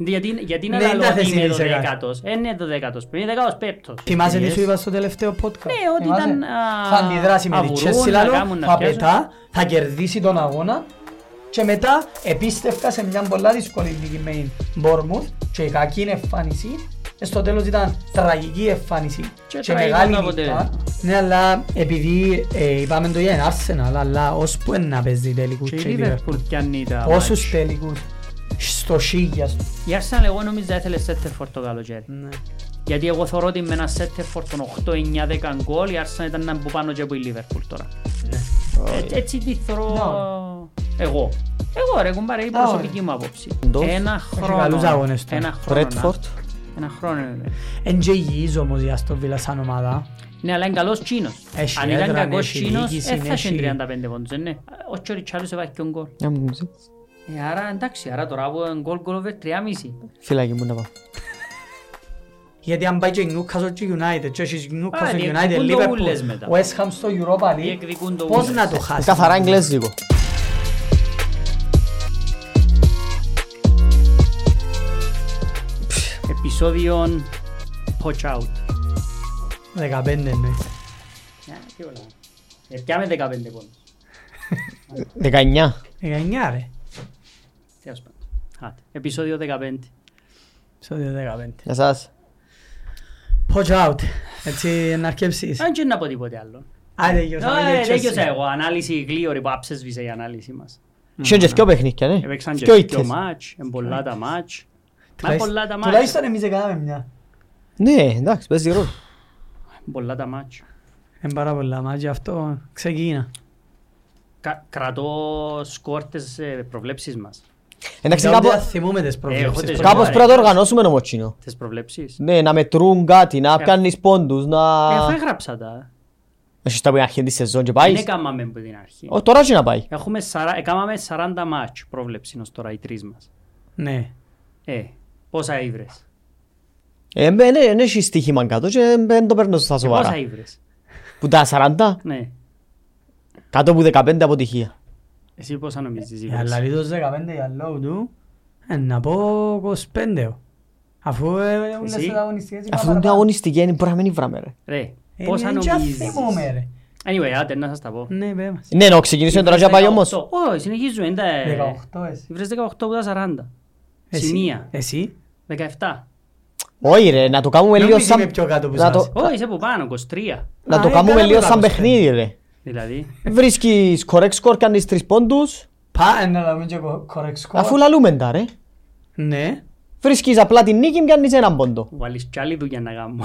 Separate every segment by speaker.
Speaker 1: Γιατί, γιατί να
Speaker 2: Ναι,
Speaker 1: λαλώ
Speaker 2: τα
Speaker 1: ότι είμαι
Speaker 2: θεσμίδησε κάτι.
Speaker 1: δωδέκατος. Ε, είναι δωδέκατος. Πριν είναι δεκατοσπέπτος.
Speaker 2: Θυμάσαι τι
Speaker 3: Yes.
Speaker 2: σου είπα στο τελευταίο podcast.
Speaker 1: Ναι, ότι
Speaker 2: Θυμάσαι?
Speaker 1: ήταν, α,
Speaker 2: Θα αντιδράσει με τη
Speaker 1: αβουρούν,
Speaker 2: Chelsea,
Speaker 1: να
Speaker 2: λαλό,
Speaker 1: κάνουν, να
Speaker 2: θα
Speaker 1: πιάσουν.
Speaker 2: πετά, θα κερδίσει τον αγώνα και μετά επίστευκα σε μια πολλά δύσκολη νίκη με την Bournemouth και η κακή εμφάνιση και στο τέλος ήταν τραγική εμφάνιση
Speaker 1: Και
Speaker 2: και,
Speaker 1: τραγικό
Speaker 2: μεγάλη
Speaker 1: το
Speaker 2: νύχτα.
Speaker 1: αποτέλεσμα.
Speaker 2: Ναι, αλλά επειδή ε, είπαμε το για την Arsenal, αλλά ως που είναι να παίζει τελικούς
Speaker 1: Και
Speaker 2: και
Speaker 1: η
Speaker 2: η Liverpool.
Speaker 1: Liverpool πιάνει τα
Speaker 2: Πόσους
Speaker 1: μάτς.
Speaker 2: τελικούς στο Σίγια στο...
Speaker 1: Η Arsenal εγώ νομίζω έθελε Σέτερφορ το καλοκαίρι. Γιατί εγώ θεωρώ ότι με ένα Σέτερφορ των 8-9-10 γκολ η Arsenal ήταν να μπω πάνω και από η Liverpool τώρα.
Speaker 2: Ε,
Speaker 1: Έτσι- Έτσι τη θεωρώ εγώ. Εγώ ρε κουμπάρε, η
Speaker 2: Να,
Speaker 1: προσωπική
Speaker 2: ωραία.
Speaker 1: μου άποψη.
Speaker 3: Εντός.
Speaker 1: Ένα
Speaker 2: ε. καλούς
Speaker 1: χρόνο.
Speaker 2: αγώνες τώρα.
Speaker 1: Ένα χρόνο. να-
Speaker 3: Ρέτφορτ.
Speaker 1: Ένα χρόνο. είναι.
Speaker 2: Εν και υγιής όμως η Aston Villa σαν ομάδα.
Speaker 1: Ναι, αλλά είναι καλός Τσίνος.
Speaker 2: Έχει
Speaker 1: Αν ήταν
Speaker 2: έδρα, ναι,
Speaker 1: κακός
Speaker 2: έχει
Speaker 1: Τσίνος, ε,
Speaker 2: διοίκηση,
Speaker 1: έφτασε
Speaker 2: έχει-
Speaker 1: 35 πόντους, ε, ναι. Ο Τσόρι Τσάλους έβαλε και τον γκολ.
Speaker 3: Να μου πεις.
Speaker 1: Ε, Άρα εντάξει, άρα τώρα από τον γκολ γκολ over 3,5.
Speaker 3: Φυλάκι μου να πάω.
Speaker 2: Γιατί αν πάει και η Newcastle και η United, και έχεις Newcastle,
Speaker 1: διεκδικούν
Speaker 2: United,
Speaker 1: ναι, το
Speaker 2: Liverpool,
Speaker 1: ούλες μετά.
Speaker 2: West Ham στο Europa League,
Speaker 1: Διεκδικούν το
Speaker 2: πώς
Speaker 1: ούλες.
Speaker 2: να το χάσεις.
Speaker 3: Καθαρά εγγλέζικο.
Speaker 1: Επεισόδιο Poach Out.
Speaker 2: 15 εννοεί.
Speaker 1: Ναι, τι όλα. Ε, Πιάμε 15 πόντους.
Speaker 3: 19.
Speaker 2: 19 ρε.
Speaker 1: Τέλος πάντων. Άτε. Επεισόδιο 15.
Speaker 2: Επεισόδιο 15.
Speaker 3: Για σας.
Speaker 2: Watch out. Έτσι να αρκέψεις.
Speaker 1: Αν και Ε, να πω τίποτε άλλο.
Speaker 2: Άντε γιώσα.
Speaker 1: Ε,
Speaker 2: άντε,
Speaker 1: Δεν
Speaker 2: Chelsea.
Speaker 1: ξέρω εγώ, ανάλυση γλίωρη που άψεσβησε η ανάλυση μας.
Speaker 3: Είχε και δυο παιχνίδια, ναι.
Speaker 1: Έπαιξαν
Speaker 3: Δυο
Speaker 1: και δύο
Speaker 3: ήττες.
Speaker 1: μάτς, εν πολλά τα μάτς. Μα εν
Speaker 2: Τουλάχιστον-
Speaker 1: πολλά τα μάτς.
Speaker 2: Τουλάχιστον εμείς έκαναμε μια.
Speaker 3: Ναι, εντάξει, παίζει ρόλο.
Speaker 1: Εν πολλά τα μάτς.
Speaker 2: Είναι πάρα πολλά μάτια αυτό. Ξεκίνα.
Speaker 1: Κα- Κρατώ σκορ τις ε, προβλέψεις μας.
Speaker 3: Εντάξει,
Speaker 2: Τότε
Speaker 3: κάπως,
Speaker 2: θα θυμούμε τις
Speaker 1: έχω Ε, τις-
Speaker 2: προβλέψεις.
Speaker 3: κάπως πρέπει να το οργανώσουμε όμως κοινό.
Speaker 1: Τις προβλέψεις.
Speaker 3: Ναι, να μετρούν κάτι, να πιάνεις πόντους, να...
Speaker 1: Ε, αφού έγραψα τα.
Speaker 3: Έχεις τα που είναι αρχή της σεζόν και
Speaker 1: Δεν
Speaker 3: πάει.
Speaker 1: έκαναμε από την αρχή.
Speaker 3: Ω, Τώρα και να πάει.
Speaker 1: Έχουμε σαρα- Έκαναμε 40 μάτς πρόβλεψη ως τώρα οι τρεις μας.
Speaker 2: Ναι.
Speaker 1: Ε, πόσα ήβρες.
Speaker 3: Ε, Δεν έχει ναι, στοίχημα κάτω και δεν το παίρνω στα
Speaker 1: Και Πόσα
Speaker 3: σοβαρά.
Speaker 1: ήβρες.
Speaker 3: Που τα 40,
Speaker 1: Ναι.
Speaker 3: κάτω από 15 αποτυχία.
Speaker 1: Εσύ πόσα νομίζεις
Speaker 2: Ε, Αλλά
Speaker 1: ήβρες.
Speaker 2: λίτως 15 για λόγου του. ε, Να πω 25. Αφού ε, ούλες
Speaker 1: Εσύ?
Speaker 2: τα αγωνιστικές
Speaker 3: Αφού είναι
Speaker 2: παραπάνω.
Speaker 3: αγωνιστική, είναι μπορεί να μην βράμε ρε.
Speaker 1: Ρε,
Speaker 3: ναι,
Speaker 2: Ε,
Speaker 1: πόσα
Speaker 2: είναι και
Speaker 1: νομίζεις.
Speaker 2: αθυμούμε, ρε.
Speaker 1: Anyway, άντε να σας τα πω.
Speaker 2: Ναι, πέ μας.
Speaker 3: Ναι, ενώ ξεκινήσουμε τώρα και να πάει όμως.
Speaker 1: 18. Όχι, συνεχίζουμε. είναι τα-
Speaker 2: 18 Ε, εσύ.
Speaker 1: Ήβρες 18 από τα 40.
Speaker 2: Εσύ-
Speaker 1: Ε, Σημεία.
Speaker 2: Εσύ.
Speaker 1: 17.
Speaker 3: Όχι ρε, να το κάνουμε λίγο
Speaker 2: Νομίζω είμαι
Speaker 3: σαν...
Speaker 2: πιο κάτω που
Speaker 3: να το-
Speaker 2: σας.
Speaker 1: Όχι, είσαι από πάνω, 23.
Speaker 3: Να το
Speaker 2: Α,
Speaker 3: κάνουμε
Speaker 2: έκανα
Speaker 3: λίγο
Speaker 2: ε, το ε.
Speaker 3: σαν
Speaker 2: λάθος,
Speaker 3: παιχνίδι ρε.
Speaker 1: Δηλαδή,
Speaker 3: Βρίσκεις correct score, κάνεις τρεις πόντους,
Speaker 2: Πά, ναι, να λάβουμε και κο- correct score.
Speaker 3: αφού λαλούμε τα ρε.
Speaker 2: Ναι.
Speaker 3: Βρίσκεις απλά την νίκη, κάνεις έναν πόντο.
Speaker 1: βάλεις κι άλλη δουλειά να κάνω.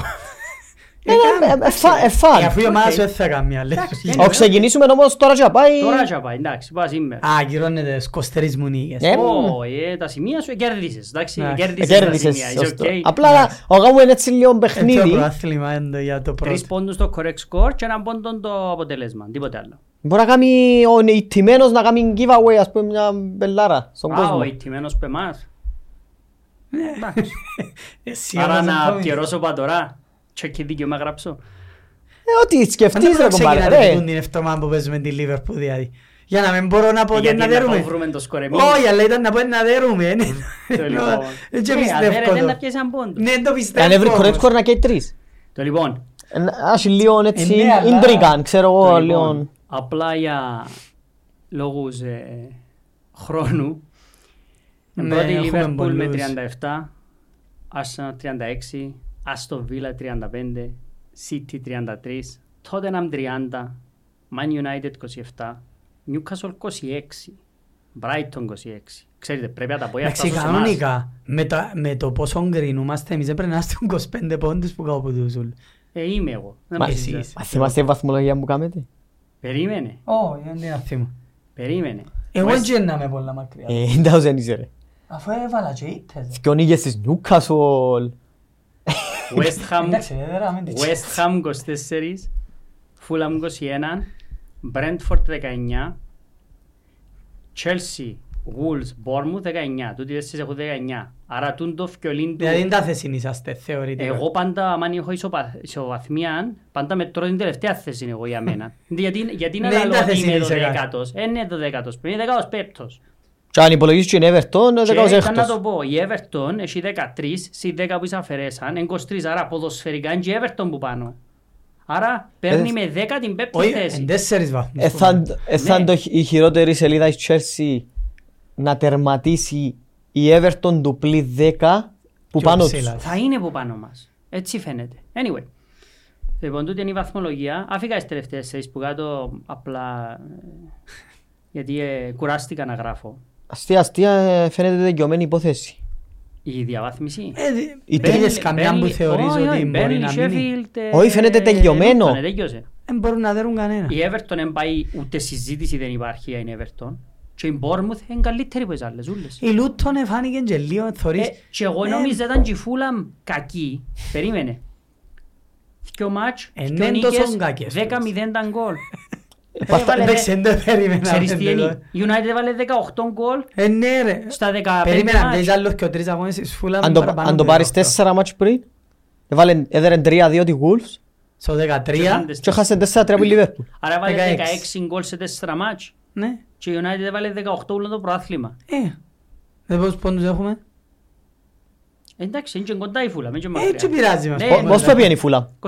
Speaker 3: Ε, ε, ε, ε, φα- ε,
Speaker 2: Ε, αφού
Speaker 3: φαν.
Speaker 2: η ομάδα
Speaker 1: Οκ.
Speaker 2: σου δεν θα κάνει μια Ε, λέξη.
Speaker 3: Ω, ξεκινήσουμε όμως τώρα και να πάει... Ε,
Speaker 1: Τώρα θα πάει, εντάξει, πάει σήμερα.
Speaker 2: Α, κυρώνεται σκοστερείς μου νίκες.
Speaker 3: Ε,
Speaker 1: Όχι, ε, τα σημεία σου κέρδισες, εντάξει,
Speaker 2: Εντάξει.
Speaker 3: Ε,
Speaker 1: κέρδισες τα
Speaker 3: Κέρδισες,
Speaker 1: σημεία, είσαι
Speaker 3: σωστό.
Speaker 1: οκ.
Speaker 3: Απλά ο γάμου είναι έτσι λίγο
Speaker 2: Ναι. Έτσι το
Speaker 3: παιχνίδι.
Speaker 2: προάθλημα είναι το για το
Speaker 1: Τρεις
Speaker 2: πρώτο.
Speaker 1: πόντους το correct score και έναν πόντο το αποτέλεσμα, τίποτε άλλο.
Speaker 3: Μπορεί να κάνει ο νεητημένος να κάνει giveaway, ας πούμε, μια μπελάρα στον
Speaker 1: Α, ο
Speaker 2: ε.
Speaker 3: κόσμο.
Speaker 1: ηττημένος που εμάς. Εντάξει.
Speaker 2: Εσύ
Speaker 1: Άρα
Speaker 2: όμως δεν
Speaker 1: να
Speaker 2: κόβεις.
Speaker 1: πιερώσω πατωρά. Τσεκ δίκιο να γράψω.
Speaker 3: Ε, ό,τι
Speaker 2: Αν δεν
Speaker 3: σκεφτείς
Speaker 2: μπορώ
Speaker 3: ρε
Speaker 2: να
Speaker 3: κομπάρε,
Speaker 2: ξεκινάτε
Speaker 3: ρε.
Speaker 2: την εβδομάδα που παίζουμε τη Λίβερπουλ δηλαδή. Για να μην μπορώ να πω ότι
Speaker 1: Ε, Γιατί
Speaker 2: να
Speaker 1: να
Speaker 2: δέρουμε.
Speaker 1: το βρούμε το σκορ εμείς.
Speaker 2: Όχι, αλλά ήταν να πω να δέρουμε. ε, ναι.
Speaker 1: Το λοιπόν.
Speaker 2: Δεν
Speaker 1: Ε, αδέρε,
Speaker 2: πιστεύω
Speaker 1: δεν τα
Speaker 2: το.
Speaker 1: πιάσει έναν πόντο.
Speaker 2: Ναι, το
Speaker 3: Ε, Αν έβρει
Speaker 2: πιστεύω.
Speaker 3: correct
Speaker 2: όμως.
Speaker 3: score να κάνει τρεις.
Speaker 1: Το λοιπόν.
Speaker 3: Ε, να- Έχει λίγο έτσι
Speaker 2: Ε, ναι, αλλά-
Speaker 3: intrigue, ξέρω εγώ,
Speaker 1: Το
Speaker 3: λίγο.
Speaker 1: λοιπόν, απλά για λόγους ε, χρόνου.
Speaker 2: Ναι,
Speaker 1: πρώτη η
Speaker 2: έχουμε
Speaker 1: Liverpool με
Speaker 2: πολλούς.
Speaker 1: 37, Arsenal 36, Aston Villa 35, City 33, Tottenham 30, Man United 27, Newcastle 26, Brighton 26. Ξέρετε, πρέπει να τα πω για αυτά
Speaker 2: Εντάξει,
Speaker 1: στους εμάς.
Speaker 2: κανονικά, με τα- με το πόσο γκρινούμαστε εμείς έπρεπε να είμαστε 25 πόντους που κάπου τους ούλ.
Speaker 1: Ε, είμαι εγώ. Δεν
Speaker 3: Μα
Speaker 1: με συζητάς.
Speaker 3: μα θυμάστε η βαθμολογία που κάνετε.
Speaker 1: Περίμενε,
Speaker 2: Όχι, δεν είναι αθήμα.
Speaker 1: περίμενε.
Speaker 2: Εγώ
Speaker 1: West-
Speaker 2: δεν είμαι πολλά μακριά.
Speaker 3: Ε, εντάξει, δεν ήξερε.
Speaker 2: Αφού έβαλα και ήττες.
Speaker 3: Δυο νίκες της Newcastle.
Speaker 1: West Ham
Speaker 2: Εντάξει, δεν ράμε τη
Speaker 1: West Ham 24, Fulham 21, Brentford 19, Chelsea, Wolves, Bournemouth 19, τούτοι τέσσερις έχουν 19. Άρα τούντο φκιολίν του,
Speaker 2: Δηλαδή δεν τα θέσιν είσαστε θεωρητικά.
Speaker 1: εγώ πάντα, αν έχω ισοπα- ισοβαθμία, πάντα μετρώ την τελευταία θέση εγώ για μένα. γιατί, γιατί να
Speaker 2: Ναι,
Speaker 1: λαλώ
Speaker 2: τα
Speaker 1: ότι
Speaker 2: θέση
Speaker 1: είμαι
Speaker 2: είναι σε
Speaker 1: 12ος, ε, είναι 12ος, πριν είναι 15ος.
Speaker 3: Και αν υπολογίσεις και την Everton,
Speaker 1: Και
Speaker 3: δεκαός
Speaker 1: ήταν να
Speaker 3: έκτος.
Speaker 1: το πω, η Everton έχει 13, συν 10 που εισαφαιρέσαν, είναι 23, άρα ποδοσφαιρικά είναι και η Everton που πάνω. Άρα παίρνει
Speaker 3: Ε,
Speaker 1: με 10 την πέπτη
Speaker 2: Όχι, εν
Speaker 1: θέση.
Speaker 2: τέσσερις βαθμούς.
Speaker 3: Ε, θα- ε, θα
Speaker 1: Ναι.
Speaker 3: το- η χειρότερη σελίδα η Chelsea να τερματίσει η Everton του πλή 10 που
Speaker 2: Και
Speaker 3: πάνω
Speaker 2: ο
Speaker 3: τους.
Speaker 2: Ψήλας.
Speaker 1: Θα είναι που πάνω μας. Έτσι φαίνεται. Anyway. Λοιπόν, τούτη είναι η βαθμολογία. Άφηγα τις τελευταίες θέσεις που κάτω απλά ε, γιατί ε, κουράστηκα να γράφω.
Speaker 3: Αστεία, αστεία ε, φαίνεται δικαιωμένη υπόθεση.
Speaker 1: Η διαβάθμιση.
Speaker 2: Ε, δι-
Speaker 3: Η
Speaker 2: Μπέρνλι-
Speaker 3: τρίτης
Speaker 2: Είδες καμιά που
Speaker 1: Μπέρνλι-
Speaker 2: θεωρείς
Speaker 1: όχι,
Speaker 2: ότι
Speaker 1: όχι,
Speaker 2: μπορεί να
Speaker 1: Μπέρνλι,
Speaker 2: μείνει.
Speaker 1: Sheffield, ε,
Speaker 3: Όχι, φαίνεται
Speaker 1: ε,
Speaker 3: τελειωμένο.
Speaker 1: Everton, ε, Τέλειωσε.
Speaker 2: Δεν μπορούν να δέρουν κανένα.
Speaker 1: Η Everton δεν πάει ούτε συζήτηση δεν υπάρχει αν είναι Everton. Και η Bournemouth είναι καλύτερη από τις άλλες ούλες.
Speaker 2: Η Λούτον εφάνηκε και λίγο
Speaker 1: Ε,
Speaker 2: θωρείς.
Speaker 1: Και εγώ
Speaker 2: ε,
Speaker 1: νόμιζα ήταν και η Fulham κακή. Περίμενε. Δυο μάτς,
Speaker 2: Ε,
Speaker 1: δυο
Speaker 2: ναι, τόσο
Speaker 1: νίκες,
Speaker 2: κακές.
Speaker 1: 10-0 ήταν γκολ.
Speaker 3: Ε, πάστα-
Speaker 1: έβαλε-
Speaker 2: Εντάξει, δεν περίμενα.
Speaker 1: Ξέρεις τι
Speaker 2: δεν το-
Speaker 1: είναι. Η United έβαλε 18 γκολ
Speaker 2: Ε, ναι ρε.
Speaker 1: στα 15
Speaker 2: Περίμενα, αν
Speaker 1: μάτς.
Speaker 2: έχεις άλλους και ο τρεις αγώνες της Fulham,
Speaker 3: Αν το,
Speaker 2: παραπάνω
Speaker 3: αν το
Speaker 2: το
Speaker 3: πάρεις
Speaker 2: δέχομαι.
Speaker 3: 4 μάτς πριν, έβαλε- έδερεν 3-2 τη Wolves
Speaker 2: Στο 13.
Speaker 1: Και
Speaker 3: και χάσαν 4-3 από τη Liverpool.
Speaker 1: Άρα έβαλε
Speaker 2: 16.
Speaker 1: 16 γκολ σε 4 μάτς.
Speaker 2: Ναι.
Speaker 1: Και η United έβαλε 18 όλο το προάθλημα.
Speaker 2: Ε. Δεν πόσους πόντους έχουμε.
Speaker 1: Ε, Εντάξει, είναι και κοντά η φούλα, μην και
Speaker 2: Ε,
Speaker 1: μακριά.
Speaker 2: Έτσι πειράζει μας.
Speaker 1: Ναι,
Speaker 3: Πο- Πώς το πήγαινε η Φούλα.
Speaker 1: 21.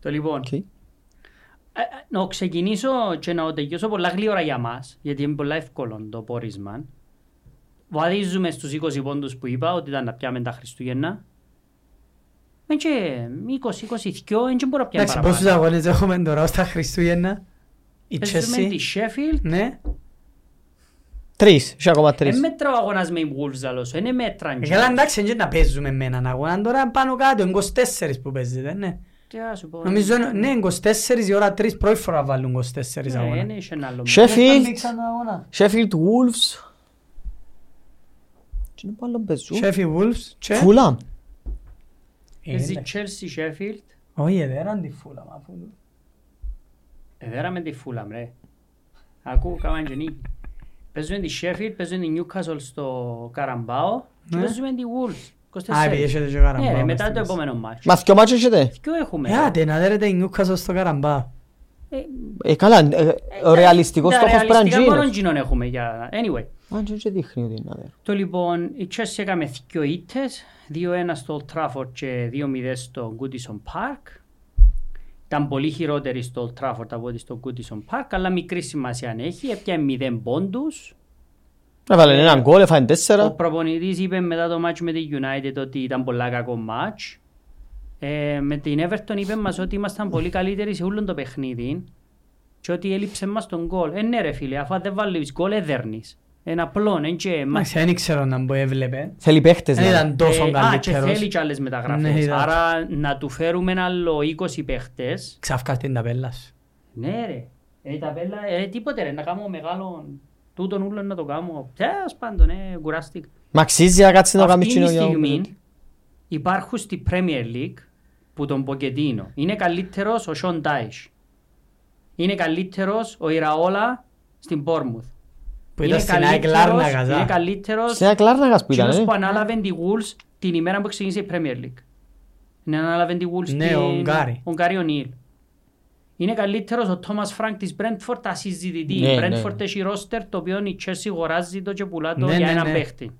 Speaker 1: Το λοιπόν.
Speaker 3: Οκ.
Speaker 1: Ε, ε, Να ξεκινήσω και να τελειώσω πολλά γλύωρα για μας, γιατί είναι πολλά εύκολο το πόρισμα. Βαδίζουμε στους 20 πόντους που είπα, ότι ήταν να πιάμε τα Χριστούγεννα. Είναι και 20-22, είναι και μπορώ να πιάμε
Speaker 2: Εντάξει, πόσους
Speaker 1: παραπάνω.
Speaker 2: αγώνες έχουμε τώρα στα Χριστούγεννα. Η
Speaker 1: Παίζουμε τη
Speaker 2: Chelsea.
Speaker 1: Sheffield,
Speaker 2: Ναι.
Speaker 3: Τρεις, είχε ακόμα τρεις.
Speaker 1: Δεν μέτρα ο αγώνας με η Wolves άλλος, είναι μέτρα.
Speaker 2: Ε,
Speaker 1: ντζι.
Speaker 2: Καλά εντάξει, δεν να παίζουμε με έναν αγώνα. Τώρα πάνω κάτω, είναι 24 που παίζετε, ναι.
Speaker 1: Τι να σου πω. Ε,
Speaker 2: Νομίζω, ναι, 24 η ώρα 3 πρώτη φορά βάλουν 24
Speaker 1: Ναι,
Speaker 2: αγώνα.
Speaker 1: είναι και ένα άλλο
Speaker 3: Sheffield.
Speaker 2: Δεν παίξαν αγώνα.
Speaker 3: Sheffield Wolves. Τι είναι που άλλο παίζουν.
Speaker 2: Sheffield Wolves
Speaker 1: Ε,
Speaker 2: και...
Speaker 3: Φούλα.
Speaker 2: Ε,
Speaker 1: μέτρο. Παίζει Ε, Chelsea, Sheffield.
Speaker 2: Όχι, εδέραν τη φούλα. μα, αφού-
Speaker 1: Εδέραμε τη Fulham ρε. Ακού, κάμαν και νίκη. Παίζουν τη Sheffield, παίζουν τη Newcastle στο Καραμπάο και
Speaker 2: Ναι.
Speaker 1: παίζουν τη Wolves. 24.
Speaker 2: Α, επειδή έχετε και
Speaker 1: Ναι, ρε,
Speaker 2: καραμπά.
Speaker 1: μετά το επόμενο μάτς.
Speaker 3: Μα δυο μάτσο έχετε.
Speaker 1: Ποιο έχουμε.
Speaker 2: Ε, άντε, να δέρετε η Newcastle στο καραμπά.
Speaker 1: Ε,
Speaker 3: Ε, καλά, ε, ο ρεαλιστικός
Speaker 1: τα
Speaker 3: στόχος πρέπει να
Speaker 1: ρεαλιστικά
Speaker 3: είναι
Speaker 1: μόνον
Speaker 3: τζίνος.
Speaker 1: τζινόν έχουμε για... Anyway.
Speaker 3: Αν τζίνος δεν δείχνει ότι είναι αδέρφη.
Speaker 1: Το λοιπόν, η Chelsea έκαμε δύο ήττες, 2-1 στο Old Trafford και 2-0 στο Goodison Park. Ήταν πολύ χειρότερη στο Old Trafford από ό,τι στο Goodison Park, αλλά μικρή σημασία αν έχει, έπιανε 0 πόντους.
Speaker 3: Έβαλε έναν γκολ, έφαγε
Speaker 1: Ε, Ο
Speaker 3: τέσσερα.
Speaker 1: προπονητής είπε μετά το μάτσο με τη United ότι ήταν πολλά κακό μάτς. Ε, με την Everton είπε μας ότι ήμασταν πολύ καλύτεροι σε όλο το παιχνίδι και ότι έλειψε μας τον γκολ. Ε, ναι ρε φίλε, αφού δεν βάλεις γκολ, εδέρνεις. Ένα απλό, εν και μας
Speaker 2: Εντάξει, δεν ξέρω να μπω έβλεπε.
Speaker 3: Θέλει παίχτες.
Speaker 2: Δεν
Speaker 3: να-
Speaker 2: ήταν τόσο
Speaker 1: Ε, Α, και
Speaker 2: καλύτερος.
Speaker 1: θέλει και άλλες μεταγραφές.
Speaker 2: Ναι, ήταν.
Speaker 1: Άρα να του φέρουμε ένα άλλο 20 παίχτες.
Speaker 2: Ξαφκάς την ταπέλας σου.
Speaker 1: Ναι ρε. Ε, τα πέλα, ε, τίποτε ρε, να κάνω μεγάλο... Τούτον ούλον να το κάνω. Τέλος πάντων, ε, κουράστηκα.
Speaker 3: Μα αξίζει να κάτσει να κάνει
Speaker 1: Αυτή τη
Speaker 3: τσίνο για
Speaker 1: στιγμή υπάρχουν στη Premier League που τον Ποκετίνο. Είναι καλύτερος ο Σον Τάις. Είναι καλύτερος ο Ιραόλα στην Πόρμουθ.
Speaker 2: Που ήταν στην ΑΕΚ Λάρναγα.
Speaker 1: είναι
Speaker 2: ζά.
Speaker 1: καλύτερος
Speaker 3: Σε ένα κλάρναγας που ήταν,
Speaker 1: Εκείνος
Speaker 3: ε.
Speaker 1: που ανάλαβε τη Wolves την ημέρα που ξεκίνησε η Premier League. Ναι, ανάλαβε τη Wolves
Speaker 2: Ναι,
Speaker 1: την...
Speaker 2: ο Ουγγάρη.
Speaker 1: ο Ουγγάρη ο Νίλ. Είναι καλύτερος ο Τόμας Φρανκ της Brentford ασυζητητή.
Speaker 3: Ναι,
Speaker 1: Η
Speaker 3: ναι.
Speaker 1: Brentford έχει ρόστερ το οποίο η Chelsea αγοράζει το και πουλά το
Speaker 2: Ναι,
Speaker 1: για
Speaker 2: ναι,
Speaker 1: έναν
Speaker 2: ναι.
Speaker 1: παίχτη.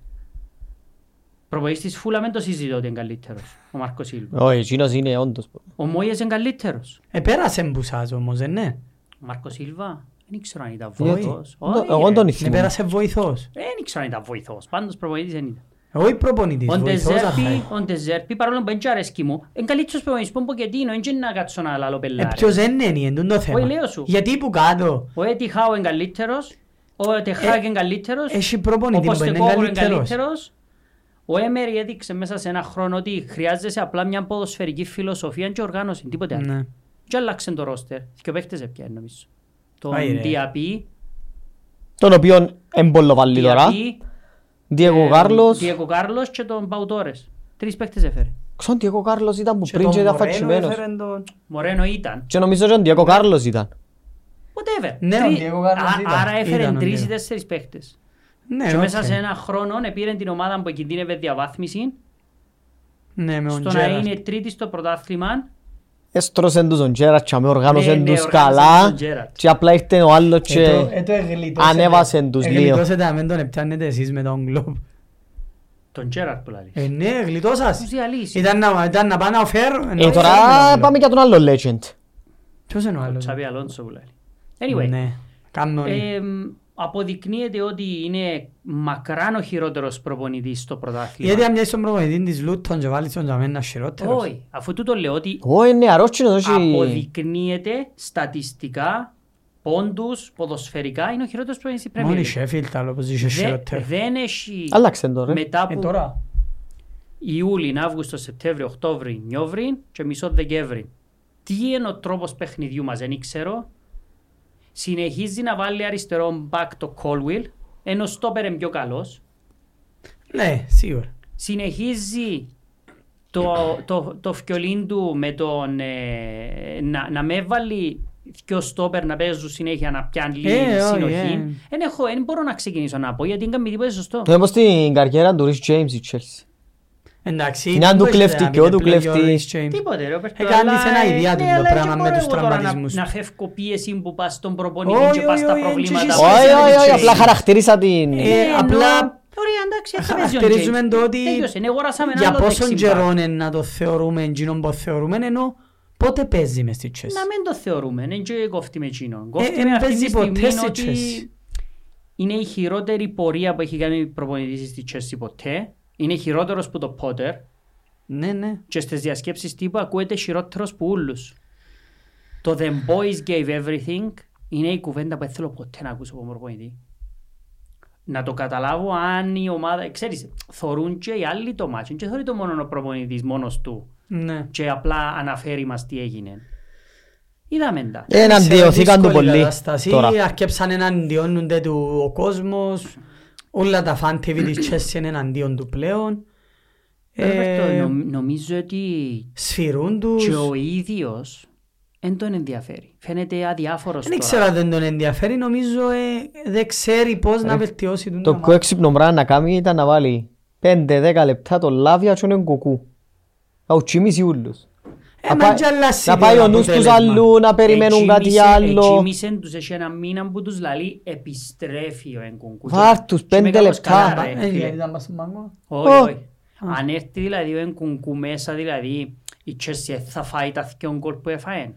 Speaker 1: Προπονητής της Φούλα δεν το συζητώ ότι είναι καλύτερος ο Μάρκος Σίλβα.
Speaker 3: Όχι, εκείνος είναι όντως.
Speaker 1: Ο Μόιες είναι καλύτερος.
Speaker 2: Επέρασε μπουσάς όμως, ε, ναι.
Speaker 1: Ο Μάρκος Σίλβα δεν ήξερα αν ήταν
Speaker 3: Γιατί?
Speaker 1: βοηθός.
Speaker 3: Ε,
Speaker 1: Όχι,
Speaker 3: Εγώ
Speaker 1: ρε.
Speaker 3: τον
Speaker 2: Ναι,
Speaker 3: ήθελα.
Speaker 2: πέρασε βοηθός.
Speaker 1: Δεν ήξερα αν ήταν βοηθός. Πάντως προπονητής δεν ήταν.
Speaker 2: Όχι προπονητής,
Speaker 1: Ο
Speaker 2: βοηθός.
Speaker 1: Ντεζέρπι,
Speaker 2: αχα.
Speaker 1: ο Ντεζέρπι, παρόλο που δεν αρέσκει μου, είναι καλύτερος προπονητής που Πογκετίνο, είναι και να κάτσω να λαλώ
Speaker 2: Ε,
Speaker 1: πελάρε.
Speaker 2: ποιος δεν είναι, είναι το θέμα.
Speaker 1: λέω σου.
Speaker 2: Γιατί που κάτω.
Speaker 1: Ο Έτι Χάου είναι καλύτερος, ο Τεχάκ είναι καλύτερος,
Speaker 2: Ε, Έχει
Speaker 1: ο
Speaker 2: προπονητή που είναι
Speaker 1: Ποστεκόγλου είναι
Speaker 2: καλύτερος.
Speaker 1: καλύτερος. Ο Έμερι έδειξε μέσα σε ένα χρόνο ότι χρειάζεσαι απλά μια ποδοσφαιρική φιλοσοφία και οργάνωση, τίποτε άλλο.
Speaker 2: Ναι.
Speaker 1: Και άλλαξε το ρόστερ, και παίχτες έπιανε νομίζω. Τον
Speaker 2: Άι, ρε.
Speaker 1: Διαπή,
Speaker 3: Τον οποίον εμπολο βάλει τώρα.
Speaker 1: Διαπή, ε,
Speaker 3: Διέγο Κάρλος.
Speaker 1: Διέγκο Κάρλος και τον Παουτόρες. Τρεις παίχτες έφερε.
Speaker 3: Ξέρω, ο Διέγο Κάρλος ήταν που
Speaker 2: Και
Speaker 3: πριν
Speaker 2: τον
Speaker 3: και ήταν
Speaker 2: Μορένο
Speaker 3: φατσιμένος.
Speaker 2: έφερεν τον-
Speaker 1: Μορένο ήταν.
Speaker 3: Και νομίζω ότι ο Διέγο Κάρλος ήταν.
Speaker 1: Whatever.
Speaker 2: Ναι, ο
Speaker 1: Τρι-
Speaker 2: Diego Carlos
Speaker 1: Α-
Speaker 2: ήταν.
Speaker 1: Άρα έφερε
Speaker 2: Ήταν ο
Speaker 1: τρεις ή
Speaker 2: Diego.
Speaker 1: τέσσερις παίχτες.
Speaker 2: Ναι,
Speaker 1: Και
Speaker 2: οκ.
Speaker 1: μέσα σε ένα χρόνο πήρε την ομάδα που κινδύνευε διαβάθμιση
Speaker 2: Ναι, με τον
Speaker 1: στο να
Speaker 2: Gerrard.
Speaker 1: είναι τρίτης στο πρωτάθλημα
Speaker 3: Έστρωσεν τους τον Τζέρατ και αμέ οργάνωσεν
Speaker 1: ναι,
Speaker 3: τους
Speaker 1: οργάνωσεν
Speaker 3: καλά
Speaker 1: τον Τζέραρτ.
Speaker 3: και απλά ήρθε ο άλλος και... ανέβασε τους δύο.
Speaker 2: ε, Εγλιτώσετε αμέν τον επιάνετε εσείς με τον κλόπ.
Speaker 1: Τον Τζέραρτ που λέει.
Speaker 2: Ε, ναι, γλιτώσας.
Speaker 1: Τους διαλύσεις.
Speaker 2: Ήταν να, ήταν να πάνε να φέρουν. να
Speaker 3: Ε,
Speaker 2: φέρουν
Speaker 3: τώρα
Speaker 2: τον κλόπ.
Speaker 3: πάμε για τον άλλο legend.
Speaker 2: Ποιος είναι ο
Speaker 1: Ο
Speaker 2: άλλος.
Speaker 1: Τσάβι Αλόνσο που λέει. Anyway, Ε,
Speaker 2: Ναι, κανόνι.
Speaker 1: εμ, αποδεικνύεται ότι είναι μακράν ο χειρότερος προπονητής στο
Speaker 2: Γιατί
Speaker 1: πρωτάθλημα.
Speaker 2: αν μοιάζεις στον προπονητής της Λούτον και βάλεις τον Τζαμένα χειρότερος.
Speaker 1: Όχι, αφού τούτο λέω ότι
Speaker 3: Ω, είναι νεαρός και είναι όχι...
Speaker 1: αποδεικνύεται στατιστικά, πόντους, ποδοσφαιρικά, είναι ο χειρότερος προπονητής στην
Speaker 2: Μόνοι
Speaker 1: Premier
Speaker 2: η
Speaker 1: League.
Speaker 2: Sheffield άλλο πως είσαι
Speaker 1: Δε-
Speaker 2: χειρότερο.
Speaker 1: Δεν έχει
Speaker 3: Άλλαξε τώρα. ρε.
Speaker 1: μετά
Speaker 2: Ε,
Speaker 1: που
Speaker 2: τώρα.
Speaker 1: Ιούλιν, Αύγουστο, Σεπτέμβριο, Οκτώβριο, Νιόβριν και μισό Δεκέμβρη. Τι είναι ο τρόπος παιχνιδιού μας, δεν ξέρω. Συνεχίζει να βάλει αριστερό μπακ το Colwell, ενώ στόπερ είναι πιο καλός.
Speaker 2: Ναι, σίγουρα.
Speaker 1: Συνεχίζει το, το, το φκιολίν του με τον. Ε, να, να με βάλει πιο στόπερ να παίζουν συνέχεια να πιάνει λίγη
Speaker 2: Ε, όχι, ε.
Speaker 1: συνοχή. Δεν έχω, δεν μπορώ να ξεκινήσω να πω γιατί δεν κάνει τίποτα σωστό.
Speaker 3: Είναι πως την καριέρα του Rich James η Chelsea.
Speaker 2: Εντάξει.
Speaker 3: Είναι αν του
Speaker 2: δεν μπορείς
Speaker 3: κλέφτη
Speaker 2: να
Speaker 3: και ο
Speaker 2: πείτε
Speaker 3: του
Speaker 2: πλέον
Speaker 3: κλέφτη.
Speaker 2: Joris James.
Speaker 1: Τίποτε ρε Ρόπερτο.
Speaker 2: Ε, κάνεις
Speaker 1: αλλά,
Speaker 2: ένα
Speaker 1: ε,
Speaker 2: ιδιά του
Speaker 1: ναι,
Speaker 2: το
Speaker 1: αλλά
Speaker 2: πράγμα
Speaker 1: και
Speaker 2: με
Speaker 1: μπορώ
Speaker 2: τους
Speaker 1: εγώ τώρα να-
Speaker 2: τραυματισμούς.
Speaker 1: Να φεύγω πίεση που πας στον προπονητή
Speaker 2: Όχι,
Speaker 1: και πας
Speaker 2: όχι,
Speaker 1: στα
Speaker 2: όχι, έτσι
Speaker 1: προβλήματα.
Speaker 2: έχεις
Speaker 3: Όχι,
Speaker 2: σχέση με
Speaker 3: όχι,
Speaker 2: τον
Speaker 3: όχι,
Speaker 2: James.
Speaker 3: απλά χαρακτηρίσα την...
Speaker 2: Ε, απλά-
Speaker 1: Ωραία, εντάξει, έτσι παίζει ο
Speaker 2: Χαρακτηρίζουμε
Speaker 1: James.
Speaker 2: το ότι
Speaker 1: Τέλειωσε, ναι, αγοράσαμε ένα
Speaker 2: για
Speaker 1: άλλο
Speaker 2: πόσον
Speaker 1: δεξιμπάκ.
Speaker 2: καιρό είναι να το θεωρούμε εκείνον που θεωρούμε ενώ πότε παίζει μες στη
Speaker 1: Να
Speaker 2: Chelsea.
Speaker 1: μην το θεωρούμε, δεν και κόφτει με εκείνον.
Speaker 2: Ε,
Speaker 1: Κόφτει
Speaker 2: εν
Speaker 1: με αυτή
Speaker 2: παίζει
Speaker 1: τη στιγμή
Speaker 2: ποτέ στη
Speaker 1: ότι
Speaker 2: Chelsea.
Speaker 1: είναι η χειρότερη πορεία που έχει κάνει προπονητής στη Chelsea ποτέ. Είναι χειρότερος που το Πότερ
Speaker 2: Ναι, ναι.
Speaker 1: και στις διασκέψεις τύπου ακούεται χειρότερος που όλους. Το The Boys Gave Everything είναι η κουβέντα που δεν θέλω ποτέ να ακούσω από προπονητή. Να το καταλάβω αν η ομάδα... Ξέρεις, θωρούν και οι άλλοι το μάτσο και θωρεί το μόνο ο προπονητής μόνος του
Speaker 2: Ναι.
Speaker 1: και απλά αναφέρει μας τι έγινε. Είδαμε τα.
Speaker 3: Εναντιωθήκαν Ε, του
Speaker 2: Δύσκολη
Speaker 3: πολύ
Speaker 2: κατάσταση,
Speaker 3: τώρα.
Speaker 2: Αρκέψαν εναντιώνονται του ο κόσμος. Όλα τα fan TV της Chelsea είναι εναντίον του πλέον. Ε,
Speaker 1: Ρόμπερτο, νομ- νομίζω ότι
Speaker 2: Σφυρούν τους.
Speaker 1: και ο ίδιος δεν τον ενδιαφέρει. Φαίνεται αδιάφορος
Speaker 2: Δεν
Speaker 1: τώρα.
Speaker 2: ξέρω αν δεν τον ενδιαφέρει. Νομίζω ε, δεν ξέρει πώς να βελτιώσει τον
Speaker 3: Ε, Το πιο
Speaker 2: ομάδα.
Speaker 3: έξυπνο πράγμα να κάνει ήταν να βάλει 5-10 λεπτά το λάβια και τον κουκού. Να ουτσιμίσει ούλους.
Speaker 2: Ε,
Speaker 3: Να
Speaker 2: μα
Speaker 3: πάει-
Speaker 2: και αλλάσει
Speaker 3: Να
Speaker 2: το
Speaker 3: πάει ο νους τους
Speaker 2: αποτέλεσμα.
Speaker 3: αλλού, να
Speaker 1: Ε,
Speaker 3: περιμένουν κάτι
Speaker 1: Ετσίμησε-
Speaker 3: άλλο.
Speaker 1: ετσίμησε τους, έχει ένα μήνα που τους λαλεί επιστρέφει ο Εγκουνκού.
Speaker 3: Βάρ' τους
Speaker 1: Και με
Speaker 3: πέντε
Speaker 1: κάπως
Speaker 3: λεπτά.
Speaker 1: καλά, ρε,
Speaker 2: Ε,
Speaker 1: φίλε.
Speaker 2: γιατί ήταν πας στον πάγκο.
Speaker 1: Όχι,
Speaker 3: Ω.
Speaker 1: όχι. Αν έρθει δηλαδή ο Εγκουνκού μέσα, δηλαδή η Chelsea θα φάει τα δυο γκολ που έφαγε.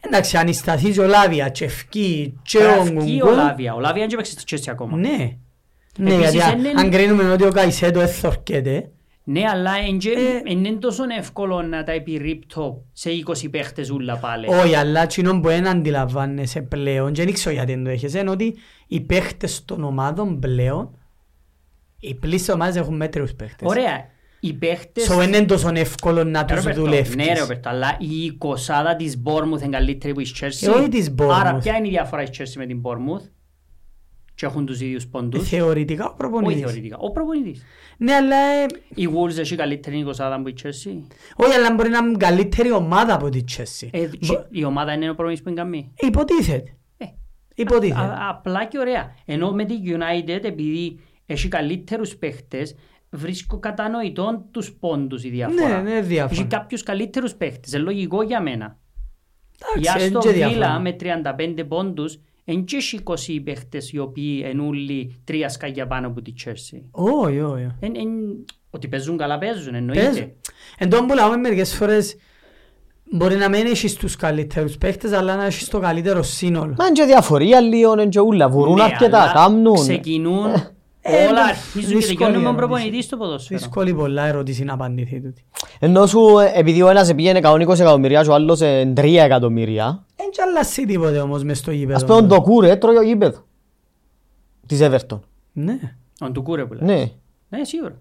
Speaker 2: Εντάξει, αν σταθεί και ο Λάβια, και ευκεί, και ο
Speaker 1: Τραυκεί ο
Speaker 2: Γκουγκού.
Speaker 1: Λάβια. Ο Λάβια δεν παίξει στη Chelsea ακόμα.
Speaker 2: Ναι. Ναι,
Speaker 1: Επίσης,
Speaker 2: γιατί
Speaker 1: εν εν-
Speaker 2: αν κρίνουμε ότι ο Καϊσέτο εθορκέται,
Speaker 1: Ναι, αλλά
Speaker 3: Ε.
Speaker 1: είναι τόσο εύκολο να τα επιρρύπτω σε 20 παίχτες ούλα πάλι.
Speaker 2: όχι, αλλά εκείνο που δεν αντιλαμβάνεσαι πλέον, και δεν ξέρω γιατί δεν το έχεις, είναι ότι οι παίχτες των ομάδων πλέον, οι πλήσεις ομάδες έχουν μέτριους παίχτες.
Speaker 1: Ωραία. Οι παίχτες...
Speaker 2: So, δεν είναι τόσο εύκολο να
Speaker 1: Ε,
Speaker 2: τους
Speaker 1: Ρόπερτο,
Speaker 2: δουλεύεις.
Speaker 1: Ναι, Ρόπερτο, αλλά η εικοσάδα της Bournemouth είναι καλύτερη που η Chelsea.
Speaker 2: Ε, όχι της Bournemouth.
Speaker 1: Άρα ποια είναι η διαφορά της Chelsea με την Bournemouth. Και έχουν τους ίδιους πόντους.
Speaker 2: Ε, Θεωρητικά ο
Speaker 1: Όχι
Speaker 2: προπονητής.
Speaker 1: θεωρητικά. Ο προπονητής.
Speaker 2: Ναι, αλλά... ε,
Speaker 1: Η Wolves έχει καλύτερη εικοσάδα που η Chelsea.
Speaker 2: Όχι, αλλά μπορεί να είναι καλύτερη ομάδα από τη Chelsea.
Speaker 1: Ε,
Speaker 2: Μπο-
Speaker 1: Η ομάδα είναι ο προπονητής που είναι καμή.
Speaker 2: Υποτίθεται.
Speaker 1: Ε,
Speaker 2: Υποτίθεται.
Speaker 1: α- Απλά και ωραία. Ενώ με τη United επειδή έχει καλύτερους παίχτες βρίσκω κατανοητόν τους πόντους η
Speaker 2: Ναι,
Speaker 1: διαφορά.
Speaker 2: ναι,
Speaker 1: Έχει
Speaker 2: διάφορα.
Speaker 1: κάποιους καλύτερους παίχτες. Είναι λογικό για μένα. Η
Speaker 2: Εντάξει,
Speaker 1: Άστον
Speaker 2: είναι και
Speaker 1: Βίλα
Speaker 2: διάφορα.
Speaker 1: με 35 πόντους εν και έχει 20 παίχτες οι οποίοι εν όλοι τρία σκάγια πάνω από τη Τσέρσι.
Speaker 2: Όχι, όχι. όχι.
Speaker 1: Εν, εν, ότι παίζουν καλά παίζουν εννοείται. Ναι,
Speaker 2: Παίζουν. Εν τόν που λέμε μερικές φορές μπορεί να μην έχεις τους καλύτερους παίχτες αλλά να έχεις το καλύτερο σύνολο.
Speaker 3: Μα είναι και διαφορία λίγο, είναι και ούλα. Βουρούν
Speaker 1: Ναι,
Speaker 3: αρκετά,
Speaker 1: αλλά
Speaker 3: κάμνουν.
Speaker 1: Ξεκινούν
Speaker 2: Ε,
Speaker 1: όλα
Speaker 2: εντάξει,
Speaker 1: αρχίζουν και
Speaker 2: δύσκολη
Speaker 1: τελειώνουν με
Speaker 2: ερώτηση.
Speaker 1: προπονητή στο ποδόσφαιρο.
Speaker 2: Δύσκολη πολλά ερώτηση να απαντηθεί τούτη.
Speaker 3: Ενώ σου, ε, επειδή ο ένας πήγαινε 120 εκατομμυρία και ο άλλος ε, 3 εκατομμυρία,
Speaker 2: Εν κι αλλασεί τίποτε όμως μες στο γήπεδο.
Speaker 3: ας πούμε τον Ντοκούρε τρώει ο γήπεδο της Everton.
Speaker 2: Ναι.
Speaker 1: Ο Ντουκούρε που λέει.
Speaker 3: Ναι.
Speaker 1: Ναι, σίγουρα.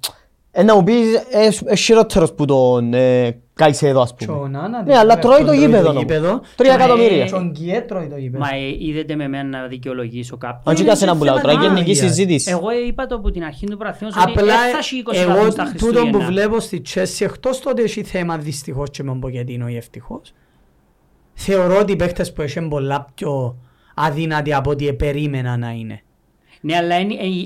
Speaker 3: Ε, να μου πεις, ε, ε, χειρότερος που τον ε, Καϊσέδο, ας
Speaker 2: Και
Speaker 3: πούμε.
Speaker 2: ο Νάνα,
Speaker 3: Ναι, αλλά
Speaker 2: τον
Speaker 3: τρώει το γήπεδο.
Speaker 2: το
Speaker 3: όμως.
Speaker 2: γήπεδο.
Speaker 3: Τρία
Speaker 1: Ε,
Speaker 2: Και
Speaker 3: εκατομμύρια.
Speaker 2: ο Γκιέ τρώει το γήπεδο.
Speaker 1: Μα ε, είδετε με εμένα να δικαιολογήσω
Speaker 3: Αν
Speaker 1: κάποιον.
Speaker 3: και κάσε
Speaker 2: θέμα
Speaker 3: ένα μπουλάω, τώρα η γενική
Speaker 2: άμυνας.
Speaker 3: συζήτηση.
Speaker 1: Εγώ είπα το από την αρχή του πραθμού ότι δεν
Speaker 2: Απλά
Speaker 1: θα έχει 20
Speaker 2: εγώ
Speaker 1: βαθμούς τα
Speaker 2: τούτο που
Speaker 1: Χριστούγεννα.
Speaker 2: βλέπω στη Chelsea εκτός τότε έχει θέμα δυστυχώς και με τον Ποκετίνο ή ευτυχώς θεωρώ ότι οι παίχτες που έχουν πολλά πιο αδύνατοι από ό,τι περίμενα να είναι.
Speaker 1: Ναι, αλλά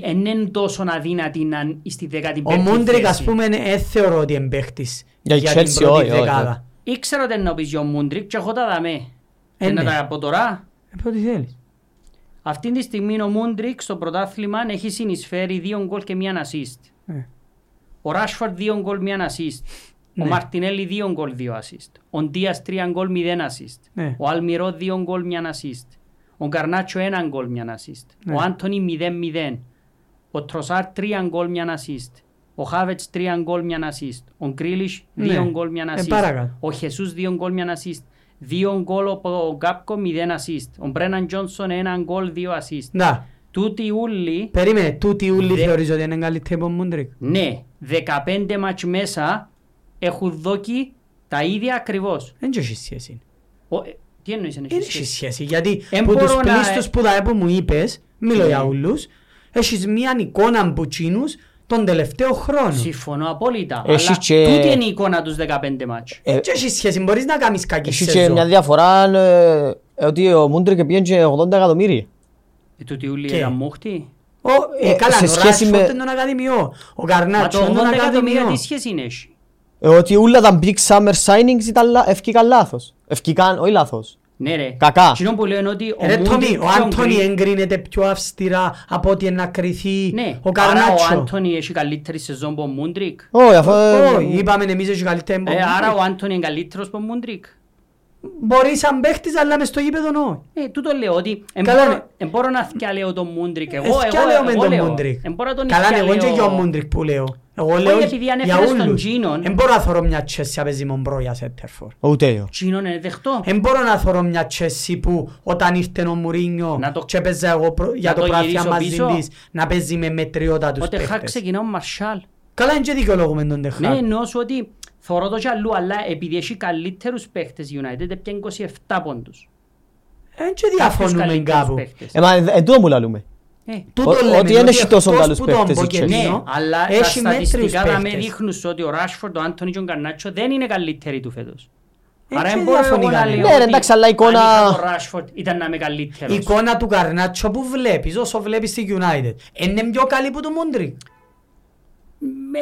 Speaker 1: δεν είναι τόσο αδύνατη να είναι στη 15η
Speaker 2: Ο Μούντρικ
Speaker 1: θέση.
Speaker 2: ας πούμε ε, θεωρώ ότι είναι παίχτης
Speaker 3: Για η
Speaker 2: για την
Speaker 3: Chelsea,
Speaker 2: πρώτη
Speaker 3: όχι, όχι,
Speaker 2: δεκάδα.
Speaker 1: Ήξερα ότι να πεις ο Μούντρικ και εγώ τα δαμέ.
Speaker 2: Ε,
Speaker 1: Και να
Speaker 2: ναι.
Speaker 1: τα πω τώρα.
Speaker 2: Ε, ό,τι θέλεις.
Speaker 1: Αυτή τη στιγμή ο Μούντρικ στο πρωτάθλημα έχει συνεισφέρει δύο γκολ και μία ασίστ.
Speaker 2: Ε.
Speaker 1: Ο Ράσφορντ δύο γκολ μία ασίστ. Ο
Speaker 2: Ναι.
Speaker 1: Μαρτινέλη δύο γκολ δύο ασίστ. Ο Ντίας τρία γκολ μηδέν ασίστ.
Speaker 2: Ναι.
Speaker 1: Ο Αλμυρό δύο γκολ μία ασίστ. Ο Καρνάτσο ένα γκολ μία ασίστ.
Speaker 2: Ναι.
Speaker 1: Ο Άντωνη μηδέν μηδέν. Ο Τροσάρ τρία γκολ μία ασίστ. Ο Χάβετς τρία γκολ μία ασίστ. Ο Γκρίλις δύο
Speaker 2: Ναι.
Speaker 1: γκολ μία
Speaker 2: Ε,
Speaker 1: ασίστ.
Speaker 2: παρακάτω.
Speaker 1: Ο Χεσούς δύο γκολ μία ασίστ. Δύο γκολ από ο Γκάπκο μηδέν ασίστ. Ο Μπρέναν Τζόνσον ένα γκολ δύο ασίστ.
Speaker 2: Να,
Speaker 1: Τούτοι ούλοι
Speaker 2: περίμενε, τούτη ούλη
Speaker 1: Δε-
Speaker 2: θεωρείς ότι είναι καλύτερη από Μούντρικ.
Speaker 1: ναι, 15 μάτς μέσα έχουν δόκι τα ίδια ακριβώς.
Speaker 2: Δεν έχει σχέση.
Speaker 1: Ο, ε, τι εννοείς
Speaker 2: Δεν
Speaker 1: ενέχεις
Speaker 2: έχει
Speaker 1: σχέση.
Speaker 2: σχέση, γιατί
Speaker 1: Εν
Speaker 2: που
Speaker 1: μπορώ
Speaker 2: τους
Speaker 1: να-
Speaker 2: πλήστους που τα έπω μου είπες, μιλώ
Speaker 1: Ναι.
Speaker 2: για ούλους, έχεις μίαν εικόνα από τσίνους τον τελευταίο χρόνο.
Speaker 1: Συμφωνώ απόλυτα.
Speaker 3: Έχεις
Speaker 1: αλλά
Speaker 3: και-
Speaker 1: τούτη είναι η εικόνα τους 15 μάτς.
Speaker 3: Ε,
Speaker 2: Δεν έχεις σχέση, μπορείς να κάνεις κακή
Speaker 3: Έχεις και μια
Speaker 2: σεζόν.
Speaker 3: διαφορά ε, ε, ότι ο Μούντρικ πήγαινε 80 εκατομμύρια.
Speaker 1: Ε, τούτη ούλη
Speaker 2: Και-
Speaker 1: ήταν μούχτη.
Speaker 2: Ο, ε,
Speaker 3: Ε,
Speaker 2: καλά,
Speaker 3: σε
Speaker 2: ο
Speaker 3: σχέση
Speaker 2: Ράσφορντ
Speaker 3: με-
Speaker 2: είναι τον Ακαδημιό, ο
Speaker 1: Μα το
Speaker 2: Καρνάτσο είναι τον
Speaker 1: 80 εκατομμύρια
Speaker 2: Ακαδημιό.
Speaker 1: τι σχέση είναι έχει.
Speaker 3: Ε, ότι όλα τα big summer signings ήταν λα- ευκήκαν λάθος. Ευκήκαν, όχι λάθος.
Speaker 1: Ναι ρε.
Speaker 3: Κακά.
Speaker 1: Κοινό που λέω είναι ότι
Speaker 2: Ε, Ρε Τόμι,
Speaker 1: Μούντρικ
Speaker 2: ο
Speaker 1: και
Speaker 2: Άντωνι
Speaker 1: Γκρι-
Speaker 2: εγκρίνεται πιο αυστηρά από ότι να κρυθεί
Speaker 1: Ναι,
Speaker 2: ο
Speaker 1: άρα ο
Speaker 2: Καρνάτσο.
Speaker 1: Άντωνι έχει καλύτερη σεζόν από ο Μούντρικ.
Speaker 3: Όχι, αφού... ε,
Speaker 2: Όχι, είπαμε εμείς έχει καλύτερη
Speaker 1: Ε, άρα
Speaker 2: εμπορία.
Speaker 1: ο Άντωνι είναι καλύτερος από ο Μούντρικ.
Speaker 2: Μπορεί σαν παίχτης, αλλά μες στο γήπεδο όχι.
Speaker 1: Ε, τούτο λέω ότι εν
Speaker 2: Καλά,
Speaker 1: μπορώ-
Speaker 2: ναι.
Speaker 1: εν μπορώ να θυκιαλέω τον Μούντρικ. Εγώ,
Speaker 2: Εγώ,
Speaker 1: εγώ,
Speaker 2: λέω με
Speaker 1: εγώ
Speaker 2: τον
Speaker 1: λέω.
Speaker 2: Μούντρικ.
Speaker 1: Εν μπορώ να τον
Speaker 2: Καλά, ναι, εγώ
Speaker 1: θυκιαλέω-
Speaker 2: και για τον Μούντρικ που λέω. Εγώ λέω
Speaker 1: επειδή
Speaker 2: για
Speaker 1: ανέφερες τον
Speaker 2: όλους.
Speaker 1: Τζίνον.
Speaker 2: Εν μπορώ να θωρώ μια Chelsea να παίζει μον πρώια σε Τερφόρ.
Speaker 3: Ούτε εγώ.
Speaker 1: Τσίνον είναι δεχτό.
Speaker 2: Εν μπορώ να θωρώ μια Chelsea που όταν ήρθε ο Μουρίνιο
Speaker 1: Να το-
Speaker 2: και παίζα εγώ προ- για
Speaker 1: να
Speaker 2: το
Speaker 1: το
Speaker 2: πράθεια
Speaker 1: γυρίσω
Speaker 2: μαζί
Speaker 1: πίσω.
Speaker 2: της να παίζει με μετριότα τους
Speaker 1: Ότι χα
Speaker 2: παίχτες.
Speaker 1: ξεκινά ο Μαρσάλ.
Speaker 2: Καλά, είναι και δικαιολογούμε τον
Speaker 1: Ναι,
Speaker 2: Τεχάκ.
Speaker 1: εννοώ σου ότι θωρώ το κι αλλού, αλλά επειδή έχει καλύτερους παίχτες η United, έπιαν 27 πόντους.
Speaker 2: Είναι και
Speaker 1: Κάποιους
Speaker 2: διαφωνούμε
Speaker 1: καλύτερους
Speaker 2: κάπου.
Speaker 1: παίχτες.
Speaker 3: Ε, μα, ε, εν τούτο που λαλούμε.
Speaker 1: Ε,
Speaker 2: Τούτο
Speaker 3: Ότι
Speaker 2: λέμε,
Speaker 3: δεν έχει τόσο
Speaker 2: εκτός
Speaker 3: καλούς
Speaker 2: που τον
Speaker 3: παίχτες η
Speaker 2: Πογκερίνο,
Speaker 1: Ναι, αλλά τα
Speaker 2: έχει μέτριους
Speaker 1: στατιστικά τα με
Speaker 2: παίχτες.
Speaker 1: δείχνουν σου ότι ο Ράσφορντ, ο Άντωνι και ο Γκαρνάτσο δεν είναι καλύτεροι του φέτος.
Speaker 2: Ε,
Speaker 1: Άρα
Speaker 2: και
Speaker 1: δεν μπορώ εγώ
Speaker 2: διαφωνεί
Speaker 1: να
Speaker 2: κανένας.
Speaker 1: λέω
Speaker 3: Ναι, ρε,
Speaker 1: ότι
Speaker 3: εντάξει, αλλά η
Speaker 1: αν
Speaker 3: εικόνα-
Speaker 1: είχα τον Ράσφορντ ήταν να είμαι
Speaker 2: Η
Speaker 1: καλύτερος.
Speaker 2: εικόνα του Καρνάτσο που βλέπεις όσο βλέπεις τη United είναι πιο καλή που του Μούντρικ.
Speaker 1: Με...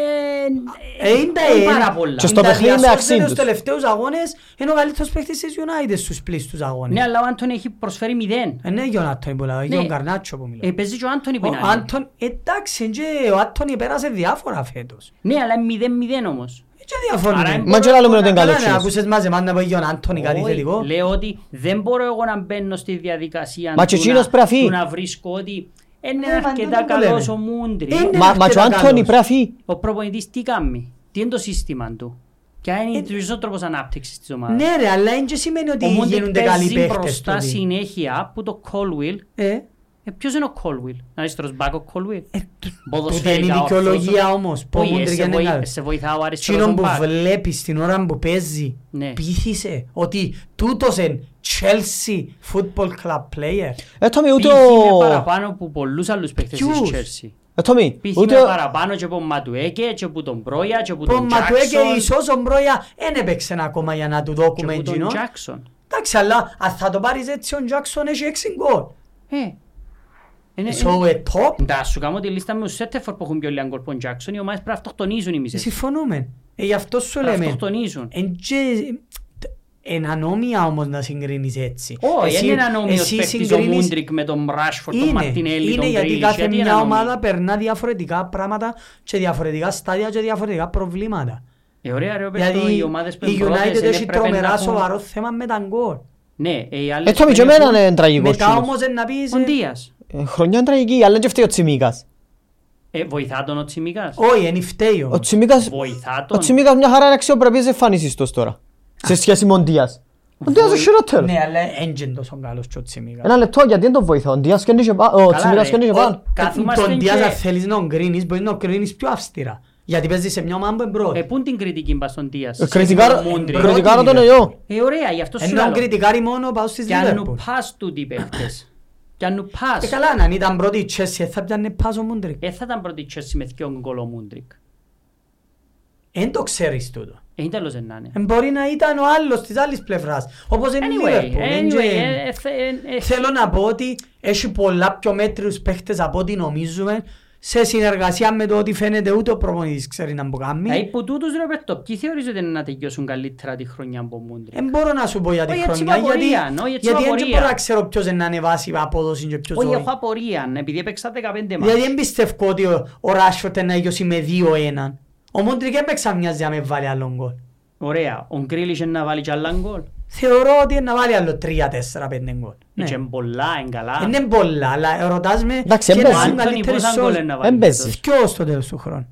Speaker 2: Ε, είναι τα
Speaker 1: όχι
Speaker 2: ένα.
Speaker 1: πάρα πολλά.
Speaker 3: Και στο
Speaker 2: Είναι τα
Speaker 3: παιχνίδι
Speaker 2: διασώζεται
Speaker 3: μεταξύ
Speaker 2: στους
Speaker 3: τους.
Speaker 2: τελευταίους αγώνες είναι ο καλύτερος παίχτης της United στους πλήστους
Speaker 1: Ναι,
Speaker 2: αγώνες.
Speaker 1: αλλά ο Άντωνι έχει προσφέρει μηδέν.
Speaker 2: Ε, Ναι, για τον Άντωνη που λέω, για
Speaker 1: Ναι.
Speaker 2: τον Καρνάτσο που μιλάω.
Speaker 1: Ε, Παίζει και ο Άντωνι που
Speaker 2: Ο
Speaker 1: είναι άλλη.
Speaker 2: Άντων, εντάξει, και ο Άντωνη πέρασε διάφορα φέτος.
Speaker 1: Ναι, αλλά είναι μηδέν μηδέν όμως.
Speaker 2: Ε, Και διαφωνούμε.
Speaker 1: Άρα,
Speaker 3: Μα και λαλούμε ότι είναι
Speaker 2: Καλά,
Speaker 3: καλός.
Speaker 2: ναι,
Speaker 3: τσίνος.
Speaker 2: Ακούσες μας εμάς να πω για τον Άντωνη κάτι
Speaker 1: Όχι,
Speaker 2: θετικό.
Speaker 1: Λέω ότι δεν μπορώ εγώ να μπαίνω στη διαδικασία
Speaker 3: Μα
Speaker 1: του,
Speaker 3: και εκείνος
Speaker 1: να,
Speaker 3: πρέπει να φύγει.
Speaker 1: του να βρίσκω ότι είναι
Speaker 2: Ε, μα
Speaker 1: αρκετά
Speaker 2: τούτο που
Speaker 1: καλός
Speaker 2: λέμε.
Speaker 1: ο Μούντρι.
Speaker 2: Είναι
Speaker 3: Μα, μα και ο
Speaker 2: αρκετά
Speaker 3: Άντωνη
Speaker 2: καλός.
Speaker 3: πρέπει να φύγει.
Speaker 1: Ο προπονητής τι κάνει, τι είναι το σύστημα του, ποια είναι ο τρόπος ανάπτυξης της ομάδας.
Speaker 2: Ε, Ναι ρε, αλλά είναι και σημαίνει
Speaker 1: ο
Speaker 2: ότι
Speaker 1: Μούντρι
Speaker 2: γίνονται καλοί
Speaker 1: παίζει
Speaker 2: παίχτες
Speaker 1: μπροστά
Speaker 2: τότε.
Speaker 1: συνέχεια που το Colwell.
Speaker 2: Ε,
Speaker 1: Ε, ποιος είναι ο Colwell, να είσαι μπακ ο Colwell.
Speaker 2: ε, τούτη
Speaker 1: Ποδοσφαιρικά
Speaker 2: είναι η
Speaker 1: ορθός.
Speaker 2: δικαιολογία όμως, που ο
Speaker 1: Όχι, ε,
Speaker 2: Μούντρικ
Speaker 1: σε
Speaker 2: είναι
Speaker 1: βοη-
Speaker 2: καλός.
Speaker 1: σε βοηθά ο αριστερός
Speaker 2: Τσίνον
Speaker 1: ο
Speaker 2: που
Speaker 1: μπακ.
Speaker 2: βλέπεις την ώρα που παίζει,
Speaker 1: Ε, Ναι.
Speaker 2: πείθησε ότι τούτος είναι Chelsea Football Club player.
Speaker 3: Ε, Τόμι, ούτε
Speaker 1: Π.χ. είναι
Speaker 3: ο...
Speaker 1: παραπάνω που πολλούς άλλους παίκτες της
Speaker 2: Ποιους?
Speaker 1: Chelsea.
Speaker 3: Ε, Τόμι,
Speaker 1: Π.χ.
Speaker 3: ούτε...
Speaker 1: είναι παραπάνω και από τον Ματουέκε, και από τον Πρόια, και από
Speaker 2: Που
Speaker 1: τον
Speaker 2: μα του έκαιγε
Speaker 1: Τζάκσον.
Speaker 2: ίσως ο Μπρόια δεν έπαιξε ακόμα για να του
Speaker 1: Και
Speaker 2: δώκουμε
Speaker 1: από τον
Speaker 2: εκείνο.
Speaker 1: Τζάκσον.
Speaker 2: Εντάξει, αλλά αν θα το πάρεις έτσι ο Τζάκσον έχει έξι γκολ.
Speaker 1: Ε. Ναι, Είναι-
Speaker 2: So at top,
Speaker 1: Να σου κάνω τη λίστα με τους Σέτεφορ που έχουν πιο λίγα γκολ που ο Τζάκσον, οι ομάδες πρέπει να αυτοκτονίζουν οι μισές.
Speaker 2: συμφωνούμε. Ε, γι' αυτό σου
Speaker 1: Πρέπει να
Speaker 2: λέμε.
Speaker 1: αυτοκτονίζουν.
Speaker 2: Εν και- Εν ανώμια όμως να συγκρίνεις έτσι.
Speaker 1: Όχι,
Speaker 2: Ε, Εσύ-
Speaker 1: δεν είναι ανώμιος
Speaker 2: εσύ
Speaker 1: παίκτης ο
Speaker 2: συγκρίνεις-
Speaker 1: Μούντρικ με τον Ράσφορντ, τον
Speaker 2: Είναι,
Speaker 1: Μαρτινέλη,
Speaker 2: είναι
Speaker 1: τον
Speaker 2: γιατί
Speaker 1: Γκρίλις,
Speaker 2: κάθε
Speaker 1: γιατί είναι
Speaker 2: μια
Speaker 1: ανώμιος.
Speaker 2: ομάδα περνά διαφορετικά πράγματα και διαφορετικά στάδια και διαφορετικά προβλήματα.
Speaker 1: Ε, ωραία, ρε, παίκτο,
Speaker 2: Δηλαδή
Speaker 1: οι ομάδες που
Speaker 2: η
Speaker 1: είναι πρώτες,
Speaker 2: United
Speaker 1: είναι
Speaker 2: έχει
Speaker 1: πρέπει να
Speaker 2: τρομερά
Speaker 1: έχουν-
Speaker 2: σοβαρό θέμα με τα γκολ.
Speaker 1: Ναι, ε, οι
Speaker 3: Ε,
Speaker 1: άλλες
Speaker 3: Τόμι, και
Speaker 1: που
Speaker 3: εμένα
Speaker 1: έχουν-
Speaker 3: είναι τραγικός
Speaker 2: Μετά
Speaker 3: τσίνος.
Speaker 2: όμως εν να πεις...
Speaker 1: Ο
Speaker 2: ε,
Speaker 1: Ντίας.
Speaker 3: Ε, Χρονιά είναι τραγική, αλλά και φταίει ο Τσιμίκας.
Speaker 1: Ε, βοηθά τον ο Τσιμίκας.
Speaker 2: Όχι, εν φταίει
Speaker 3: Ο
Speaker 2: όμως.
Speaker 3: Τσιμίκας...
Speaker 1: Βοηθά
Speaker 3: Ο
Speaker 1: τον.
Speaker 3: Τσιμίκας μια χαρά είναι αξιοπρεπής εμφανίσεις τους τώρα. Σε σχέση με ο Ντίας. Ο Ντίας είναι χειρότερος.
Speaker 2: Ναι, αλλά εν και τόσο καλός και ο Τσιμίκας.
Speaker 3: Ένα λεπτό, γιατί δεν τον βοηθά. Ο Ντίας κέντρησε πά- ο Τσιμίκας
Speaker 1: ρε.
Speaker 3: κέντρησε
Speaker 1: Ο-
Speaker 3: πάνω.
Speaker 1: Καθούμαστε
Speaker 2: Τον Ντίας
Speaker 1: και-
Speaker 2: αν θέλεις να τον κρίνεις, μπορείς να τον κρίνεις πιο αυστηρά. Γιατί παίζει σε μια ομάδα που είναι πρώτη.
Speaker 1: Ε, πού είναι την κριτική μπας στον Ντίας.
Speaker 3: Ε,
Speaker 1: σε
Speaker 3: κριτικάρω-
Speaker 1: τον Μούντρικ.
Speaker 2: Πρώτη
Speaker 3: Κριτικάρω τον
Speaker 2: είναι.
Speaker 3: εγώ.
Speaker 1: Ε, ωραία, γι' αυτό σου
Speaker 2: Ενώ
Speaker 1: λέω.
Speaker 2: κριτικάρει μόνο πάω στις
Speaker 1: Κι αν
Speaker 2: Λίβερπουλ.
Speaker 1: πας τούτοι οι παίχτες. Κι αν
Speaker 2: Ε,
Speaker 1: πας.
Speaker 2: καλά, αν ήταν πρώτη η Chelsea θα πιάνε πας ο Μούντρικ.
Speaker 1: Ε, θα ήταν πρώτη η Chelsea με δυο γκολ ο Μούντρικ.
Speaker 2: Εν το ξέρεις τούτο.
Speaker 1: Ε, είναι τέλος να είναι.
Speaker 2: Ε, Μπορεί να ήταν ο άλλος της άλλης πλευράς. Όπως είναι η
Speaker 1: Anyway,
Speaker 2: Λίβερπουλ. εν
Speaker 1: anyway,
Speaker 2: και-
Speaker 1: ε, ε, θε- ε, ε,
Speaker 2: Θέλω να πω ότι έχει πολλά πιο μέτριους παίχτες από ό,τι νομίζουμε σε συνεργασία με το ότι φαίνεται ούτε ο προπονητής ξέρει να
Speaker 1: Δηλαδή
Speaker 2: μπουκάμει.
Speaker 1: που τούτους ρε πέττο, ποιοι θεωρείς ότι είναι να τελειώσουν καλύτερα τη χρονιά από Μούντρικ.
Speaker 2: Δεν Ε, μπορώ να σου πω για τη
Speaker 1: Όχι, έτσι
Speaker 2: χρονιά,
Speaker 1: είπα
Speaker 2: γιατί,
Speaker 1: απορία, νο, έτσι είπα
Speaker 2: γιατί δεν
Speaker 1: απορία.
Speaker 2: μπορώ να ξέρω ποιος είναι να ανεβάσει η απόδοση και ποιος
Speaker 1: Όχι,
Speaker 2: όχι.
Speaker 1: έχω απορία, επειδή έπαιξα 15 μάτς.
Speaker 2: Δηλαδή δεν πιστεύω ότι ο, ο Ράσφορτ να γιώσει με 2-1. Ο Μόντρικ έπαιξα μοιάζει να με βάλει άλλον γκολ.
Speaker 1: Ωραία, ο Γκρίλης είναι να βάλει κι άλλα γκολ.
Speaker 2: Θεωρώ ότι είναι να βάλει άλλο 3-4-5 γκολ. Ναι. Ε,
Speaker 1: Είναι πολλά, είναι καλά.
Speaker 2: Είναι πολλά, αλλά ρωτάς με
Speaker 3: Εντάξει,
Speaker 2: ποιοι
Speaker 1: Ο
Speaker 2: είναι
Speaker 3: παίζει.
Speaker 2: οι
Speaker 1: Άντωνη
Speaker 2: καλύτεροι
Speaker 1: πόσα
Speaker 2: σώζοι.
Speaker 1: γκολ είναι να βάλει.
Speaker 3: Εν παίζει.
Speaker 2: Δυο στο τέλος του χρόνου.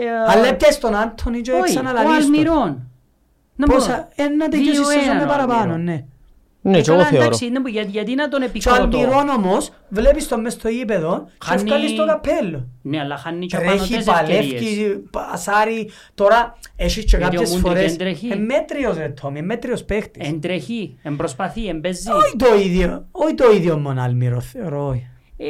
Speaker 1: Ε,
Speaker 2: Αλλά έπιασε τον Άντωνη και
Speaker 1: Όχι, ο
Speaker 2: ξαναλαλείς τον.
Speaker 1: Αλμυρών. Να
Speaker 2: Πόσα, Ε,
Speaker 1: μπορώ.
Speaker 2: ένα τέτοιο
Speaker 1: Δύο-ένα
Speaker 2: σεζόν είναι
Speaker 1: ο
Speaker 2: παραπάνω,
Speaker 1: Αλμυρών.
Speaker 2: ναι.
Speaker 3: Ναι,
Speaker 1: Ε,
Speaker 3: και εγώ
Speaker 1: καλά,
Speaker 3: θεωρώ.
Speaker 1: εντάξει, είναι που- γιατί- Γιατί να τον
Speaker 2: Και ο
Speaker 1: επικροτώ.
Speaker 2: Αλμυρών όμως βλέπεις τον μες στο γήπεδο και
Speaker 1: Χάνει-
Speaker 2: βγάλεις το καπέλο.
Speaker 1: Ναι, αλλά χάνει και πάνω
Speaker 2: Τρέχει,
Speaker 1: τες ευκαιρίες.
Speaker 2: παλεύει, πασάρει. Τώρα έχεις και
Speaker 1: Γιατί ο
Speaker 2: κάποιες
Speaker 1: Μούντρικ
Speaker 2: φορές...
Speaker 1: δεν τρέχει.
Speaker 2: Ε, μέτριος ρε Τόμι, ε, μέτριος παίχτης.
Speaker 1: Εν τρέχει, εν προσπαθεί, εν παίζει.
Speaker 2: Όχι το ίδιο, όχι το ίδιο μόνο Αλμύρο θεωρώ. όχι.
Speaker 1: Ε,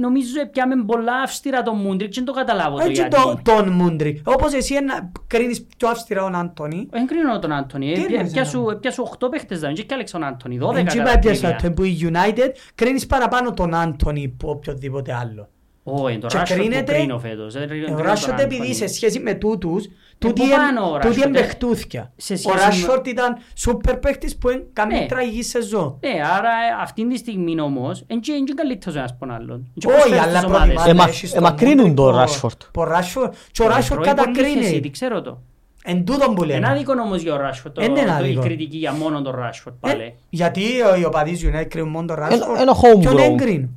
Speaker 1: νομίζω πιάμε πολλά αυστηρά τον Μούντρικ και δεν το καταλάβω το
Speaker 2: Έτσι
Speaker 1: γιατί.
Speaker 2: το, τον Μούντρι. Όπως εσύ ένα, κρίνεις πιο αυστηρά τον Αντώνη.
Speaker 1: Δεν κρίνω τον Άντωνη.
Speaker 2: Τι
Speaker 1: Ε,
Speaker 2: εννοείς,
Speaker 1: Πιάσου
Speaker 2: Άντωνη?
Speaker 1: πιάσου 8 παίχτες δηλαδή και κι άλλαξε τον Άντωνη. 12
Speaker 2: Δεν
Speaker 1: κατά
Speaker 2: είπα πιέσα
Speaker 1: ακρίβεια.
Speaker 2: τον που η United κρίνεις παραπάνω τον Αντώνη που οποιοδήποτε άλλο.
Speaker 1: Όχι, τον
Speaker 2: Και
Speaker 1: Ράσφορντ που
Speaker 2: κρίνεται-
Speaker 1: κρίνω φέτος. Ε, δεν κρίνω
Speaker 2: Ο
Speaker 1: τον
Speaker 2: Ράσφορτ
Speaker 1: Άντωνη.
Speaker 2: επειδή σε σχέση με τούτους, τούτοι
Speaker 1: που πάνω ο
Speaker 2: εν- τούτοι
Speaker 1: Rashford, ε.
Speaker 2: εμπεχτούθηκαν.
Speaker 1: Σε σχέση
Speaker 2: Ο
Speaker 1: με-
Speaker 2: Ράσφορτ ήταν σούπερ παίχτης που εν- κάνει
Speaker 1: Ναι.
Speaker 2: τραγική σεζόν.
Speaker 1: Ναι, άρα ε, αυτή τη στιγμή όμως, εν και- εν και καλύτερος ένας από τον άλλον. Εν και
Speaker 2: Όχι,
Speaker 1: προσφέρει στις
Speaker 2: αλλά
Speaker 1: ομάδες.
Speaker 3: Ε,
Speaker 2: προβλήματα
Speaker 3: μα-
Speaker 2: έχεις
Speaker 3: ε,
Speaker 2: τον
Speaker 3: μακρύνουν
Speaker 2: Μούντρι,
Speaker 3: τον
Speaker 2: ο-
Speaker 3: Ράσφορτ.
Speaker 2: ο Ράσφορτ. Και ο Ράσφορτ
Speaker 1: Τρώει πολύ χεσίτη,
Speaker 2: κατακρίνει.
Speaker 1: ξέρω το.
Speaker 2: Εν τούτον που
Speaker 1: Είναι
Speaker 2: λένε.
Speaker 1: άδικο όμως για ο Ράσφορτ. το-
Speaker 2: Εν είναι
Speaker 1: το- Η
Speaker 2: άδικο.
Speaker 1: κριτική για μόνο τον Ράσφορτ
Speaker 2: Ε,
Speaker 1: πάλι.
Speaker 2: Γιατί ο- οι οπαδείς United κρίνουν μόνο τον Ράσφορτ.
Speaker 3: ένα homegrown.
Speaker 2: ποιον εν κρίνουν.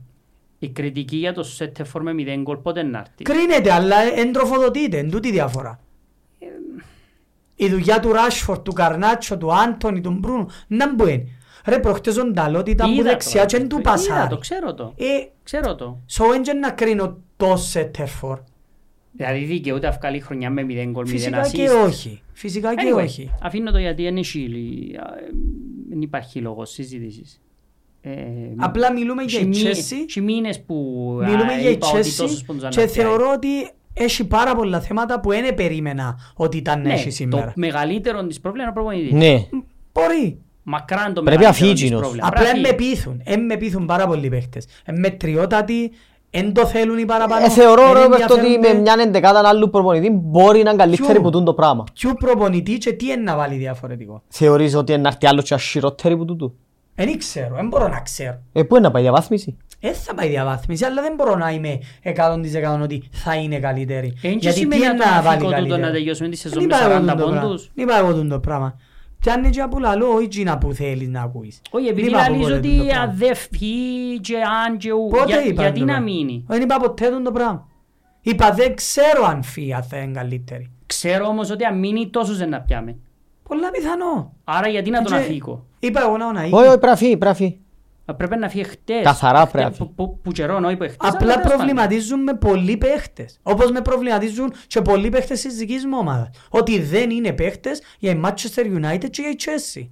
Speaker 1: Η κριτική για το Σέτεφορ με 0 γκολ πότε να έρθει.
Speaker 2: Κρίνεται, αλλά εν τροφοδοτείται, εν τούτη η διαφορά. Η δουλειά του Ράσφορτ, του Καρνάτσο, του Άντωνη, του Μπρούνου, να μπουν. Ρε προχτές ο Νταλότ ήταν που
Speaker 1: Είδα
Speaker 2: δεξιά
Speaker 1: το,
Speaker 2: και εν του
Speaker 1: είδα
Speaker 2: πασάρι.
Speaker 1: το, ξέρω το.
Speaker 2: Ε,
Speaker 1: Ξέρω το.
Speaker 2: so εν και να κρίνω το Σέτερφορ.
Speaker 1: Δηλαδή δικαιούται να βγάλει χρονιά με 0 γκολ, 0
Speaker 2: Φυσικά και
Speaker 1: assist.
Speaker 2: όχι. Φυσικά και
Speaker 1: Anyway,
Speaker 2: όχι.
Speaker 1: αφήνω το γιατί είναι χείλη. Α, ε, Δεν υπάρχει λόγος συζήτησης. Ε,
Speaker 2: Απλά μιλούμε για
Speaker 1: και
Speaker 2: η
Speaker 1: μι-
Speaker 2: Chelsea.
Speaker 1: και μήνες που α,
Speaker 2: Μιλούμε για η
Speaker 1: είπα ότι τόσους πόντους
Speaker 2: Chelsea και
Speaker 1: αναπτύσσει.
Speaker 2: θεωρώ ότι έχει πάρα πολλά θέματα που δεν περίμενα ότι ήταν
Speaker 1: Ναι,
Speaker 2: έχει σήμερα.
Speaker 1: το μεγαλύτερο της πρόβλημα είναι ο προπονητής.
Speaker 3: Ναι.
Speaker 2: Μπορεί.
Speaker 1: Μακράν το
Speaker 3: Πρέπει
Speaker 1: μεγαλύτερο
Speaker 3: να
Speaker 1: της
Speaker 3: φύγει,
Speaker 1: πρόβλημα.
Speaker 2: Απλά
Speaker 1: Πρέπει
Speaker 2: εν
Speaker 1: να
Speaker 2: με
Speaker 1: φύγει.
Speaker 2: πείθουν. Εν με πείθουν πάρα πολλοί παίχτες. Εν με τριότατοι. Εν το θέλουν οι παραπάνω.
Speaker 3: Ε, θεωρώ
Speaker 2: εν
Speaker 3: ρε Ρόμπερτ ότι
Speaker 2: ενδιαφέρονται
Speaker 3: με μια εντεκάτα άλλου προπονητή μπορεί να είναι καλύτερη
Speaker 2: Ποιο?
Speaker 3: που τούν το πράγμα.
Speaker 2: Ποιου προπονητή και τι είναι να βάλει διαφορετικό.
Speaker 3: Θεωρείς ότι είναι να έρθει άλλος και ασχηρότερη που τούτου.
Speaker 2: Δεν ξέρω, δεν μπορώ να ξέρω.
Speaker 3: Ε, πού είναι να πάει διαβάθμιση.
Speaker 2: Δεν Ε, θα πάει διαβάθμιση, αλλά δεν μπορώ να είμαι 100% ότι θα είναι καλύτερη.
Speaker 1: Ε, Εν και
Speaker 2: Γιατί τι
Speaker 1: σημαίνει
Speaker 2: είναι
Speaker 1: το
Speaker 2: να βάλει
Speaker 1: μυθικό τούτο να
Speaker 2: καλύτερη. Ε,
Speaker 1: τελειώσουμε τη σεζόν
Speaker 2: Δεν
Speaker 1: με
Speaker 2: είπα εγώ
Speaker 1: 40
Speaker 2: τούτο πράγμα.
Speaker 1: πόντους.
Speaker 2: Δεν είπα εγώ τούτο πράγμα. Πιάνε και από λαλό, όχι τζίνα που θέλεις να ακούεις.
Speaker 1: Όχι, επειδή
Speaker 2: Δεν είπα από
Speaker 1: λαλείς
Speaker 2: ποτέ
Speaker 1: ότι
Speaker 2: τούτο πράγμα.
Speaker 1: αν δεν φύγει και αν και ου,
Speaker 2: Πότε
Speaker 1: για-
Speaker 2: είπα
Speaker 1: γιατί
Speaker 2: το
Speaker 1: να
Speaker 2: πράγμα.
Speaker 1: μείνει.
Speaker 2: Δεν είπα ποτέ τον το πράγμα. Είπα δεν ξέρω αν φύγα θα είναι καλύτερη.
Speaker 1: Ξέρω όμως ότι αν μείνει τόσους δεν να πιάμε.
Speaker 2: Πολλά πιθανό.
Speaker 1: Άρα γιατί να τον
Speaker 2: Και-
Speaker 1: αφήκω.
Speaker 2: Είπα εγώ να τον αφήκω.
Speaker 3: Όχι, όχι, πρέπει να φύγει, πρέπει να φύγει.
Speaker 1: Α, Πρέπει να φύγει χτες.
Speaker 3: Καθαρά
Speaker 1: Χτες
Speaker 3: πρέπει να
Speaker 1: που-
Speaker 3: φύγει.
Speaker 1: που- Που καιρόν, όχι που χτες. αλλά
Speaker 2: Απλά
Speaker 1: τέλος πάντων.
Speaker 2: προβληματίζουν με πολλοί παίχτες. Όπως με προβληματίζουν και πολλοί παίχτες της δικής μου ομάδας. Ότι δεν είναι παίχτες για η Manchester United και για η Chelsea.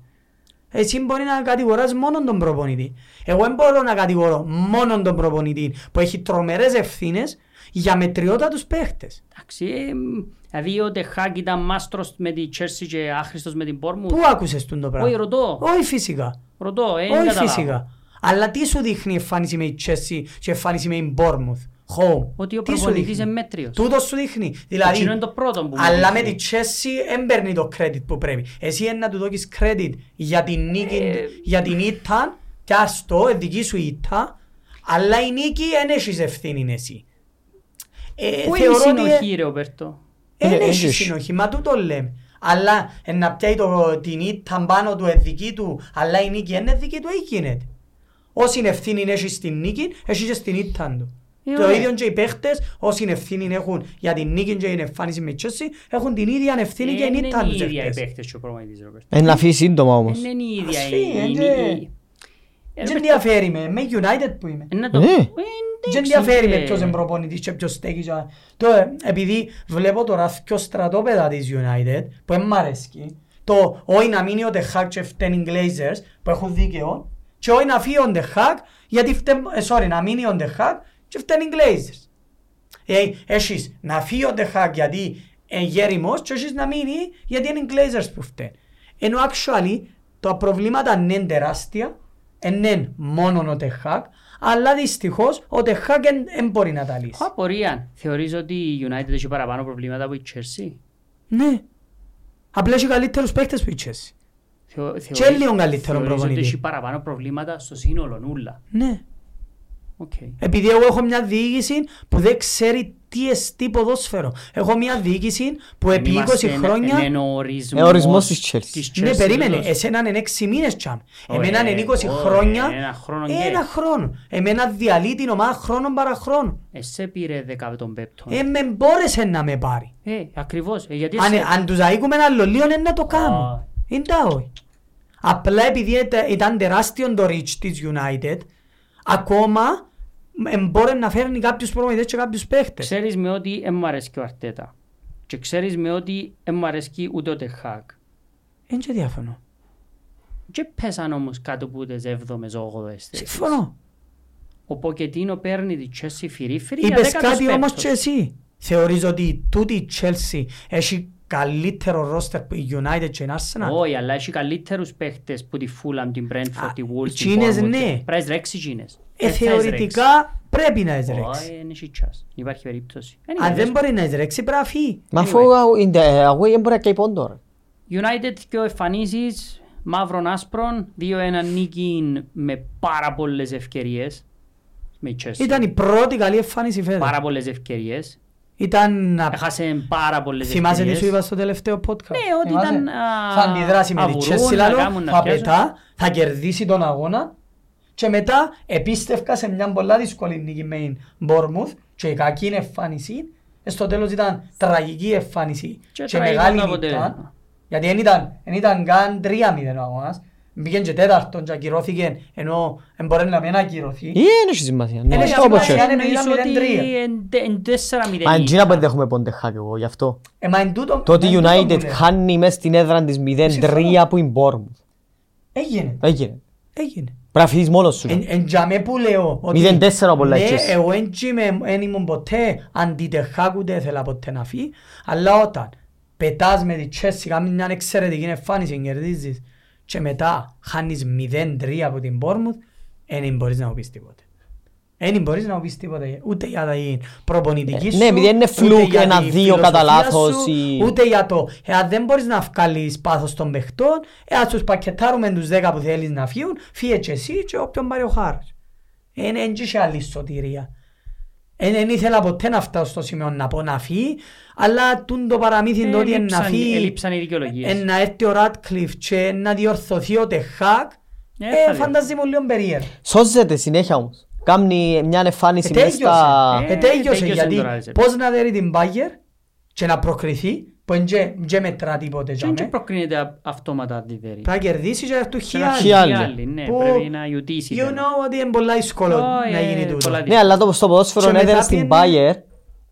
Speaker 2: Εσύ μπορεί να κατηγοράς μόνο τον προπονητή. Εγώ δεν μπορώ να κατηγορώ μόνο τον προπονητή που έχει τρομερές ευθύνες για μετριότατους παίχτες.
Speaker 1: Εντάξει, ε, μ, δηλαδή ο Τεχάκ ήταν μάστρος με τη Chelsea και άχρηστος με την Bournemouth.
Speaker 2: Πού άκουσες τον το
Speaker 1: Όχι,
Speaker 2: πράγμα.
Speaker 1: ρωτώ.
Speaker 2: Όχι φυσικά.
Speaker 1: Ρωτώ, ε, δεν
Speaker 2: Όχι
Speaker 1: καταλάβω.
Speaker 2: φυσικά. Αλλά τι σου δείχνει η εμφάνιση με η Chelsea και η εμφάνιση με η Bournemouth. Home.
Speaker 1: Ότι ο
Speaker 2: Τι σου
Speaker 1: προπονητής
Speaker 2: δείχνει?
Speaker 1: είναι μέτριος.
Speaker 2: Τούτο σου δείχνει. Δηλαδή,
Speaker 1: Εκείνο είναι το πρώτο που μου
Speaker 2: αλλά με
Speaker 1: δείχνει.
Speaker 2: τη Chelsea δεν παίρνει το credit που πρέπει. Εσύ είναι να του δώσεις credit για την νίκη,
Speaker 1: Ε,
Speaker 2: για την ήττα, και άστο, ε, δική σου ήττα, αλλά η νίκη δεν έχεις ευθύνη εσύ. Ε,
Speaker 1: Πού είναι η
Speaker 2: θεωρώ ότι, ε,
Speaker 1: συνοχή, ρε, ο Μπερτό.
Speaker 2: δεν
Speaker 3: Είναι-
Speaker 2: έχει
Speaker 3: έχεις.
Speaker 2: συνοχή, μα τούτο λέμε. Αλλά ε, να πιάει το, την ήττα πάνω του ε, δική του, αλλά η νίκη είναι δική του, ε, γίνεται. Όσοι ευθύνη έχεις στην νίκη, έχεις και στην ήττα του.
Speaker 1: Ε,
Speaker 2: το
Speaker 1: ωραία.
Speaker 2: ίδιο και οι παίχτες, όσοι ευθύνη έχουν για την νίκη και την εμφάνιση με Τσέσι, έχουν την ίδια ευθύνη και
Speaker 1: Ε,
Speaker 2: την
Speaker 1: είναι
Speaker 2: ήττα
Speaker 1: η
Speaker 2: τους.
Speaker 1: ίδια η
Speaker 2: εχθές.
Speaker 1: παίχτες και ο προπονητής, ρε, Μπερτό.
Speaker 3: Ε, να φύγει σύντομα
Speaker 1: Ε,
Speaker 3: όμως.
Speaker 1: Είναι η ίδια
Speaker 2: Ας
Speaker 1: η-
Speaker 2: φύγει,
Speaker 1: η-
Speaker 2: είναι-
Speaker 1: η- η- Ε, ρε,
Speaker 2: Δεν
Speaker 1: Μπερτό,
Speaker 2: ενδιαφέρει με, με United που είμαι.
Speaker 1: ε, να το-
Speaker 3: Ναι.
Speaker 1: Ε, εντάξει,
Speaker 2: Δεν ενδιαφέρει με
Speaker 1: ε,
Speaker 2: ποιος είναι προπονητής και ποιος στέκει. και- Τώρα, επειδή βλέπω τώρα δυο στρατόπεδα της United, που δεν μ' αρέσκει, το όχι να μείνει ο Τεχάκ και φταίνει οι Glazers, που έχουν δίκαιο, και όχι να φύγει ο Τεχάκ, γιατί φταίν- ε, sorry, να μείνει ο Τεχάκ και φταίνει οι Glazers. Ε, έχεις να φύγει ο Τεχάκ γιατί είναι γέριμος και έχεις να μείνει γιατί είναι οι Glazers που φταίνουν. Ενώ actually τα προβλήματα είναι τεράστια, είναι μόνο ο Τεχάκ, αλλά δυστυχώς ο Τεχάκ δεν μπορεί να τα
Speaker 1: Έχω
Speaker 2: λύσει.
Speaker 1: απορία. Θεωρείς ότι η United έχει παραπάνω προβλήματα από η Chelsea.
Speaker 2: Ναι. Απλά έχει καλύτερους παίχτες που η Chelsea.
Speaker 1: Θεω, θεωρείς-
Speaker 2: Και λίγο καλύτερο
Speaker 1: θεωρείς
Speaker 2: προπονητή.
Speaker 1: ότι έχει παραπάνω προβλήματα στο σύνολο νουλα.
Speaker 2: Ναι.
Speaker 1: Οκ.
Speaker 2: Επειδή εγώ έχω μια διοίκηση που δεν ξέρει τι εστί ποδόσφαιρο. Έχω μια διοίκηση που επί 20 χρόνια.
Speaker 1: Είναι ο ορισμός,
Speaker 3: Ε, ορισμός της Chelsea.
Speaker 2: Ναι,
Speaker 1: Chelsea,
Speaker 2: περίμενε.
Speaker 1: όντως.
Speaker 2: Εσέναν είναι 6 μήνες, Τσάμ.
Speaker 1: Ω,
Speaker 2: Εμέναν
Speaker 1: ε,
Speaker 2: είναι 20
Speaker 1: ω, ε,
Speaker 2: χρόνια.
Speaker 1: ένα χρόνο και.
Speaker 2: Ένα χρόνο. Εμένα διαλύει την ομάδα χρόνο παρά χρόνο.
Speaker 1: Εσέ πήρε 15 πέπτον.
Speaker 2: Ε, με μπόρεσε να με πάρει.
Speaker 1: Ε, ακριβώς. Ε, γιατί
Speaker 2: Αν,
Speaker 1: σε-
Speaker 2: αν τους αίκουμε ένα λολίο είναι να το
Speaker 1: Α.
Speaker 2: κάνω. Είναι τα όχι. Απλά επειδή ήταν- ήταν τεράστιο το reach της United, ακόμα ε, μπορεί να φέρνει κάποιους προμηθές και κάποιους παίχτες.
Speaker 1: Ξέρεις με ότι δεν μου αρέσει ο Αρτέτα. Και ξέρεις με ότι δεν μου αρέσει ούτε ο Τεχάκ.
Speaker 2: Είναι και διαφωνώ.
Speaker 1: Και πέσαν όμως κάτω από τις 7ες, 8ες θέσεις.
Speaker 2: Συμφωνώ.
Speaker 1: Ο Ποκετίνο παίρνει τη Chelsea φυρί-φυρί για
Speaker 2: Είπες
Speaker 1: 15ος.
Speaker 2: κάτι όμως και εσύ. Θεωρείς ότι τούτη η Chelsea έχει καλύτερο ρόστερ που η United και η Arsenal.
Speaker 1: Όχι, αλλά έχει καλύτερους παίχτες που τη Fulham, την Brentford,
Speaker 2: Α,
Speaker 1: τη Wolves, την
Speaker 2: τζίνες,
Speaker 1: Bournemouth.
Speaker 2: ναι.
Speaker 1: Πρέπει να ρέξει τζίνες.
Speaker 2: Ε,
Speaker 1: Δεν θα εις ρέξει.
Speaker 2: θεωρητικά πρέπει να εισρέξει.
Speaker 1: Όχι, είναι σιτσάς. Υπάρχει περίπτωση.
Speaker 2: Αν
Speaker 1: Anyway,
Speaker 2: δεν μπορεί να εισρέξει πρέπει να φύγει.
Speaker 3: Μα
Speaker 1: Anyway.
Speaker 3: αφού in the away δεν μπορεί να καίει πόντο ρε. Ε,
Speaker 1: United και ο εμφανίσεις μαύρον άσπρον, 2-1 νίκη με πάρα πολλές ευκαιρίες. Με η Chelsea.
Speaker 2: Ήταν η πρώτη καλή εμφάνιση φέτος.
Speaker 1: Πάρα πολλές ευκαιρίες.
Speaker 2: Ήταν να
Speaker 1: Έχασε πάρα πολλές
Speaker 2: Θυμάσαι τι σου
Speaker 1: ευκαιρίες.
Speaker 2: είπα στο τελευταίο podcast.
Speaker 1: Ναι, ότι
Speaker 2: Θυμάσαι?
Speaker 1: ήταν, α,
Speaker 2: Θα αντιδράσει με τη
Speaker 1: αβουρούν,
Speaker 2: Chelsea,
Speaker 1: να
Speaker 2: λαλό,
Speaker 1: κάνουν, να
Speaker 2: θα
Speaker 1: πιάσουν.
Speaker 2: πετά, θα κερδίσει τον αγώνα και μετά επίστευκα σε μια πολλά δύσκολη νίκη με την Bournemouth και η κακή εμφάνιση. Ε, Στο τέλος ήταν τραγική εμφάνιση
Speaker 1: Και
Speaker 2: και,
Speaker 1: τραγικό
Speaker 2: μεγάλη
Speaker 1: το
Speaker 2: νύχτα.
Speaker 1: αποτέλεσμα.
Speaker 2: Γιατί δεν ήταν, δεν ήταν καν 3-0 ο αγώνας. Μπήκε και τέταρτον και ακυρώθηκε ενώ δεν μπορεί να μην ακυρωθεί.
Speaker 3: Ή δεν έχει σημασία. ναι,
Speaker 2: Δεν έχει
Speaker 3: όπως
Speaker 2: σημασία,
Speaker 3: και.
Speaker 2: αν είναι
Speaker 1: Νομίζω
Speaker 2: μηδέν τρία.
Speaker 1: ότι εν- εν τέσσερα μηδέν
Speaker 3: Μα
Speaker 1: νίκη.
Speaker 3: εντζίνα που ενδέχομαι πόντε χάκ εγώ γι' αυτό.
Speaker 2: Ε, μα εν τούτο-
Speaker 3: Το ότι
Speaker 2: εν
Speaker 3: η
Speaker 2: τούτο μου
Speaker 3: United
Speaker 2: λέει.
Speaker 3: χάνει μες στην έδρα της
Speaker 2: Συμφωνώ.
Speaker 3: 0-3 που είναι Bournemouth.
Speaker 2: Έγινε,
Speaker 3: Έγινε.
Speaker 2: έγινε.
Speaker 3: Πρέπει να φύγεις μόνος σου.
Speaker 2: Εν- Εν τζαμέ που λέω ότι
Speaker 3: 0-4 πολλά
Speaker 2: ναι,
Speaker 3: έχεις.
Speaker 2: εγώ εν τζιμέ- εν ήμουν ποτέ αντιτεχάκ ούτε ήθελα ποτέ να φύγει αλλά όταν πετάς με τη Chelsea κάνεις μια εξαιρετική εμφάνιση κερδίζεις και μετά χάνεις 0-3 από την Bournemouth δεν μπορείς να μου πεις τίποτε. Δεν μπορείς να μου πεις τίποτε ούτε για την προπονητική
Speaker 3: Ε,
Speaker 2: σου.
Speaker 3: ναι, επειδή είναι
Speaker 2: ούτε
Speaker 3: φλουκ
Speaker 2: για τη
Speaker 3: ένα-δύο
Speaker 2: φιλοσοφία
Speaker 3: κατά
Speaker 2: σου,
Speaker 3: λάθος ή-
Speaker 2: Ούτε για το, εάν δεν μπορείς να βγάλεις πάθος των παιχτών, εάν τους πακετάρουμε τους 10 που θέλεις να φύγουν, φύγε και εσύ και όποιον πάρει ο χάρος. Εν εν και άλλη σωτηρία. Εν εν ήθελα ποτέ να φτάσω στο σημείο να πω να φύγει, αλλά τούν το παραμύθι το ότι εν να
Speaker 1: Ελείψαν-
Speaker 2: φύγει,
Speaker 1: Ελείψαν ε, οι δικαιολογίες.
Speaker 2: εν να έρθει ο Ράτκλιφ και να διορθωθεί ο Τεχάκ,
Speaker 1: Ε,
Speaker 2: ε,
Speaker 1: θα δει.
Speaker 2: φαντάζομαι λίγο περίεργο.
Speaker 3: Σώζεται συνέχεια όμως. Κάμνει μια ανεφάνιση μες στα...
Speaker 1: ε.
Speaker 2: Ε, τέλειωσε
Speaker 1: τέλειωσε
Speaker 2: γιατί
Speaker 1: τώρα, έτσι.
Speaker 2: πώς να δέρει την Bayer και να προκριθεί που εν τζε- τζε μετρά τίποτε
Speaker 1: Και
Speaker 2: για
Speaker 1: δεν και
Speaker 2: μέ.
Speaker 1: προκρίνεται α- αυτόματα αντιδέρη.
Speaker 2: Πρέπει να κερδίσει και να έρθουν
Speaker 3: χι-
Speaker 2: χιλιάδες.
Speaker 3: άλλοι.
Speaker 1: Ναι,
Speaker 2: Που-
Speaker 1: πρέπει να ιουτήσει.
Speaker 2: You know ότι είναι πολλά δύσκολο
Speaker 1: Ω,
Speaker 2: να
Speaker 1: ε,
Speaker 2: γίνει
Speaker 1: πολλά
Speaker 2: τούτο.
Speaker 1: δύσκολα.
Speaker 3: Ναι, αλλά το στο
Speaker 2: Και
Speaker 3: ποδόσφαιρο
Speaker 2: μετά
Speaker 3: έδερε στην
Speaker 2: πήγαινε-
Speaker 3: Bayer.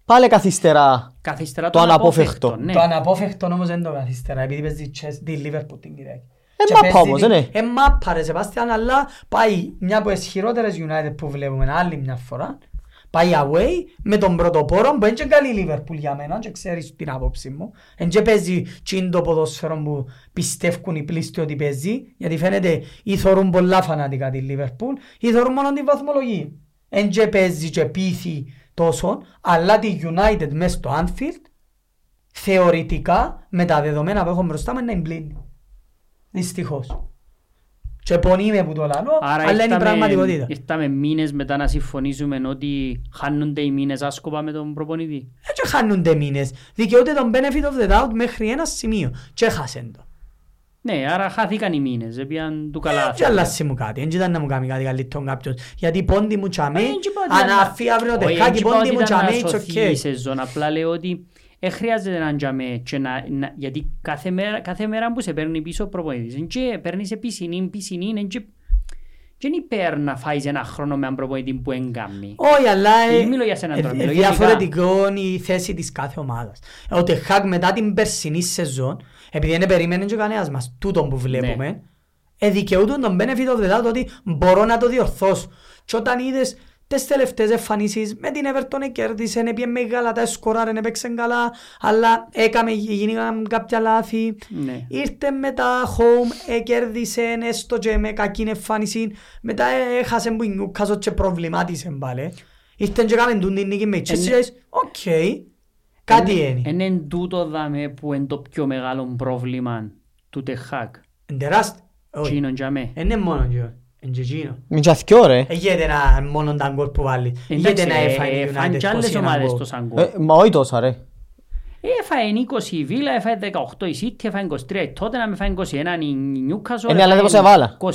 Speaker 3: Πάλι καθυστερά.
Speaker 1: Καθυστερά
Speaker 3: Το
Speaker 1: το
Speaker 3: αναπόφευκτο.
Speaker 1: αναπόφευκτο. ναι.
Speaker 2: Το αναπόφευκτο όμως δεν το καθυστερά επειδή παίζει Chelsea- τη Liverpool την Κυριακή.
Speaker 3: Ε,
Speaker 2: Και
Speaker 3: μάπα
Speaker 2: παίζει
Speaker 3: όμως,
Speaker 2: την-
Speaker 3: είναι.
Speaker 2: Ε, μάπα ρε Σεβάστιαν, αλλά πάει μια από τις χειρότερες United που βλέπουμε άλλη μια φορά. Πάει away με τον πρωτοπόρο που είναι και καλή η Liverpool για μένα και ξέρεις την άποψη μου. Εν και παίζει τσιν το ποδόσφαιρο που πιστεύουν οι πλήστοι ότι παίζει γιατί φαίνεται ή θωρούν πολλά φανατικά τη Liverpool ή θωρούν μόνο την βαθμολογία. Εν και παίζει και πείθει τόσο αλλά τη United μες στο Anfield θεωρητικά με τα δεδομένα που έχω μπροστά μου είναι να εμπλύνει. Δυστυχώς. Και πονείμαι που το λαλώ,
Speaker 1: Άρα
Speaker 2: αλλά είναι η
Speaker 1: ήρθαμε,
Speaker 2: πραγματικότητα.
Speaker 1: ήρθαμε μήνες μετά να συμφωνήσουμε ότι χάνονται οι μήνες άσκοπα με τον προπονητή.
Speaker 2: Έτσι χάνονται μήνες. Δικαιούται τον benefit of the doubt μέχρι ένα σημείο. Και έχασεν το.
Speaker 1: Ναι, άρα χάθηκαν οι μήνες, έπιαν του καλά.
Speaker 2: Έτσι αλλάσει μου κάτι. Έτσι ήταν να μου κάνει κάτι καλύτερο κάποιος. Γιατί πόντι μου τσαμί,
Speaker 1: Ε, εν και είπα ότι
Speaker 2: αν
Speaker 1: ήταν-
Speaker 2: αφή αύριο
Speaker 1: Όχι, εν
Speaker 2: τεχάκι,
Speaker 1: και είπα
Speaker 2: πόντι
Speaker 1: ότι
Speaker 2: μου
Speaker 1: ήταν
Speaker 2: τσαμί,
Speaker 1: να
Speaker 2: it's
Speaker 1: σωθεί
Speaker 2: okay.
Speaker 1: η σεζόν, απλά λέω ότι δεν χρειάζεται να τζαμέ και να- να- γιατί κάθε μέρα, κάθε μέρα που σε παίρνει πίσω ο προπονητής εν και παίρνει σε πισινή, πισινή εν και, και είναι υπέρ να φάεις ένα χρόνο με έναν προπονητή που εγκάμει.
Speaker 2: Όχι, αλλά ε,
Speaker 1: Δεν μιλώ για σένα
Speaker 2: ε,
Speaker 1: τώρα,
Speaker 2: ε,
Speaker 1: μιλώ γενικά.
Speaker 2: διαφορετικό είναι η θέση της κάθε ομάδας. Ο Τεχάκ μετά την περσινή σεζόν, επειδή δεν περίμενε και κανένας μας τούτον
Speaker 1: Ναι.
Speaker 2: που βλέπουμε, ε, δικαιούτον τον benefit of the doubt ότι μπορώ να το διορθώσω. Και όταν είδες τις τελευταίες εμφανίσεις με την Everton κέρδισε, έπιε μεγάλα τα σκοράρε, έπαιξε καλά, αλλά έκαμε, γίνηκαν κάποια λάθη.
Speaker 1: Ναι.
Speaker 2: Ήρθε μετά home, έκερδισε έστω και με κακή εμφάνιση, μετά ε, έχασε που η Newcastle και προβλημάτισε πάλι. Ήρθε και έκαμε τούν την νίκη με η Chelsea και λες, οκ, κάτι είναι.
Speaker 1: Είναι εν τούτο δάμε που είναι το πιο μεγάλο πρόβλημα του Τεχάκ.
Speaker 2: Είναι τεράστιο. Όχι.
Speaker 1: Τσίνον για με.
Speaker 2: Ε, Είναι μόνο γιο, είναι και εκείνο.
Speaker 3: Μην τσαθκιό ρε.
Speaker 2: Ε, γίνεται να μόνο τα γκολ που βάλει. Γίνεται Ε, να έφαγε η
Speaker 1: έφαγε
Speaker 2: United
Speaker 1: κι ε, άλλες
Speaker 2: πως είναι
Speaker 1: ομάδες
Speaker 2: γκολ.
Speaker 1: το σαν γκολ.
Speaker 3: Ε, Μα όχι τόσα ρε.
Speaker 1: Ε, Έφαγε 20 η Βίλα, έφαγε 18 η City, έφαγε 23 η Tottenham, έφαγε 21 η Newcastle.
Speaker 3: Ε, ναι, αλλά
Speaker 1: έφαγε
Speaker 3: δεν πόσα έβαλα.
Speaker 1: 20.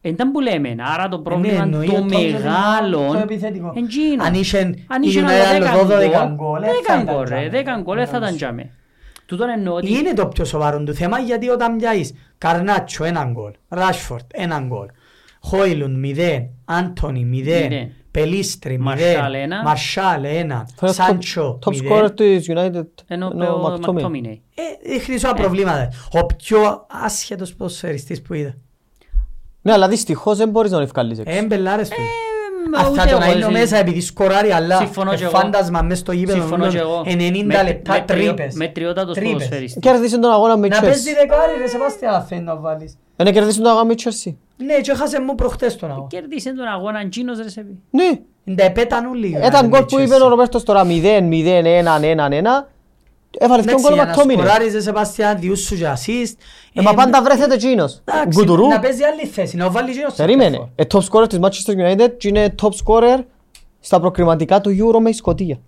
Speaker 1: Ε, ήταν που λέμε, άρα το
Speaker 2: Ε,
Speaker 1: πρόβλημα
Speaker 2: ναι, εννοεί
Speaker 1: το
Speaker 2: ότι το είναι
Speaker 1: μεγάλο
Speaker 2: το επιθετικό.
Speaker 1: εγγύνο.
Speaker 2: Αν είχε
Speaker 1: Αν
Speaker 2: η
Speaker 1: είχε
Speaker 2: United
Speaker 1: άλλο
Speaker 2: 12
Speaker 1: 10 γκολ,
Speaker 2: γκολ, ε,
Speaker 1: 10
Speaker 2: θα ήταν
Speaker 1: γκολ, ρε,
Speaker 2: τζάμε.
Speaker 1: 10 γκολ, ε, θα ήταν τζάμε. Τούτον εννοώ ότι
Speaker 2: Είναι το πιο σοβαρό του θέμα γιατί όταν πιάσεις Καρνάτσο έναν γκολ, Ράσφορτ έναν γκολ, Χόιλουν μηδέν, Άντωνι
Speaker 1: Μηδέν.
Speaker 2: μηδέν, Πελίστρι μηδέν,
Speaker 1: Μαρσάλ ένα.
Speaker 2: Μαρσάλ ένα,
Speaker 3: Φέρω στο-
Speaker 2: Σάντσο
Speaker 3: Top
Speaker 2: μηδέν.
Speaker 3: scorer της United
Speaker 1: ενώ
Speaker 3: είναι ο
Speaker 1: ο
Speaker 3: McTominay.
Speaker 1: McTominay.
Speaker 2: Ε, ε, χρυσά προβλήματα. Ο πιο άσχετος ποσοριστής που είδα.
Speaker 3: Ναι, αλλά δυστυχώς δεν μπορείς να τον ευκάλεις έξω.
Speaker 2: Ε, μπελάρες του.
Speaker 1: Ε, μα
Speaker 2: Αυτά
Speaker 1: ούτε
Speaker 2: το να
Speaker 1: εγώ,
Speaker 2: είναι
Speaker 1: εσύ.
Speaker 2: μέσα επειδή σκοράρει αλλά ε,
Speaker 1: Συμφωνώ κι εγώ.
Speaker 2: φάντασμα μέσα στο γήπεδο.
Speaker 1: Συμφωνώ και εγώ.
Speaker 2: 90
Speaker 1: Με-
Speaker 2: λεπτά
Speaker 1: με τριο-
Speaker 2: τρύπες.
Speaker 1: με τριώτατος
Speaker 2: Τρύπες.
Speaker 1: ποδοσφαιριστής.
Speaker 3: Κέρδισε Ε, τον αγώνα με η
Speaker 2: Να παίζει
Speaker 3: Chelsea.
Speaker 2: δεκάρι ρε Σεβάστια θέλει να βάλεις.
Speaker 3: Ε, ναι, κέρδισε τον αγώνα με η Chelsea.
Speaker 2: Ναι, και έχασε μου προχτές τον αγώνα.
Speaker 1: Κέρδισε τον αγώνα Τζίνος ρε σε πει.
Speaker 3: Ναι.
Speaker 2: Τα επέταν όλοι.
Speaker 3: Ήταν γκολ που είπε ο Ρομπέρτος τώρα 0-0-1-1-1. Έβαλε
Speaker 2: Ροπέστον
Speaker 3: τον γκολ Μακτόμινε.
Speaker 2: Σκοράρεις ρε Σεβάστια, διούς σου και assist.
Speaker 3: Ε, μα πάντα βρέθεται εκείνος.
Speaker 2: εντάξει,
Speaker 3: Γκουτουρού.
Speaker 2: Να παίζει άλλη θέση, να βάλει γίνος.
Speaker 3: Περίμενε. Ε, top scorer της Manchester United και είναι top scorer στα προκριματικά του Euro με η Σκωτία.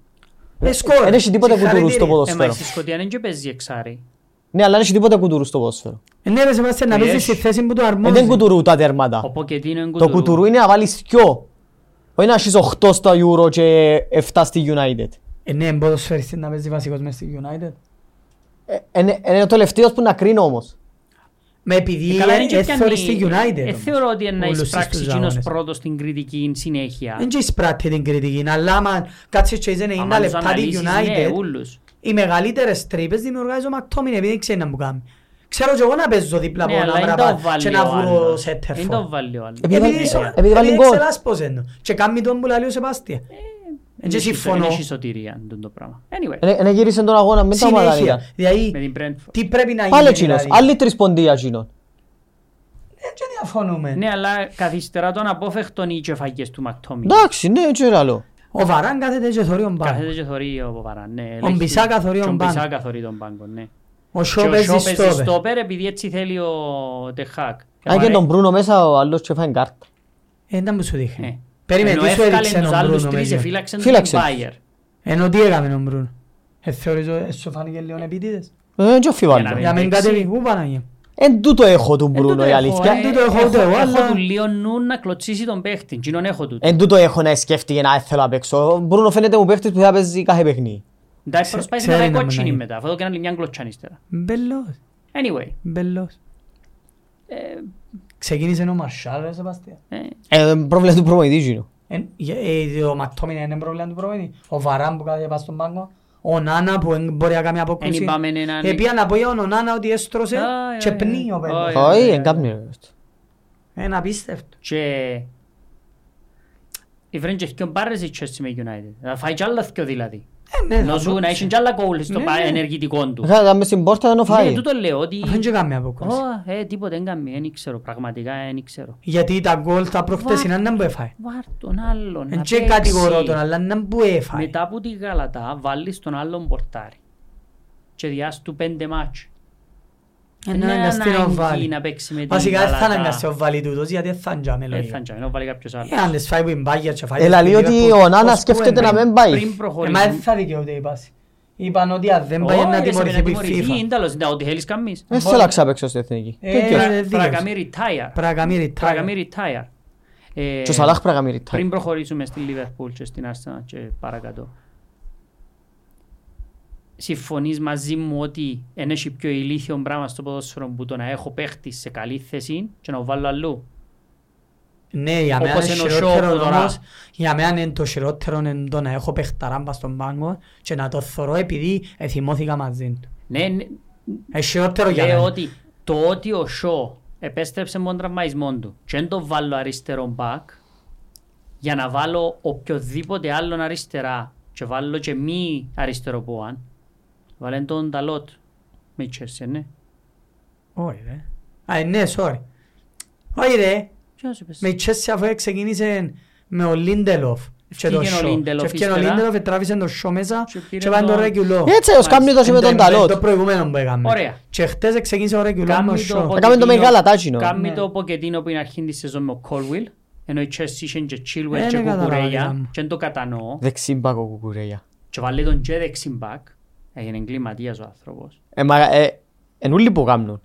Speaker 2: Ε, σκόρ.
Speaker 3: Δεν έχει τίποτα κουτουρού στο
Speaker 1: Ε, μα η
Speaker 3: ποδόσφαιρο.
Speaker 1: Σκοτία δεν και παίζει εξάρι.
Speaker 3: Ναι, αλλά δεν έχει τίποτα κουτουρού στο ποδόσφαιρο.
Speaker 2: Ναι ρε Σεβάστια, να
Speaker 1: Ε,
Speaker 2: παίζεις
Speaker 1: έχει.
Speaker 2: στη θέση που του
Speaker 3: Ε, δεν
Speaker 2: αρμόζει.
Speaker 3: κουτουρού τα
Speaker 1: Ο
Speaker 3: τέρματα.
Speaker 1: Ποκετίνο είναι
Speaker 3: Το κουτουρού είναι να βάλεις δυο. Όχι να έχεις 8 στα Euro και 7 στη United.
Speaker 2: Ε, Ναι, ποδοσφαιριστής να παίζει βασικός μες στη United.
Speaker 3: Ε, Είναι είναι το τελευταίο που να κρίνω όμως.
Speaker 2: Με επειδή
Speaker 1: Ε, Καλά, είναι και
Speaker 2: έθωρε
Speaker 1: πιάνει-
Speaker 2: στη Ε, United.
Speaker 1: Ε,
Speaker 2: όμως,
Speaker 1: θεωρώ ότι είναι να
Speaker 2: όλους τους
Speaker 1: εισπράξει
Speaker 2: τους
Speaker 1: εκείνος
Speaker 2: αγώνες.
Speaker 1: πρώτος την κριτική συνέχεια.
Speaker 2: Δεν και εισπράττει την κριτική, αλλά άμα κάτσεις και είσαι 90
Speaker 1: Άμα τους
Speaker 2: λεπτά τη
Speaker 1: αναλύσεις, ναι,
Speaker 2: United,
Speaker 1: ούλους.
Speaker 2: οι μεγαλύτερες τρύπες δημιουργάζει ο Μακτόμιν επειδή δεν ξέρει να μου κάνει. Ξέρω και εγώ να παίζω δίπλα από
Speaker 1: Ναι, αλλά
Speaker 2: έναν
Speaker 1: δεν
Speaker 2: μπραπά
Speaker 1: το βάλει
Speaker 2: και
Speaker 1: ο
Speaker 2: να βρω
Speaker 1: άλλος.
Speaker 2: σε Ε,
Speaker 1: Δεν το βάλει ο άλλος. Ε,
Speaker 3: Επειδή
Speaker 2: Επειδή
Speaker 3: βάλει-
Speaker 2: είσαι-
Speaker 3: επειδή βάλει
Speaker 2: επειδή
Speaker 3: γκολ.
Speaker 2: ξελάσπωσε το. Και κάνει τον που λέει ο
Speaker 1: Ε,
Speaker 2: Σεπάστια.
Speaker 1: Δεν
Speaker 2: και
Speaker 1: έχει-
Speaker 2: συμφωνώ.
Speaker 1: Δεν έχει σωτηρία τούτο το πράγμα. Anyway,
Speaker 3: Είναι γύρισε τον αγώνα με τα ομάδα
Speaker 2: Συνέχεια.
Speaker 3: ήταν.
Speaker 1: με
Speaker 2: Δηλαδή,
Speaker 1: την Brentford.
Speaker 2: τι πρέπει να
Speaker 3: Πάλι
Speaker 2: γίνει
Speaker 3: εκείνος.
Speaker 2: δηλαδή.
Speaker 3: Άλλη τρεις ποντία εκείνον.
Speaker 2: Ε, Και διαφωνούμε.
Speaker 1: Ναι, αλλά καθυστερά τον απόφευκτον οι κεφαγές του Μακτόμιν.
Speaker 3: Εντάξει, ναι, έτσι είναι άλλο.
Speaker 2: Ο Βαράν κάθεται και θωρεί τον πάγκο.
Speaker 1: Κάθεται και θωρεί ο Παπαρά, ναι.
Speaker 2: Ο
Speaker 1: ελέγχει.
Speaker 2: Μπισάκα θωρεί
Speaker 1: Και
Speaker 2: τον
Speaker 1: Ο
Speaker 2: πάγκο.
Speaker 1: Μπισάκα θωρεί τον πάγκο, ναι.
Speaker 2: Ο
Speaker 1: Και
Speaker 2: Σο
Speaker 1: ο
Speaker 2: παίζει
Speaker 1: Σιό παίζει
Speaker 2: στόπερ.
Speaker 1: στόπερ επειδή έτσι θέλει ο Τεχάκ.
Speaker 3: Αν και τον Μπρούνο μέσα ο άλλος και φάει κάρτα.
Speaker 2: Ε, ήταν που σου δείχνει.
Speaker 1: Ναι.
Speaker 2: Περίμενε,
Speaker 1: Ενώ
Speaker 2: τι σου
Speaker 1: έφκαλε
Speaker 2: έδειξε
Speaker 1: τους
Speaker 2: ο
Speaker 1: άλλους
Speaker 2: Μπρούνο
Speaker 1: τρεις,
Speaker 2: με γιο.
Speaker 1: εφύλαξε τον
Speaker 3: Φύλαξες.
Speaker 1: Μπάιερ.
Speaker 2: Ενώ τι έκαμε ο Μπρούνο. Ε, θεωρείς ότι σου φάνηκε λίγο επίτηδες.
Speaker 3: Ε, Δεν και αφιβάλλω.
Speaker 1: Για να μην-
Speaker 2: Για μεν
Speaker 1: Εντάξει.
Speaker 2: κατέβει κού Παναγία.
Speaker 3: Εν τούτο έχω τον Μπρούνο η αλήθεια.
Speaker 2: ε. Εν τούτο έχω ούτε εγώ, αλλά- Ε,
Speaker 1: Έχω του λίγο νου να κλωτσίσει τον παίχτη. Τζινόν έχω του.
Speaker 3: Εν τούτο έχω να σκέφτηκε να θέλω να παίξω. Ο Μπρούνο φαίνεται μου παίχτης που θα παίζει κάθε παιχνίδι.
Speaker 1: Εντάξει, προσπάθησε να
Speaker 2: ξέρει
Speaker 1: πάει
Speaker 2: να μην
Speaker 1: κότσινη
Speaker 2: είναι.
Speaker 1: μετά. Αφού και άλλη μια κλωτσάνη ύστερα.
Speaker 2: Μπελός,
Speaker 1: Anyway,
Speaker 2: μπελός.
Speaker 1: ε,
Speaker 2: Ξεκίνησε ο Μαρσάλ, ρε Σεπαστία.
Speaker 1: ε,
Speaker 3: Ε, πρόβλημα του προπονητή γίνω.
Speaker 2: Εν- γε- ε, Ο Ματόμιν είναι πρόβλημα του προπονητή. Ο Βαράν που κάθεται πάνω στον πάγκο. Ο Νάνα που δεν μπορεί να κάνει
Speaker 1: Εν
Speaker 2: απόκριση.
Speaker 1: είπαμε έναν-
Speaker 2: Επία να πω για τον Νάνα ότι έστρωσε
Speaker 1: Α,
Speaker 2: και
Speaker 1: ε,
Speaker 2: πνίγει ο
Speaker 1: ε,
Speaker 2: Μπελός.
Speaker 1: ε,
Speaker 3: Όχι,
Speaker 1: ε,
Speaker 3: εν κάπνι.
Speaker 2: Είναι απίστευτο.
Speaker 1: και η Βρέντζε και ο Μπάρρες η Chelsea με United. Θα φάει κι άλλα δυο δηλαδή.
Speaker 2: Ε, ναι, θα
Speaker 1: Να σου-
Speaker 2: πω.
Speaker 1: Να έχει κι άλλα goal στο
Speaker 2: Ναι,
Speaker 1: πα-
Speaker 2: ναι.
Speaker 1: ενεργητικό του.
Speaker 3: Θα ήταν μες στην πόρτα να το
Speaker 1: Ναι,
Speaker 3: φάει.
Speaker 1: τούτο λέω ότι...
Speaker 2: Δεν και κάνει απόκριση.
Speaker 1: Ω, Ε, τίποτε, δεν κάνει, δεν ξέρω, πραγματικά δεν ξέρω.
Speaker 2: Γιατί τα γκολ τα προχτεσινά δεν που έφαγε.
Speaker 1: Βάρ τον άλλον
Speaker 2: Δεν
Speaker 1: να
Speaker 2: Ε, και
Speaker 1: παίξει.
Speaker 2: κατηγορώ τον, αλλά δεν που έφαγε.
Speaker 1: Μετά από τη Γαλατά βάλεις τον άλλον πορτάρι. Και διάσου του πέντε μάτς.
Speaker 2: Ε,
Speaker 1: Είναι
Speaker 2: να αναγκαστεί να
Speaker 1: ανάγκη
Speaker 2: βάλει.
Speaker 1: να παίξει με την
Speaker 2: Βασικά δεν θα
Speaker 1: Γαλατά.
Speaker 2: αναγκαστεί να βάλει τούτος γιατί δεν θα είναι τζάμε
Speaker 1: Ε, θα
Speaker 2: λογικά.
Speaker 1: τζάμε, να βάλει κάποιος άλλος.
Speaker 2: Ε, αν τις φάει που είναι μπάγια και φάει...
Speaker 3: Ελά,
Speaker 2: τις
Speaker 3: λέει
Speaker 2: που είναι
Speaker 3: Ε, ότι
Speaker 2: Liverpool,
Speaker 3: ο Νάνας
Speaker 2: ως
Speaker 3: σκέφτεται
Speaker 2: που
Speaker 3: να
Speaker 2: είναι.
Speaker 3: μην πάει.
Speaker 1: Πριν
Speaker 2: Ε, μα δεν
Speaker 1: προχωρήσουμε...
Speaker 2: θα δικαιούται η πάση. Είπαν ότι αν δεν πάει
Speaker 1: Όχι,
Speaker 2: να
Speaker 1: ρε, σε
Speaker 2: τιμωρηθεί
Speaker 1: πρέπει
Speaker 2: που
Speaker 1: να
Speaker 2: η
Speaker 1: τιμωρηθεί,
Speaker 2: FIFA.
Speaker 1: είναι τέλος, δεν τα ότι θέλεις να κάνεις.
Speaker 3: Δεν θέλω να ξαπέξω στην εθνική.
Speaker 2: Ε,
Speaker 3: Και
Speaker 2: ε,
Speaker 3: και.
Speaker 2: ε,
Speaker 1: Πρέπει να
Speaker 2: δίκαιος.
Speaker 1: κάνει retire.
Speaker 2: Πραγαμύρι,
Speaker 1: Πρέπει να κάνει retire. Ε,
Speaker 3: Και ο Σαλάχ Ε, πρέπει να κάνει retire.
Speaker 1: Πριν προχωρήσουμε στη Λίβερπουλ και στην Άρσενα και παρακάτω. Συμφωνείς μαζί μου ότι εν έχει πιο ηλίθιο πράγμα στο ποδόσφαιρο που το να έχω παίχτη σε καλή θέση και να το βάλω αλλού.
Speaker 2: Ναι, για μένα
Speaker 1: Όπως
Speaker 2: είναι
Speaker 1: είναι ο
Speaker 2: χειρότερο
Speaker 1: Shaw που τώρα-
Speaker 2: όμως, για μένα είναι το χειρότερο είναι το να έχω παιχταράμπα στον πάγκο και να το θωρώ επειδή εθυμώθηκα μαζί του.
Speaker 1: Ναι, ναι,
Speaker 2: Ε, χειρότερο για
Speaker 1: λέω
Speaker 2: μένα.
Speaker 1: ότι το ότι ο Σο επέστρεψε με τον τραυμαϊσμό του και δεν το βάλω αριστερό μπακ για να βάλω οποιοδήποτε άλλον αριστερά και βάλω και μη αριστερό πόαν, βάλε τον Νταλότ με η Chelsea, ναι.
Speaker 2: Όχι ρε. Α, ναι, sorry. Όχι ρε.
Speaker 1: Τι να σου πες.
Speaker 2: Με η Chelsea αφού ξεκίνησε με ο Λίντελοφ. Και το
Speaker 1: Έφυγε ο
Speaker 2: show.
Speaker 1: Lindelof
Speaker 2: Και έφυγε ο
Speaker 1: ύστερα.
Speaker 2: Λίντελοφ, τράβησε το show μέσα
Speaker 1: Και πήρε
Speaker 2: και πάνε το
Speaker 1: τον-
Speaker 2: ρεγγυλό.
Speaker 3: Έτσι, ως
Speaker 1: Μάλιστα.
Speaker 3: κάμνητος με τον Ταλότ.
Speaker 2: Το προηγούμενο που έκαμε.
Speaker 1: Ωραία.
Speaker 2: Και χτες ξεκίνησε ο ρεγγυλό με
Speaker 1: Κάμνει
Speaker 2: το
Speaker 1: το
Speaker 2: show.
Speaker 1: Pochettino-
Speaker 3: Έκαμε το με γαλατάκινο.
Speaker 1: Κάμνει
Speaker 2: Ναι.
Speaker 1: το Pochettino που είναι αρχήν της σεζόν με ο Colwill, ενώ η Chelsea είχε και Chilwell
Speaker 2: Ε,
Speaker 1: και
Speaker 2: ναι, καταλάβαμε.
Speaker 1: Κουκουρέια και δεν το κατανοώ
Speaker 3: Δεξίμπακο κουκουρέια.
Speaker 1: και βάλε τον και δεξιμπακ, έγινε εγκληματίας ο άνθρωπος.
Speaker 3: Ε, μα, ε, εν ούλοι που κάμνουν.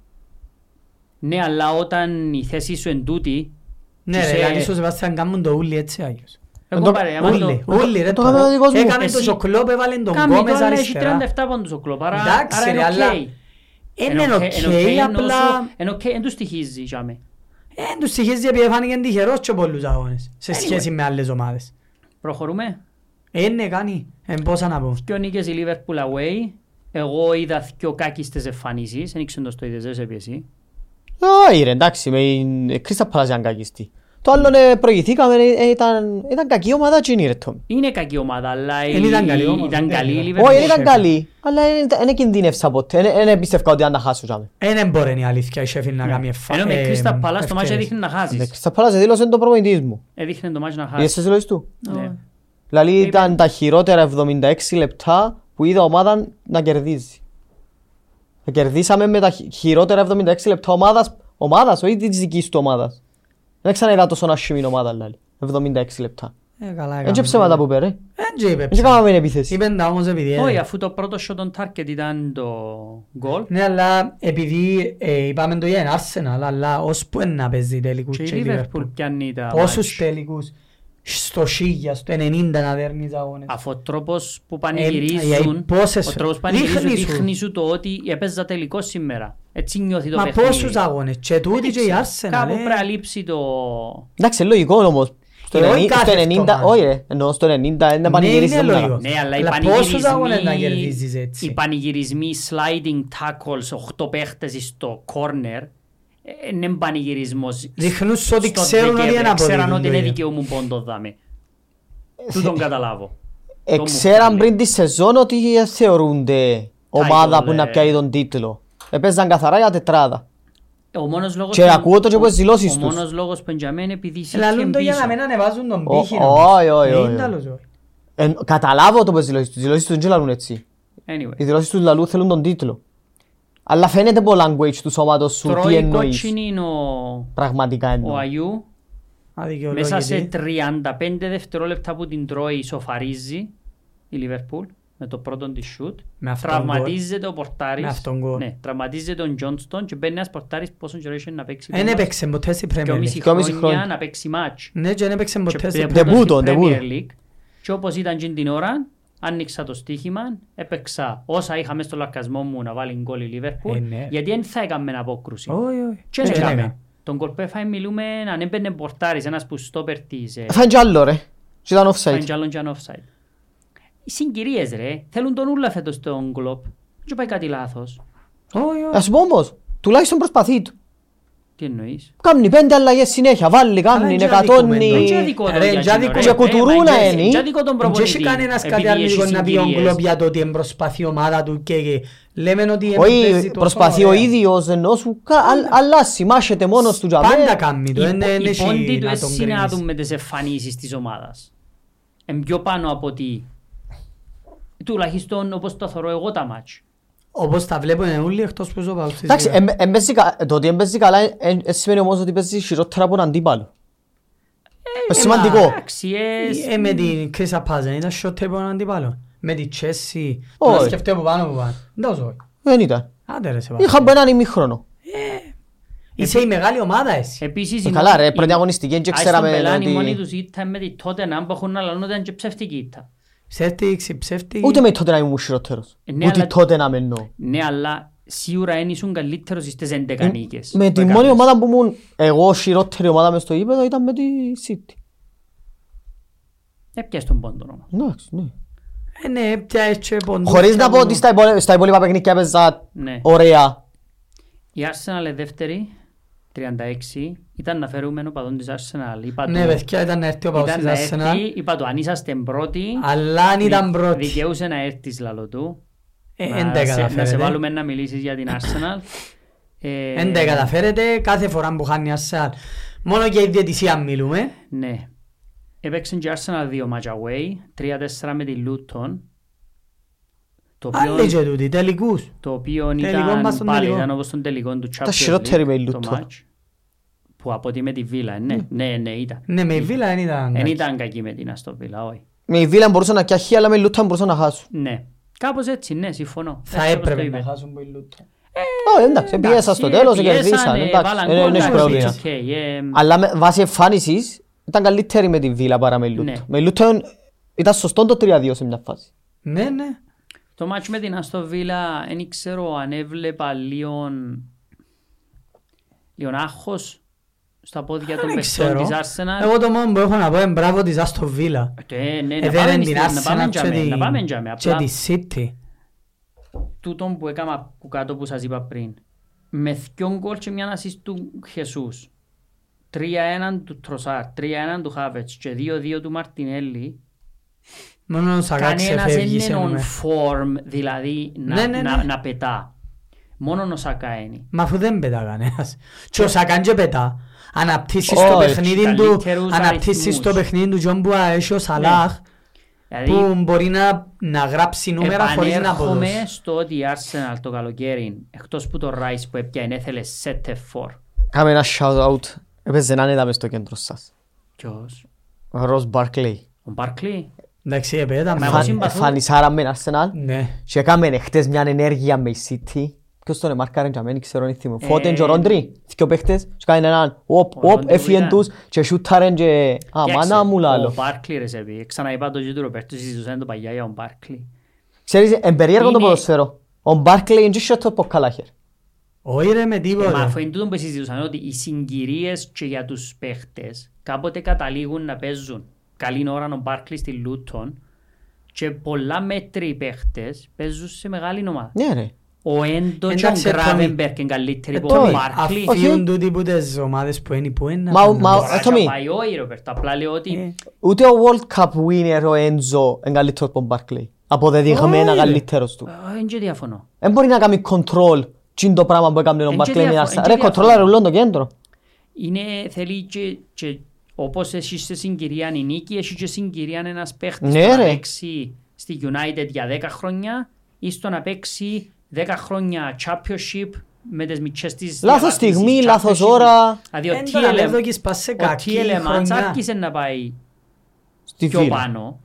Speaker 1: Ναι, αλλά όταν η θέση σου εν τούτη,
Speaker 2: Ναι ρε,
Speaker 1: Τους, ε,
Speaker 2: αλλά ίσως βάζεις να κάνουν το ούλι έτσι άγιος.
Speaker 1: εγώ
Speaker 3: το-
Speaker 1: πάρε, Ε, άμα
Speaker 2: Ούλι,
Speaker 1: το...
Speaker 2: ούλι ρε
Speaker 3: το είχαμε ο δικός μου.
Speaker 2: Έκαμε
Speaker 1: Εσύ-
Speaker 2: το σοκλόπ, έβαλε τον
Speaker 1: Κάμνει
Speaker 2: Γκόμες
Speaker 1: τώρα έχει
Speaker 2: αριστερά.
Speaker 1: 37 πόντους ο κλόπ, άρα
Speaker 2: Εντάξει,
Speaker 1: άρα
Speaker 2: ρε,
Speaker 1: είναι
Speaker 2: αλλά- ε,
Speaker 1: οκ.
Speaker 2: Είναι
Speaker 1: οκ,
Speaker 2: οκ,
Speaker 1: είναι
Speaker 2: απλά...
Speaker 1: όσο- Είναι οκ, δεν τους στοιχίζει για μέ.
Speaker 2: Ε, τους στοιχίζει επειδή φάνηκε τυχερός και πολλούς αγώνες σε
Speaker 1: Anyway.
Speaker 2: σχέση με άλλες ομάδες.
Speaker 1: Προχωρούμε.
Speaker 2: Ε, Είναι κάνει, εν πόσα να πω.
Speaker 1: Δυο νίκες η Liverpool away. Εγώ είδα δυο κάκιστες εμφανίσεις. Δεν ήξερα το στο είδες, δεν σε πιεσεί.
Speaker 3: Όχι ρε, εντάξει, με η ε, Κρίστα Πάλας ήταν κακιστή. Το άλλο ε, προηγηθήκαμε, ε, ε, ήταν, ήταν κακή ομάδα εκείνη ρε Τόμι.
Speaker 1: Είναι κακή ομάδα, αλλά η-
Speaker 2: Δεν Ε, ήταν καλή ομάδα.
Speaker 1: ήταν
Speaker 2: Δεν
Speaker 1: καλή η
Speaker 2: ήταν.
Speaker 1: Liverpool.
Speaker 3: Όχι, δεν ήταν
Speaker 2: Sheffield.
Speaker 3: καλή, αλλά δεν κινδύνευσα ποτέ. Δεν πίστευκα ότι αν τα χάσω τζάμε.
Speaker 2: Ε, Δεν μπορεί η αλήθεια η Sheffield να κάνει εφα...
Speaker 1: Ναι. Ενώ με
Speaker 2: ε,
Speaker 1: Crystal Palace το μάτς
Speaker 2: ευκαιρίες.
Speaker 1: έδειχνε να
Speaker 3: Η
Speaker 1: χάσεις.
Speaker 3: Κρίστα Πάλας δήλωσε τον προπονητής μου.
Speaker 1: Έδειχνε το μάτς να
Speaker 3: Είδες
Speaker 1: χάσεις.
Speaker 3: τις δηλώσεις του.
Speaker 1: Ναι.
Speaker 3: Δηλαδή ήταν τα χειρότερα 76 λεπτά που είδα ομάδα να κερδίζει. Να κερδίσαμε με τα χει- χειρότερα 76 λεπτά ομάδας, ομάδας όχι της δικής του ομάδας. Δεν ξαναείδα τόσο να σιμή ομάδα, δηλαδή. 76 λεπτά.
Speaker 2: Ε, καλά
Speaker 3: Δεν και
Speaker 2: έκαμε.
Speaker 3: ψέματα που πέρε.
Speaker 2: Δεν και είπε
Speaker 3: Δεν και
Speaker 2: ψέματα.
Speaker 3: κάναμε επίθεση.
Speaker 2: Είπε τα όμως επειδή... ε,
Speaker 1: Όχι,
Speaker 2: έδειχνε.
Speaker 1: αφού το πρώτο shot on target ήταν το γκολ.
Speaker 2: Ναι, αλλά επειδή ε, είπαμε το για την Arsenal, αλλά ώσπου εν να παίζει τελικούς
Speaker 1: Και
Speaker 2: και
Speaker 1: η
Speaker 2: η Liverpool.
Speaker 1: Liverpool πιάνει τα
Speaker 2: Όσους
Speaker 1: μάτς.
Speaker 2: τελικούς στο 1000, στο 90 να δέρνεις αγώνες.
Speaker 1: Αφού ο τρόπος που
Speaker 2: Ε, οι
Speaker 1: πανηγυρίζουν,
Speaker 2: πόσες-
Speaker 1: ο τρόπος που
Speaker 2: δείχνει
Speaker 1: πανηγυρίζουν
Speaker 2: σου.
Speaker 1: δείχνει σου το ότι έπαιζα τελικό σήμερα. Έτσι νιώθει το
Speaker 2: Μα
Speaker 1: παιχνίδι.
Speaker 2: πόσους αγώνες, και τούτη και η Arsenal.
Speaker 1: Κάπου
Speaker 2: ε.
Speaker 1: πρέπει να λείψει το...
Speaker 3: Εντάξει, είναι λογικό όμως. Στο
Speaker 2: Ε, όχι
Speaker 3: 90
Speaker 2: κάθε
Speaker 3: στο
Speaker 2: αυτό
Speaker 3: 90,
Speaker 2: μάτι.
Speaker 3: όχι ρε, εννοώ στο 90 είναι πανηγυρίζει.
Speaker 2: είναι
Speaker 3: δεν
Speaker 2: λογικό.
Speaker 3: έκανα.
Speaker 1: Ναι, αλλά οι
Speaker 2: Αλλά πόσους αγώνες να κερδίζεις
Speaker 1: πανηγυρισμοί,
Speaker 2: έτσι?
Speaker 1: οι πανηγυρισμοί sliding tackles, 8 παίχτες στο corner, ε, είναι πανηγυρισμός.
Speaker 2: Δείχνουν σου ότι
Speaker 1: Στον
Speaker 2: ξέρουν ότι
Speaker 1: Δεκέμβρη,
Speaker 2: είναι
Speaker 1: Ξέραν ότι
Speaker 2: αποδίδουν. το
Speaker 1: δεν
Speaker 2: ίδιο.
Speaker 1: δικαιούμουν πόντο δάμε. Του τον καταλάβω. Το μου
Speaker 3: Εξέραν
Speaker 1: φάνηκε.
Speaker 3: πριν τη σεζόν ότι δεν θεωρούνται ομάδα που
Speaker 1: ε.
Speaker 3: να πιάει τον τίτλο. Έπαιζαν καθαρά για τετράδα.
Speaker 1: Ο μόνος λόγος
Speaker 3: Και
Speaker 1: που-
Speaker 3: ακούω το και
Speaker 1: ο-
Speaker 3: από τις δηλώσεις
Speaker 1: Ο
Speaker 3: τους.
Speaker 1: μόνος λόγος που για μένα επειδή είσαι
Speaker 2: Λαλούν το για να μην ανεβάζουν τον
Speaker 3: Ο-
Speaker 2: πύχη.
Speaker 3: όχι, όχι, όχι.
Speaker 2: Είναι τέλος, όχι.
Speaker 3: Εν, καταλάβω το πως δηλώσεις τους. Οι δηλώσεις τους δεν λαλούν έτσι. Οι
Speaker 1: Anyway,
Speaker 3: δηλώσεις τους λαλούν θέλουν τον τίτλο. Αλλά φαίνεται από language του σώματος σου τι
Speaker 1: τρώει
Speaker 3: εννοείς.
Speaker 1: κότσινη είναι ο-
Speaker 3: Πραγματικά εννοώ.
Speaker 1: ο Αγιού.
Speaker 2: Αδικαιολόγητη.
Speaker 1: Μέσα σε 35 δευτερόλεπτα που την τρώει ισοφαρίζει η Λιβερπούλ με το πρώτο της σουτ.
Speaker 2: Με αυτόν
Speaker 1: Τραυματίζεται ο Πορτάρης.
Speaker 2: Με αυτόν γκολ.
Speaker 1: Ναι, τραυματίζεται ο Τζόνστον και μπαίνει ένας Πορτάρης πόσο καιρό είχε να παίξει.
Speaker 2: Εν
Speaker 1: το μάτς.
Speaker 2: έπαιξε ποτέ στην Premier
Speaker 1: Δυόμιση
Speaker 2: League.
Speaker 3: Δυόμιση
Speaker 1: χρόνια
Speaker 3: χρόνια.
Speaker 1: να παίξει μάτς.
Speaker 2: Ναι, και εν έπαιξε
Speaker 1: Και
Speaker 2: ποτέ στην
Speaker 1: πρώτος
Speaker 2: Premier
Speaker 3: debut.
Speaker 2: League.
Speaker 3: Ντεμπούτο,
Speaker 1: στην
Speaker 3: ντεμπούτο.
Speaker 1: Premier League. Και όπως ήταν και την ώρα, άνοιξα το στοίχημα, έπαιξα όσα είχα μες στο λαρκασμό μου να βάλει γκολ η Λίβερπουλ,
Speaker 2: Ε, ναι.
Speaker 1: γιατί δεν θα έκαμε απόκρουση.
Speaker 2: Όχι, όχι.
Speaker 1: Και
Speaker 2: Ναι,
Speaker 1: δεν
Speaker 2: ναι,
Speaker 1: έκαμε.
Speaker 2: ναι.
Speaker 1: Τον κολ που έφαγε μιλούμε αν έμπαινε πορτάρης, ένας που στόπερ της... ε,
Speaker 3: Θα είναι κι άλλο ρε. Και ήταν
Speaker 1: θα
Speaker 3: offside.
Speaker 1: είναι κι άλλον κι αν offside. Οι συγκυρίες ρε, θέλουν τον ούλα φέτος τον κλοπ. Δεν πάει κάτι λάθος.
Speaker 2: Όχι, όχι.
Speaker 3: Ε, Ας σου πω όμως, τουλάχιστον προσπαθεί του.
Speaker 1: Τι εννοείς.
Speaker 3: Κάνει πέντε αλλαγές συνέχεια, βάλει,
Speaker 2: Αλλά
Speaker 3: κάνει,
Speaker 1: Δεν
Speaker 2: είναι
Speaker 3: εκατώνει.
Speaker 1: είναι αδικό τον για
Speaker 2: Ρε, είναι
Speaker 1: εκείνο,
Speaker 2: αδικό.
Speaker 1: ρε.
Speaker 3: Ε, Και
Speaker 1: Ε,
Speaker 3: κουτουρούνα
Speaker 1: μα είναι-
Speaker 3: είναι.
Speaker 1: είναι αδικό τον
Speaker 2: Δεν
Speaker 1: προπονητή,
Speaker 2: έχει κανένας κάτι
Speaker 1: επειδή
Speaker 2: αρνητικό
Speaker 1: έχεις
Speaker 2: να πει ο
Speaker 1: συγκυρίες.
Speaker 2: Κλόπ για το ότι εν προσπαθεί η ομάδα του και- και λέμε ότι εν παίζει
Speaker 3: Όχι,
Speaker 2: τόσο
Speaker 3: προσπαθεί ο
Speaker 2: ωραία.
Speaker 3: ίδιος ενώ σου κα- αλ- αλλάζει, μάχεται μόνος του τζαμέ.
Speaker 2: Πάντα κάνει το,
Speaker 1: Οι-
Speaker 2: εν- εν
Speaker 1: Οι
Speaker 2: έχει
Speaker 1: πόντοι του
Speaker 2: ναι, να τον
Speaker 1: έτσι
Speaker 2: κρίνεις.
Speaker 1: συνάδουν με τις εμφανίσεις της ομάδας. Εν πιο πάνω από ότι τουλάχιστον όπως το θεωρώ εγώ τα μάτς.
Speaker 2: Όπως τα βλέπουν όλοι εκτός που ζω
Speaker 3: Εντάξει, εμ- εμ παίζει κα- το ότι εμπέζει καλά ε, ε, ε, σημαίνει όμως ότι παίζει χειρότερα από έναν αντίπαλο. Ε, σημαντικό.
Speaker 1: Εντάξει, ε,
Speaker 2: Ε, με την Κρίστα Πάζ, δεν ήταν short tape έναν αντίπαλο. Με την Τσέσι,
Speaker 3: Όχι.
Speaker 2: τώρα σκεφτεί από πάνω από πάνω. Δεν το όχι.
Speaker 3: Δεν ήταν.
Speaker 2: Άντε ρε σε πάνω.
Speaker 3: Είχαμε έναν ημίχρονο.
Speaker 2: Είσαι η μεγάλη ομάδα εσύ.
Speaker 1: Επίσης...
Speaker 3: Ε,
Speaker 1: η
Speaker 3: καλά,
Speaker 1: μόνη-
Speaker 3: ρε,
Speaker 1: η-
Speaker 3: πρώτη αγωνιστική, και
Speaker 1: Άι, στον
Speaker 3: ξέραμε δηλαδή-
Speaker 1: Μπελάν,
Speaker 3: ότι-
Speaker 1: Η μόνη τους ήττα με τη τότε να μπαχούν να λαλούν ήταν και ψεύτικη ήττα.
Speaker 2: Ψεύτικη, ξυψεύτικη.
Speaker 3: Ούτε με τότε να ήμουν χειρότερος.
Speaker 1: Ε, ναι,
Speaker 3: Ούτε
Speaker 1: αλλά-
Speaker 3: τότε να με εννοώ.
Speaker 1: Ναι, αλλά σίγουρα δεν ήσουν καλύτερος στις 11 νίκες.
Speaker 3: Με τη
Speaker 1: που
Speaker 3: μόνη
Speaker 1: έκανες.
Speaker 3: ομάδα που ήμουν εγώ χειρότερη ομάδα μες στο γήπεδο ήταν με τη City.
Speaker 1: Έπιασε Ε, τον πόντο όμως.
Speaker 3: Εντάξει, ναι.
Speaker 2: Ε, ναι, πια έτσι ποντούς.
Speaker 3: Χωρίς να πω ότι στα υπόλοι- στα υπόλοιπα παιχνίδια έπαιζα
Speaker 1: Ναι.
Speaker 3: ωραία.
Speaker 1: Η Arsenal είναι δεύτερη, 36. Η ήταν να φέρουμε έναν παδόν της Arsenal. Είπα
Speaker 2: Ναι,
Speaker 1: του,
Speaker 2: παιδιά, ήταν να έρθει ο παός
Speaker 1: ήταν
Speaker 2: της
Speaker 1: να
Speaker 2: Arsenal.
Speaker 1: έρθει, είπα του, αν είσαστε πρώτοι,
Speaker 2: Αλλά αν ήταν
Speaker 1: δι-
Speaker 2: πρώτη.
Speaker 1: δικαιούσε να έρθεις λαλό του.
Speaker 2: Ε,
Speaker 1: Να
Speaker 2: Εν τα
Speaker 1: σε- Να σε
Speaker 2: καταφέρετε.
Speaker 1: βάλουμε να μιλήσεις για την Arsenal. Ε,
Speaker 2: Εν τα καταφέρετε κάθε φορά που χάνει η Arsenal. Μόνο και η διαιτησία μιλούμε.
Speaker 1: Ναι. Έπαιξε και η Arsenal δύο match away, 3-4 με τη Luton. Το
Speaker 2: Άλλοι
Speaker 1: οποίο,
Speaker 2: και τούτοι, τελικούς.
Speaker 1: το οποίο
Speaker 2: Τελικό
Speaker 1: ήταν
Speaker 2: μας στον
Speaker 1: πάλι
Speaker 2: τελικό.
Speaker 1: ήταν όπως τον τελικό του Champions
Speaker 3: χειρότερη με
Speaker 1: League
Speaker 3: η
Speaker 1: το
Speaker 3: Luton.
Speaker 1: match. Που από τη με τη Villa, ναι, ναι, ναι, ήταν.
Speaker 2: Ναι, με η Βίλα δεν ήταν.
Speaker 1: Δεν
Speaker 2: κακή.
Speaker 1: ήταν κακή με την Aston Villa, όχι.
Speaker 3: Με η Βίλα μπορούσα να πιαχεί, αλλά με η Λούτα μπορούσα να χάσω.
Speaker 1: Ναι. Κάπως έτσι, ναι, συμφωνώ.
Speaker 2: Θα
Speaker 1: Έτσι όπως το
Speaker 2: έπρεπε
Speaker 1: είπε.
Speaker 2: να χάσουν που η Λούτο.
Speaker 3: Ω, εντάξει, πιέσα στο τέλος, κερδίσαν.
Speaker 1: πιέσανε,
Speaker 3: Εντάξει,
Speaker 1: ε, βάλαν
Speaker 3: δεν
Speaker 1: γκολ,
Speaker 3: έχει
Speaker 1: εντάξει,
Speaker 3: πρόβλημα.
Speaker 1: it's okay, ε,
Speaker 3: Αλλά με- βάσει εμφάνισης ήταν καλύτερη με τη Βίλα παρά με η
Speaker 1: Ναι.
Speaker 3: Λούτα. Με η Λούτα ήταν σωστό το 3-2 σε μια φάση.
Speaker 2: Ναι, ναι.
Speaker 1: Το μάτς με την Αστο Βίλα δεν ξέρω αν έβλεπα λίγο λίγο άγχος στα πόδια των
Speaker 2: Δεν
Speaker 1: παιχτών
Speaker 2: ξέρω.
Speaker 1: της Arsenal.
Speaker 2: Εγώ το μόνο που έχω να πω είναι μπράβο της Άστο Βίλα.
Speaker 1: Ε, ναι,
Speaker 2: Ε,
Speaker 1: να
Speaker 2: δεν
Speaker 1: πάμε
Speaker 2: είναι
Speaker 1: στη-
Speaker 2: την
Speaker 1: να πάμε
Speaker 2: Arsenal και
Speaker 1: τζάμε, να πάμε
Speaker 2: την-
Speaker 1: τζάμε.
Speaker 2: και
Speaker 1: Απλά
Speaker 2: τη City.
Speaker 1: τούτον που έκανα που κάτω που σας είπα πριν. Με δυο γκολ και μια ασίστ του Χεσούς. 3-1 του Τροσάρ, 3-1 του Χάβετς και 2-2 του Μαρτινέλli.
Speaker 2: Μόνο ο Σακά
Speaker 1: Κανένας δεν
Speaker 2: ξεφεύγει σε
Speaker 1: είναι on
Speaker 2: νούμε.
Speaker 1: form, δηλαδή να,
Speaker 2: Ναι, ναι,
Speaker 1: να,
Speaker 2: ναι.
Speaker 1: να πετά. Μόνον ο Σακά είναι.
Speaker 2: Μα αφού δεν πετά κανένας. Και ο Σακάν και πετά. Αναπτύσσεις το
Speaker 3: Όχι,
Speaker 2: παιχνίδι του,
Speaker 1: καλύτερους
Speaker 2: αναπτύσσεις το
Speaker 1: αριθμούς.
Speaker 2: παιχνίδι του Τζον που έχει ο Σαλάχ,
Speaker 1: Δηλαδή,
Speaker 2: που μπορεί να, να γράψει νούμερα χωρίς να
Speaker 1: επανέρχομαι
Speaker 2: αποδώσεις.
Speaker 1: στο ότι η Arsenal το καλοκαίρι, εκτός που το Rice που έπιανε, έθελε set for.
Speaker 3: Κάμε ένα shout-out. Έπαιζε να είναι μες στο κέντρο σας.
Speaker 1: Ποιος?
Speaker 3: Ο Ρος Μπαρκλέι.
Speaker 1: Ο Μπάρκλι.
Speaker 2: Εντάξει, επέταμε.
Speaker 1: Μα εγώ
Speaker 3: Εφαν-
Speaker 1: συμπαθώ.
Speaker 3: Εφανισάρα με την Arsenal.
Speaker 2: Ναι.
Speaker 3: Και έκαμε χτες μια ενέργεια με η City. Ποιος τον εμάρκαρε και αμένει, ξέρω, δεν θυμώ. Φώτεν και ο Ρόντρι, δυο παίχτες, και κάνει έναν οπ,
Speaker 1: Ε, Ο
Speaker 3: οπ,
Speaker 1: Ρόντρι
Speaker 3: έφυγεν
Speaker 1: ήταν.
Speaker 3: τους και σούταρεν και... Α, μάνα μου
Speaker 1: Ο
Speaker 3: λάλο.
Speaker 1: Μπάρκλι ρε σε πει. Ξαναείπα το και του Ροπέρτου, συζητούσαν το παγιά για τον Μπάρκλι.
Speaker 3: Ξέρεις, εμπεριέργο το
Speaker 1: Είναι-
Speaker 3: ποδοσφαίρο. Ο Μπάρκλεϊ είναι και το ποκαλάχερ.
Speaker 2: Όχι ρε με
Speaker 1: Ε, Μα
Speaker 2: τίποτα.
Speaker 1: αφού είναι τούτο που συζητούσαν ότι οι συγκυρίες και για τους παίχτες κάποτε καταλήγουν να παίζουν καλή ώρα ο Μπάρκλι στη Λούτον και πολλά μέτροι παίχτες παίζουν σε μεγάλη ομάδα.
Speaker 3: Ναι ρε.
Speaker 1: Ο Έντο και ο
Speaker 2: Εντάξει, Τόμι.
Speaker 1: Γκράβενμπερκ είναι
Speaker 2: Ε,
Speaker 1: καλύτεροι από
Speaker 3: Τόμι,
Speaker 1: τον
Speaker 3: Barkley.
Speaker 1: Μπάρκλι.
Speaker 3: αυτό-
Speaker 2: Αφήνουν τούτοι που τις ομάδες που είναι που είναι.
Speaker 3: Μα- μα-
Speaker 1: Τώρα
Speaker 3: Ε, Τόμι.
Speaker 1: θα πάει ο Ρομπέρτ, απλά λέω ότι
Speaker 3: Ούτε ο World Cup winner ο Έντζο είναι καλύτερος από τον Μπάρκλεϊ. Αποδεδειγμένα
Speaker 2: Όχι, ρε.
Speaker 3: καλύτερος του.
Speaker 1: Ε, δεν και διαφωνώ.
Speaker 3: Δεν μπορεί να κάνει control τι είναι το πράγμα που έκανε ο
Speaker 1: Εν
Speaker 3: Μπαρκλέι με την
Speaker 1: και
Speaker 3: Arsenal.
Speaker 1: διαφο-
Speaker 3: Ρε,
Speaker 1: εν και
Speaker 3: κοντρόλαρε ουλόν το κέντρο.
Speaker 1: Είναι, θέλει και, και όπως εσύ σε συγκυρία η νίκη, έχει και συγκυρία ένας παίχτης
Speaker 3: Ναι,
Speaker 1: που να
Speaker 3: ρε.
Speaker 1: παίξει στη United για 10 χρόνια ή στο να παίξει 10 χρόνια Championship με τις μητσές της
Speaker 3: Λάθος
Speaker 1: διαβάθμισης,
Speaker 3: στιγμή, λάθος
Speaker 1: Championship.
Speaker 3: ώρα.
Speaker 1: Δηλαδή ο
Speaker 2: Ε, τώρα,
Speaker 1: TLM
Speaker 2: λέω, δόκεις πας σε
Speaker 1: ο
Speaker 2: κακή
Speaker 1: TLM
Speaker 2: χρονιά.
Speaker 1: άρχισε να πάει
Speaker 3: Στη
Speaker 1: πιο
Speaker 3: Βίλα.
Speaker 1: πάνω.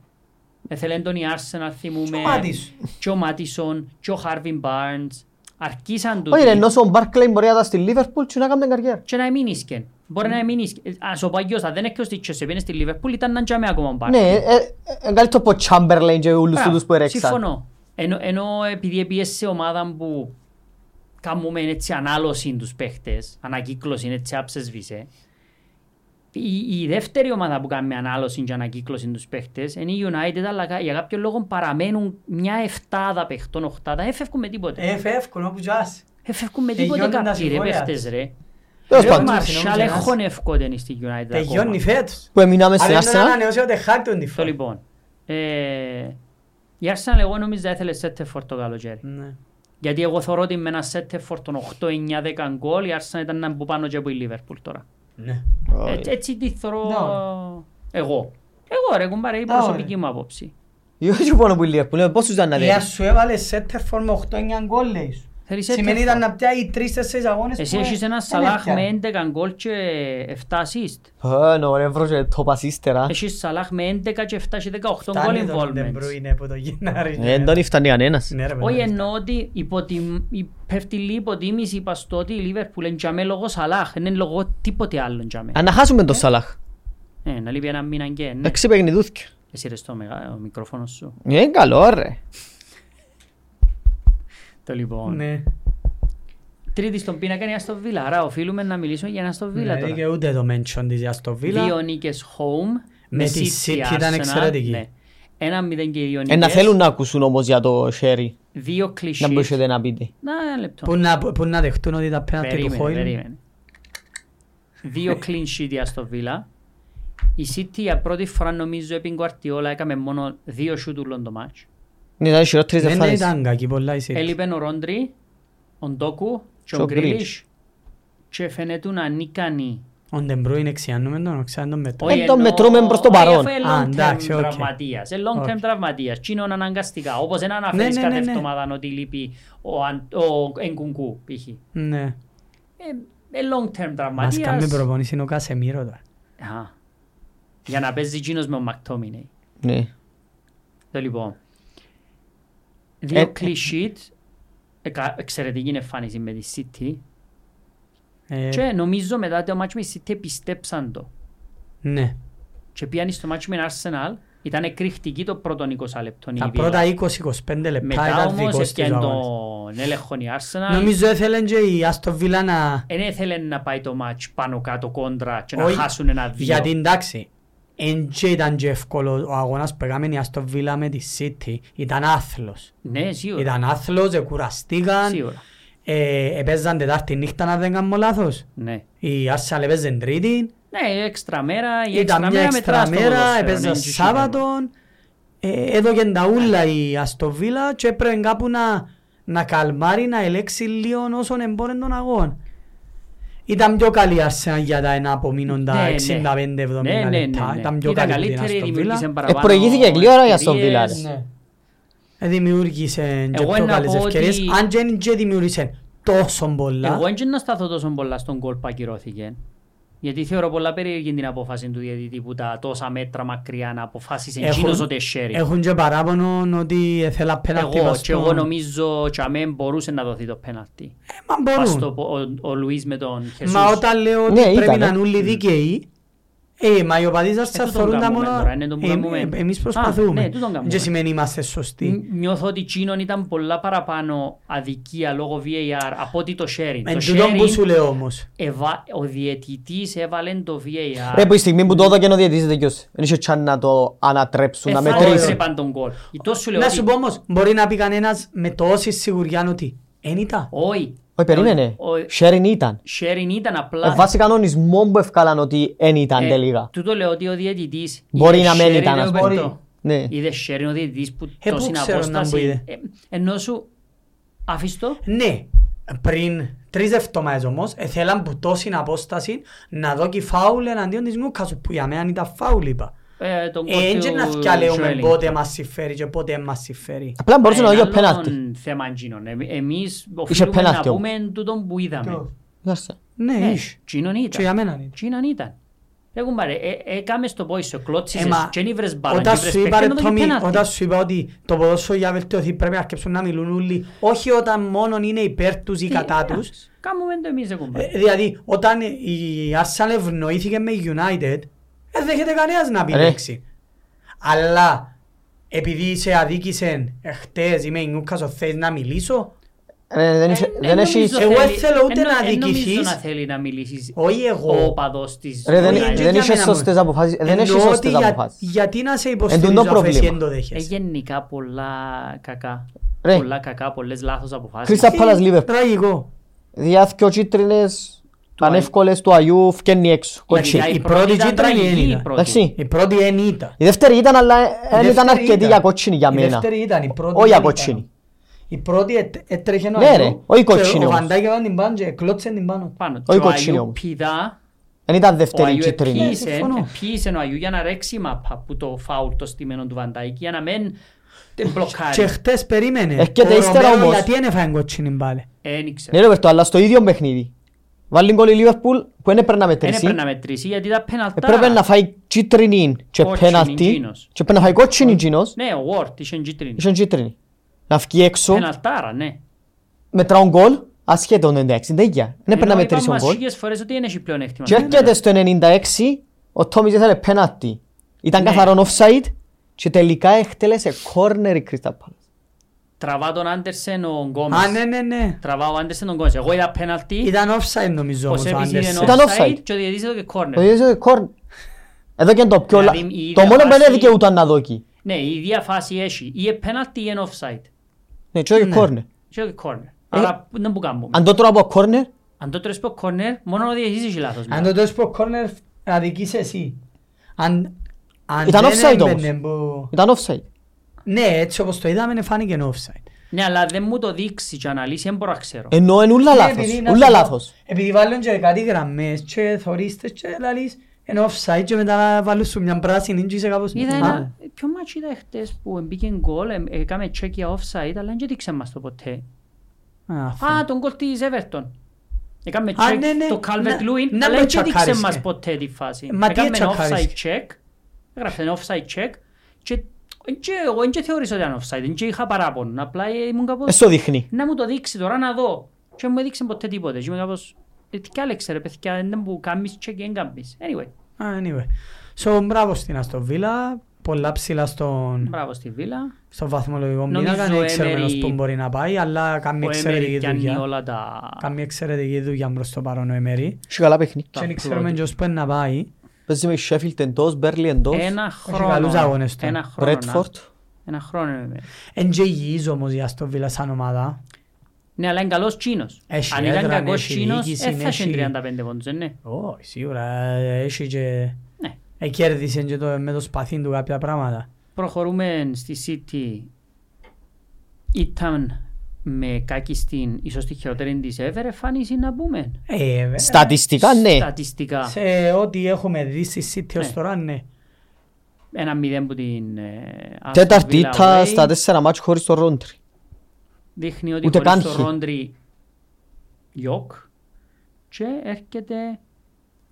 Speaker 1: Έθελε τον η Arsenal, θυμούμε.
Speaker 2: Και ο Μάτισον.
Speaker 1: Και ο Μάτισον, και ο Χάρβιν Μπάρνς. Αρκίσαν τούτοι
Speaker 3: Όχι ρε, ενώ ο Μπαρκλέι μπορεί να ήταν στη Λίβερπουλ και να κάνει την καριέρα.
Speaker 1: και να μην ίσκεν. Μπορεί
Speaker 2: Ναι.
Speaker 1: να μην ίσκεν. Ε, Ας ο Παγιός, αν δεν έκαιος τη Chelsea, πήγαινε στη Liverpool, ήταν να τζάμε ακόμα ο Μπάρνς.
Speaker 3: Ναι, ε, ε, ε, καλύτερο από Chamberlain και όλους
Speaker 1: Μπράβο,
Speaker 3: τους που έρεξαν.
Speaker 1: Συμφωνώ. Ενώ, ενώ επειδή έπιες σε ομάδα που κάνουμε έτσι ανάλωση τους παίχτες, ανακύκλωση έτσι άψες βίσε, η, η δεύτερη ομάδα που κάνει ανάλωση και ανακύκλωση τους παίχτες είναι η United, αλλά κα- για κάποιο λόγο παραμένουν μια εφτάδα παίχτων, οχτάδα, δεν φεύγουν με τίποτε.
Speaker 2: Ε, φεύγουν όπου τζάς.
Speaker 1: Δεν φεύγουν με
Speaker 2: και
Speaker 1: τίποτε
Speaker 2: γιώνουν τα
Speaker 1: κάποιοι ρε
Speaker 2: συμβόλαια.
Speaker 1: παίχτες ρε.
Speaker 3: Τέλος
Speaker 2: Ε,
Speaker 1: Ο
Speaker 3: πάντων,
Speaker 2: μα-
Speaker 1: Μαρσιάλ
Speaker 2: συνομιλιάς.
Speaker 1: έχουν ευκόντεν στη United ακόμα.
Speaker 2: Τελειώνει φέτος.
Speaker 3: που εμείναμε
Speaker 2: Αν
Speaker 3: στην
Speaker 2: δεν τον
Speaker 3: Arsenal.
Speaker 2: ανανεώσει ο Τεχάκ τη
Speaker 1: Το
Speaker 2: φορά.
Speaker 1: λοιπόν. Ε, η Arsenal εγώ νομίζω θα ήθελε Σέτεφορ το καλοκαίρι.
Speaker 2: Ναι.
Speaker 1: Γιατί εγώ θεωρώ ότι με ένα Σέτεφορ των 8-9-10 γκολ η Arsenal ήταν να μπουν πάνω και από η Liverpool τώρα.
Speaker 2: Ναι.
Speaker 1: Ε, έτσι τη θεωρώ
Speaker 2: Ναι,
Speaker 1: εγώ. Εγώ ρε κουμπάρε, η
Speaker 2: Ναι, ωραία.
Speaker 1: προσωπική μου άποψη.
Speaker 3: Ή όχι μόνο λοιπόν, που η Λίβερπουλ, λέω, πόσους ήταν να
Speaker 2: Η
Speaker 3: δεις.
Speaker 2: σου έβαλες σέτερφορ με 8-9 γκολ λέει σου.
Speaker 1: Θέλεις
Speaker 2: Σημαίνει
Speaker 1: Σέτεφορ.
Speaker 2: ήταν να πιάει 3-4 αγώνες
Speaker 1: Εσύ
Speaker 2: που Ε, ναι,
Speaker 1: έχεις
Speaker 2: δεν
Speaker 1: ένα Σαλάχ
Speaker 2: έπιανε.
Speaker 1: με 11 γκολ και 7 assist.
Speaker 3: Ε, νο, ρε, βρω και το πας ύστερα.
Speaker 1: Έχεις Σαλάχ με 11 και 7 και 18 γκολ
Speaker 2: Φτάνει τον
Speaker 1: involvements.
Speaker 2: Ντεμπρούινε που το Γενάρη.
Speaker 3: Ε, Δεν τον φτάνει κανένας.
Speaker 2: Ναι, ρε, παιδιά.
Speaker 1: Όχι εννοώ ότι υποτιμ... η- πέφτει λίγο υποτίμηση είπα στο ότι η Λίβερπουλ είναι τζαμέ λόγω Σαλάχ, δεν είναι λόγω τίποτε άλλο τζαμέ.
Speaker 3: Αν να χάσουμε τον Σαλάχ.
Speaker 1: Ε, να λείπει ένα μήνα και ναι.
Speaker 3: Έξι παιχνιδούθηκε.
Speaker 1: Εσύ ρε στο μεγά... ο μικρόφωνος σου.
Speaker 3: Ε, Είναι καλό ρε.
Speaker 1: Το λοιπόν.
Speaker 2: Ναι.
Speaker 1: Τρίτη στον πίνακα είναι η Αστο Βίλα, άρα οφείλουμε να μιλήσουμε για Αστο Βίλα
Speaker 2: Ναι,
Speaker 1: τώρα.
Speaker 2: και ούτε το mention της Aston Villa.
Speaker 1: Δύο νίκες home,
Speaker 2: Με τη City ήταν
Speaker 1: Arsenal,
Speaker 2: εξαιρετική.
Speaker 1: ναι. Ένα μηδέν και δύο
Speaker 3: Ε, να
Speaker 1: νίκες,
Speaker 3: θέλουν να ακούσουν όμως για το Σέρι.
Speaker 1: δύο
Speaker 3: Να
Speaker 1: κλισίες.
Speaker 3: μπορούσατε να πείτε.
Speaker 1: Να, ένα λεπτό.
Speaker 2: Πού να- Πού να δεχτούν ότι τα πέναντι του
Speaker 1: Περίμενε,
Speaker 2: Χόιλ.
Speaker 1: περίμενε. δύο clean sheet στο Villa. Η City για πρώτη φορά νομίζω επί Guardiola έκαμε μόνο δύο shoot ούλων το match.
Speaker 3: Ναι, ήταν οι χειρότερες
Speaker 2: Δεν
Speaker 3: εμφάνιες.
Speaker 2: ήταν κακή πολλά η City.
Speaker 1: Έλειπεν ο Ρόντρι, ο Ντόκου και ο
Speaker 3: Και ο
Speaker 1: Γκρίλις και φαίνεται να ανίκανοι.
Speaker 2: Ο Ντεμπρού είναι ξιάνουμε τον, ξιάνουμε μετά.
Speaker 3: Ε, τον μετρούμε προς το παρόν.
Speaker 2: Α,
Speaker 1: long term
Speaker 2: εντάξει, οκ.
Speaker 1: τραυματίας. Ε, long term
Speaker 2: Οκ.
Speaker 1: τραυματίας. Τι είναι αναγκαστικά. Όπως δεν αναφέρεις
Speaker 2: ναι,
Speaker 1: κάθε
Speaker 2: ναι, ναι.
Speaker 1: εβδομάδα ότι λείπει ο, Αν- ο Εγκουνκού π.χ.
Speaker 2: Ναι.
Speaker 1: Ε, ε, long term
Speaker 2: Μας κάνει
Speaker 1: τραυματίας.
Speaker 2: προπονήση είναι ο Κασεμίρο τώρα.
Speaker 1: Α, Για να παίζει εκείνος με ο Μακτόμινεϊ.
Speaker 3: Ναι.
Speaker 1: Το λοιπόν. Δύο
Speaker 3: Ε,
Speaker 1: κλεισίτ, εξαιρετική εμφάνιση με τη City
Speaker 2: Ε,
Speaker 1: και νομίζω μετά το μάτσο με τη City πιστέψαν το.
Speaker 2: Ναι.
Speaker 1: Και πήγαν στο μάτσο με την Arsenal, ήταν εκρηκτική το πρώτο 20 λεπτών η
Speaker 2: Τα
Speaker 1: Villa.
Speaker 2: πρώτα 20-25 λεπτά
Speaker 1: Μετά
Speaker 2: ήταν
Speaker 1: όμως
Speaker 2: δικός της
Speaker 1: έφτιαν
Speaker 2: ο αγώνας.
Speaker 1: τον έλεγχο η Arsenal.
Speaker 2: Νομίζω έθελε και η Άστο Βίλα να...
Speaker 1: Εν έθελε να πάει το μάτσο πάνω κάτω κόντρα και να
Speaker 2: Όχι,
Speaker 1: χάσουν ένα δύο.
Speaker 2: Γιατί εντάξει, εν και ήταν και εύκολο ο αγώνας που έκαμε η Άστο Βίλα με τη City. Ήταν άθλος.
Speaker 1: Ναι, σίγουρα.
Speaker 2: Ήταν άθλος, εκουραστήκαν.
Speaker 1: Σίγουρα.
Speaker 2: Ε, Επέζαν τετάρτη νύχτα να δεν κάνω λάθος.
Speaker 1: Ναι.
Speaker 2: Η Arsenal έπαιζε τρίτη.
Speaker 1: Ναι, η έξτρα μέρα, η
Speaker 2: Ήταν
Speaker 1: έξτρα
Speaker 2: μια
Speaker 1: μέρα μετρά
Speaker 2: έξτρα
Speaker 1: στο
Speaker 2: μέρα,
Speaker 1: ποδόσφαιρο, ναι,
Speaker 2: έπαιζε
Speaker 1: έτσι σίγουρα.
Speaker 2: Σάββατον. Ε, έδωκε τα ούλα η Αστοβίλα και έπρεπε κάπου να, να καλμάρει, να ελέξει λίγο όσον εμπόρε τον αγών. Ήταν πιο καλή η Arsenal για τα εναπομείνοντα
Speaker 1: Ναι, ναι.
Speaker 2: 65-70
Speaker 1: Ναι, ναι, ναι,
Speaker 2: λεπτά.
Speaker 1: ναι.
Speaker 2: Ήταν πιο
Speaker 1: Ήταν
Speaker 2: καλή από την
Speaker 1: καλύτερη,
Speaker 2: Αστοβίλα.
Speaker 1: δημιούργησε παραπάνω
Speaker 3: Ε, προηγήθηκε γλύωρα η Aston Villa,
Speaker 1: ευκαιρίες.
Speaker 3: ρε.
Speaker 2: Ναι. Ε, Δημιούργησε και
Speaker 1: Εγώ
Speaker 2: πιο
Speaker 1: να
Speaker 2: καλές
Speaker 1: πω
Speaker 2: ευκαιρίες.
Speaker 1: ότι-
Speaker 2: Αν και δεν και δημιούργησε τόσο πολλά.
Speaker 1: Εγώ δεν να σταθώ τόσο πολλά στον κόλ που ακυρώθηκε. Γιατί θεωρώ πολλά περίεργη την απόφαση του διαιτητή που τα τόσα μέτρα μακριά να αποφάσισε
Speaker 2: Έχουν-
Speaker 1: εκείνος ο Τεσσέρι.
Speaker 2: Έχουν και παράπονο ότι ήθελα πέναλτι
Speaker 1: Εγώ
Speaker 2: πας
Speaker 1: και εγώ
Speaker 2: στον-
Speaker 1: νομίζω και αμέ μπορούσε να δοθεί το πέναλτι.
Speaker 2: Ε, μα
Speaker 1: Πας
Speaker 2: μπορούν.
Speaker 1: στο πο- ο- Ο Λουίς με τον Χεσούς.
Speaker 2: Μα όταν λέω ότι
Speaker 3: Ναι,
Speaker 2: πρέπει
Speaker 3: ήταν,
Speaker 2: να
Speaker 3: ε.
Speaker 2: είναι όλοι δίκαιοι, ε, μα οι οπαδείς σας
Speaker 1: τούτον
Speaker 2: θεωρούν τα
Speaker 1: κάνουμε
Speaker 2: μόνο...
Speaker 1: τώρα, είναι το που
Speaker 2: Ε,
Speaker 1: κάνουμε.
Speaker 2: ε, Εμείς
Speaker 1: Α, ναι,
Speaker 2: προσπαθούμε.
Speaker 1: τούτον κάνουμε.
Speaker 2: Δεν σημαίνει είμαστε σωστοί.
Speaker 1: Ν- Νιώθω ότι εκείνον ήταν πολλά παραπάνω αδικία λόγω VAR από ότι το sharing.
Speaker 2: Εν
Speaker 1: Το
Speaker 2: Ε, τούτον που
Speaker 1: sharing,
Speaker 2: σου λέω όμως.
Speaker 1: εβα- ο διαιτητής έβαλε το VAR.
Speaker 3: Ρε που η στιγμή που το έδωκε ο διαιτητής δικαιούσε. Δεν είχε τσάν να το ανατρέψουν, να
Speaker 1: Εφάνηκε
Speaker 3: μετρήσουν.
Speaker 1: τρεπαν Ε, τον κόλ. Ε, τόσο σου λέω
Speaker 2: Να
Speaker 1: ότι-
Speaker 2: σου πω όμως, μπορεί να πει κανένας με τόση σιγουριά ότι «Εν ήταν».
Speaker 1: Όχι.
Speaker 3: Όχι, περίμενε.
Speaker 1: Ο- ο-
Speaker 3: Sharing ήταν.
Speaker 1: Sharing ήταν
Speaker 3: Ε,
Speaker 1: απλά.
Speaker 3: Βάσει κανονισμών που ευκάλαν ότι δεν ήταν
Speaker 1: Ε,
Speaker 3: τελικά.
Speaker 1: Τούτο λέω ότι ο διαιτητής
Speaker 3: Μπορεί
Speaker 1: είδε
Speaker 3: να μην
Speaker 1: sharing,
Speaker 3: ήταν,
Speaker 1: ρε,
Speaker 3: ας
Speaker 1: Ρομπέρτο.
Speaker 2: πούμε.
Speaker 3: Ναι.
Speaker 1: Είδε sharing ο διαιτητής που
Speaker 2: Ε,
Speaker 1: τόση
Speaker 2: πού ξέρω να μου
Speaker 1: απόσταση.
Speaker 2: είδε.
Speaker 1: Ε, Ενώ σου αφήσεις το.
Speaker 2: Ναι, πριν τρεις εβδομάδες όμως, θέλαν που τόση απόσταση να δω και φάουλ εναντίον της Νιούκασου, που για μένα ήταν φάουλ είπα.
Speaker 1: ε, τον
Speaker 2: Ε,
Speaker 1: κόλ
Speaker 2: εν και
Speaker 1: του
Speaker 2: να θυκιαλέουμε
Speaker 1: Joelinton.
Speaker 2: πότε μας συμφέρει και πότε δεν μας συμφέρει.
Speaker 3: Απλά μπορούσε
Speaker 1: Ε,
Speaker 3: να δει ο
Speaker 1: άλλον
Speaker 3: πέναλτι.
Speaker 1: Θέμα εκείνον. Ε, Εμείς οφείλουμε να
Speaker 3: πέναλτι όμως.
Speaker 1: πούμε τούτον που είδαμε.
Speaker 2: Το-
Speaker 3: Κοίταξε.
Speaker 2: Ναι,
Speaker 1: Ναι,
Speaker 2: είσαι.
Speaker 1: εκείνον
Speaker 2: Και για
Speaker 1: ήταν.
Speaker 2: μένα είναι.
Speaker 1: Εκείνον ήταν. Ρε κουμπάρε, ε, έκαμες το πόη σου, κλώτσισες
Speaker 2: Ε, μα,
Speaker 1: και δεν ήβρες μπάλα,
Speaker 2: Όταν
Speaker 1: και ήβρες
Speaker 2: σου είπα,
Speaker 1: παίκτη,
Speaker 2: ρε,
Speaker 1: να δώσεις
Speaker 2: Τόμι,
Speaker 1: πέναλτι.
Speaker 2: όταν σου είπα ότι το ποδόσφαιρο για να βελτιωθεί πρέπει να αρκεψουν να μιλούν όλοι, όχι όταν μόνον είναι υπέρ τους ή
Speaker 1: Τι,
Speaker 2: κατά
Speaker 1: εντάξει,
Speaker 2: τους.
Speaker 1: Κάμουμε το εμείς ρε κουμπάρε.
Speaker 2: Ε, Δηλαδή, όταν η Arsenal ευνοήθηκε με United, δεν δέχεται κανένας να πει
Speaker 3: Ρε.
Speaker 2: λέξη. Αλλά, επειδή σε αδίκησαν χτες ή με η Newcastle, θες να μιλήσω,
Speaker 3: Ε, Δεν είχε-
Speaker 1: Ε,
Speaker 3: δεν
Speaker 1: νομίζω
Speaker 3: έχεις...
Speaker 1: θέλει-
Speaker 2: Εγώ δεν θέλω ούτε
Speaker 1: εν-
Speaker 2: να
Speaker 1: εν νομίζω
Speaker 2: αδικηθείς.
Speaker 1: να θέλει να μιλήσεις
Speaker 2: όχι
Speaker 1: ο
Speaker 2: εγώ.
Speaker 1: οπαδός της
Speaker 3: Ρε, Ε, δεν-
Speaker 1: United.
Speaker 2: Όχι,
Speaker 3: δεν
Speaker 2: για
Speaker 3: είσαι
Speaker 2: μένα μου.
Speaker 3: σωστές αποφάσεις. Ε, Δεν
Speaker 2: Εννοώ
Speaker 3: έχεις
Speaker 2: ότι
Speaker 3: σωστές
Speaker 2: για-
Speaker 3: αποστάσεις.
Speaker 2: Γιατί να σε
Speaker 3: τούτο
Speaker 2: υποστηρίζω αφού εσύ
Speaker 3: πρόβλημα.
Speaker 2: δεν το δέχεσαι.
Speaker 1: Ε, γενικά πολλά κακά.
Speaker 3: Ρε.
Speaker 1: Πολλά κακά, πολλές λάθος αποφάσεις.
Speaker 3: Κρίστα Πάλας
Speaker 2: Ε,
Speaker 3: Λίβερπουλ.
Speaker 2: Τραγικό.
Speaker 3: Διάθηκε ο κίτρινες πανεύκολες του Αγιού φκένει έξω. Κοτσί.
Speaker 1: Γενικά,
Speaker 2: η πρώτη
Speaker 1: ήταν
Speaker 2: κίτρινη
Speaker 1: τραγική, η
Speaker 2: είναι.
Speaker 1: πρώτη.
Speaker 3: Εντάξει.
Speaker 2: Η πρώτη εν ήταν.
Speaker 3: Η δεύτερη ήταν αλλά δεν
Speaker 2: Η
Speaker 3: Ε, ήταν
Speaker 2: δεύτερη
Speaker 3: αρκετή για κότσινη για
Speaker 2: Η
Speaker 3: μένα.
Speaker 2: δεύτερη ήταν, η πρώτη
Speaker 3: Όχι για
Speaker 2: δεν
Speaker 3: κότσινη.
Speaker 2: ήταν. Η πρώτη ε, ετ- έτρεχε
Speaker 3: Ναι,
Speaker 2: αγιό
Speaker 3: ρε, όχι
Speaker 2: και
Speaker 3: κότσινη
Speaker 2: Ο
Speaker 3: όμως.
Speaker 2: Βαντάκη έβαλε την πάνω και εκλώτσε την πάνω.
Speaker 1: Πάνω.
Speaker 3: Όχι
Speaker 1: Και ο
Speaker 3: κοτσίνη
Speaker 1: Αγιού
Speaker 3: όμως.
Speaker 1: πηδά,
Speaker 3: Δεν ήταν
Speaker 1: ο
Speaker 3: δεύτερη
Speaker 1: Αγιού
Speaker 3: κίτρινη.
Speaker 1: επίησε-
Speaker 2: συμφωνώ.
Speaker 1: επίησε ο Αγιού για να ρέξει η μάπα που το φάουλ το στημένο του Βαντάικ για να
Speaker 3: Ε,
Speaker 1: μην την
Speaker 2: Και
Speaker 1: μπλοκάρει.
Speaker 2: χτες περίμενε.
Speaker 3: Έρχεται
Speaker 2: Ο
Speaker 3: Ε, ύστερα
Speaker 2: Ρομέρο
Speaker 3: όμως.
Speaker 2: Γιατί δεν έφαγε κότσινη πάλι.
Speaker 1: Δεν Ε, ήξερα.
Speaker 3: Ναι ρε Βερτο, αλλά στο ίδιο παιχνίδι. Βάλει γκολ η Λίβερπουλ που δεν έπρεπε να
Speaker 1: Ε, Δεν
Speaker 3: μετρήσει.
Speaker 1: έπρεπε να μετρήσει γιατί τα πέναλτα.
Speaker 3: Έπρεπε Ε, να φάει κίτρινη και
Speaker 1: Κότσινη
Speaker 3: πέναλτι.
Speaker 1: εκείνος.
Speaker 3: Και έπρεπε να φάει κότσινη εκείνος.
Speaker 1: Ναι, ο Ward είχε κίτρινη.
Speaker 3: Είχε κίτρινη. Να βγει έξω.
Speaker 1: Πεναλτάρα, ναι.
Speaker 3: Μετράω γκολ. Ασχέτω 96. Δεν έπρεπε Ναι, να
Speaker 1: Ενώ
Speaker 3: μετρήσει ο
Speaker 1: είπαμε
Speaker 3: γκολ.
Speaker 1: ασίγες φορές ότι Ναι, δεν έχει πλέον έκτημα.
Speaker 3: Και έρχεται στο 96, ο Τόμις ήθελε πέναλτι. Ήταν
Speaker 1: Ναι.
Speaker 3: καθαρόν offside και τελικά εκτέλεσε corner η Crystal Palace.
Speaker 1: Τραβά τον Άντερσεν ο Γκόμες.
Speaker 2: Α, ναι, ναι, ναι.
Speaker 1: Τραβά ο Άντερσεν τον Γκόμες. Εγώ είδα πέναλτι,
Speaker 2: Ήταν offside νομίζω
Speaker 1: πως
Speaker 2: όμως ο
Speaker 1: έπισε
Speaker 2: Άντερσεν.
Speaker 1: είναι
Speaker 3: Ήταν
Speaker 1: offside
Speaker 3: offside.
Speaker 1: και ο διαιτητής εδώ και
Speaker 3: Το
Speaker 1: corner.
Speaker 3: ίδιο corner. Εδώ και είναι το πιο...
Speaker 1: Ναι.
Speaker 3: λα-
Speaker 1: Δηλαδή, η ίδια
Speaker 3: Το μόνο που
Speaker 1: φάση-
Speaker 3: δεν δικαιούταν να δόκει.
Speaker 1: Ναι, η ίδια φάση έχει. Ή πέναλτι ή είναι offside.
Speaker 3: Ναι, και όχι corner.
Speaker 1: Και ο corner. Άρα δεν που κάνουμε.
Speaker 3: Αν το τρώω από corner,
Speaker 1: Αν το τρεις από corner, μόνο ο διαιτητής έχει λάθος.
Speaker 2: Αν το τρως προ κόρνερ, αδικείς εσύ. Αν, αν
Speaker 3: Ήταν
Speaker 2: δεν
Speaker 3: offside όμως.
Speaker 2: έμπαινε που-
Speaker 3: Ήταν offside.
Speaker 2: Ναι, έτσι όπως το είδαμε, φάνηκε offside.
Speaker 1: Ναι, αλλά δεν μου το δείξει και αναλύσει, δεν μπορώ να ξέρω.
Speaker 3: Ενώ είναι ούλα
Speaker 2: Ναι,
Speaker 3: λάθος.
Speaker 2: επειδή, να
Speaker 3: Ούλα
Speaker 2: σου πω,
Speaker 3: λάθος.
Speaker 2: Επειδή βάλουν και κάτι γραμμές και θωρίστες και λαλείς, ενώ offside και μετά βάλουν σου μια πράσινη και είσαι κάπως...
Speaker 1: Είδα
Speaker 3: ε,
Speaker 2: Α,
Speaker 1: ένα, ποιο μάτσο είδα χτες που μπήκε γκολ, εμ- έκαμε check για offside, αλλά δεν δείξαν μας το ποτέ.
Speaker 2: α, αυτό.
Speaker 1: Α, τον γκολ της Everton. Έκαμε
Speaker 2: Α, ναι,
Speaker 1: check
Speaker 2: ναι.
Speaker 1: το Calvert Lewin,
Speaker 2: Να- να
Speaker 1: αλλά
Speaker 2: με
Speaker 1: δεν δείξαν μας
Speaker 2: τσακάρισκε.
Speaker 1: ποτέ τη φάση.
Speaker 2: Μα τι
Speaker 1: Έκαμε ένα offside
Speaker 2: τσακάρισκε.
Speaker 1: check, έγραψε ένα offside check και και εγώ δεν θεωρήσα ότι ήταν offside, δεν είχα παράπονο, απλά ε, ήμουν κάπως...
Speaker 3: Εσύ δείχνει.
Speaker 1: να μου το δείξει τώρα να δω. Και μου έδειξε ποτέ τίποτε. Και είμαι κάπως, «Ε, τι κι άλλα ξέρω, παιδιά, δεν μου κάνεις και δεν κάνεις. Anyway,
Speaker 2: Α, Anyway. So, μπράβο στην Αστοβίλα, πολλά ψηλά στον,
Speaker 1: μπράβο στη Βίλα.
Speaker 2: στον βαθμολογικό
Speaker 1: Νομίζω
Speaker 2: μήνα,
Speaker 1: ο
Speaker 2: δεν ξέρουμε
Speaker 1: Emery-
Speaker 2: ως που μπορεί να πάει, αλλά κάνει
Speaker 1: Ο Έμερι
Speaker 2: εξαιρετική
Speaker 1: πιάνει
Speaker 2: δουλειά.
Speaker 1: όλα τα...
Speaker 2: Κάνει εξαιρετική δουλειά προς το παρόν ο Εμέρη.
Speaker 3: Έχει καλά παιχνίδι.
Speaker 1: Τα
Speaker 2: Και δεν
Speaker 1: πρώτα.
Speaker 2: ξέρουμε και ως πού να πάει.
Speaker 3: Παίζει με Sheffield εντός, Burnley εντός,
Speaker 1: Ένα
Speaker 2: καλούς
Speaker 1: χρόνο.
Speaker 2: αγώνες τώρα.
Speaker 1: Ένα χρόνο.
Speaker 3: Bradford.
Speaker 1: να- Ένα χρόνο. είναι.
Speaker 2: Εν και υγιής όμως η Αστοβίλα σαν ομάδα.
Speaker 1: Ναι, αλλά είναι καλός Τσίνος.
Speaker 2: Έχει
Speaker 1: Αν ήταν
Speaker 2: έδρα,
Speaker 1: κακός
Speaker 2: έχει
Speaker 1: Τσίνος,
Speaker 2: διοίκηση,
Speaker 1: δεν θα είχε
Speaker 2: έχει-
Speaker 1: 35 πόντους, δεν είναι.
Speaker 2: Ω, σίγουρα έχει και...
Speaker 1: Ναι.
Speaker 2: Εκέρδισε και το, με το σπαθί του κάποια πράγματα.
Speaker 1: Προχωρούμε στη City. Ήταν με κάκιστη, ίσως τη χειρότερη της ever εμφάνιση να πούμε.
Speaker 2: Ε, βέβαια.
Speaker 3: Στατιστικά ναι.
Speaker 1: Στατιστικά.
Speaker 2: Σε ό,τι έχουμε δει στη City ως
Speaker 1: Ναι.
Speaker 2: τώρα, ναι.
Speaker 1: ένα μηδέν που την ε, Aston
Speaker 3: Τέταρτη
Speaker 1: Villa
Speaker 3: ήταν
Speaker 1: away.
Speaker 3: στα τέσσερα μάτς χωρίς το Ρόντρι.
Speaker 1: Δείχνει ότι
Speaker 3: Ούτε
Speaker 1: χωρίς
Speaker 3: καν
Speaker 1: το
Speaker 3: χ.
Speaker 1: Ρόντρι γιοκ και έρχεται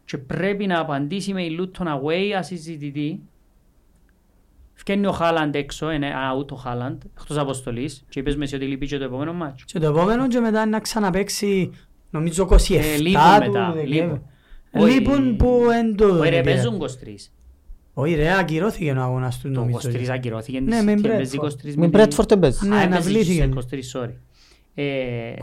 Speaker 1: και πρέπει να απαντήσει με η Luton away ασυζητητή. Φκένει ο Χάλαντ έξω, ε, είναι out ο Χάλαντ, εκτός αποστολής και είπες με εσύ ότι λείπει και το επόμενο μάτσο.
Speaker 2: Και το επόμενο και μετά να ξαναπαίξει, νομίζω 27
Speaker 1: Ε, λείπουν
Speaker 2: του
Speaker 1: μετά,
Speaker 2: Δεκέμβρη. Ε,
Speaker 1: λείπουν. Όχι.
Speaker 2: Λείπουν που εν το
Speaker 1: Όχι ρε,
Speaker 2: δεκέμβρη.
Speaker 1: παίζουν 23.
Speaker 2: Όχι ρε, ακυρώθηκε ο αγώνας του
Speaker 1: Το
Speaker 2: νομίζω.
Speaker 1: 23 ακυρώθηκε.
Speaker 2: Ναι,
Speaker 1: στη
Speaker 2: με
Speaker 1: City,
Speaker 2: Brentford.
Speaker 1: παίζει 23
Speaker 3: Με
Speaker 1: με την-
Speaker 3: Bradford δεν παίζει.
Speaker 2: Ναι,
Speaker 1: Α,
Speaker 2: να
Speaker 1: έπαιζε
Speaker 2: βλήθηκε.
Speaker 1: στους 23, sorry. Ε,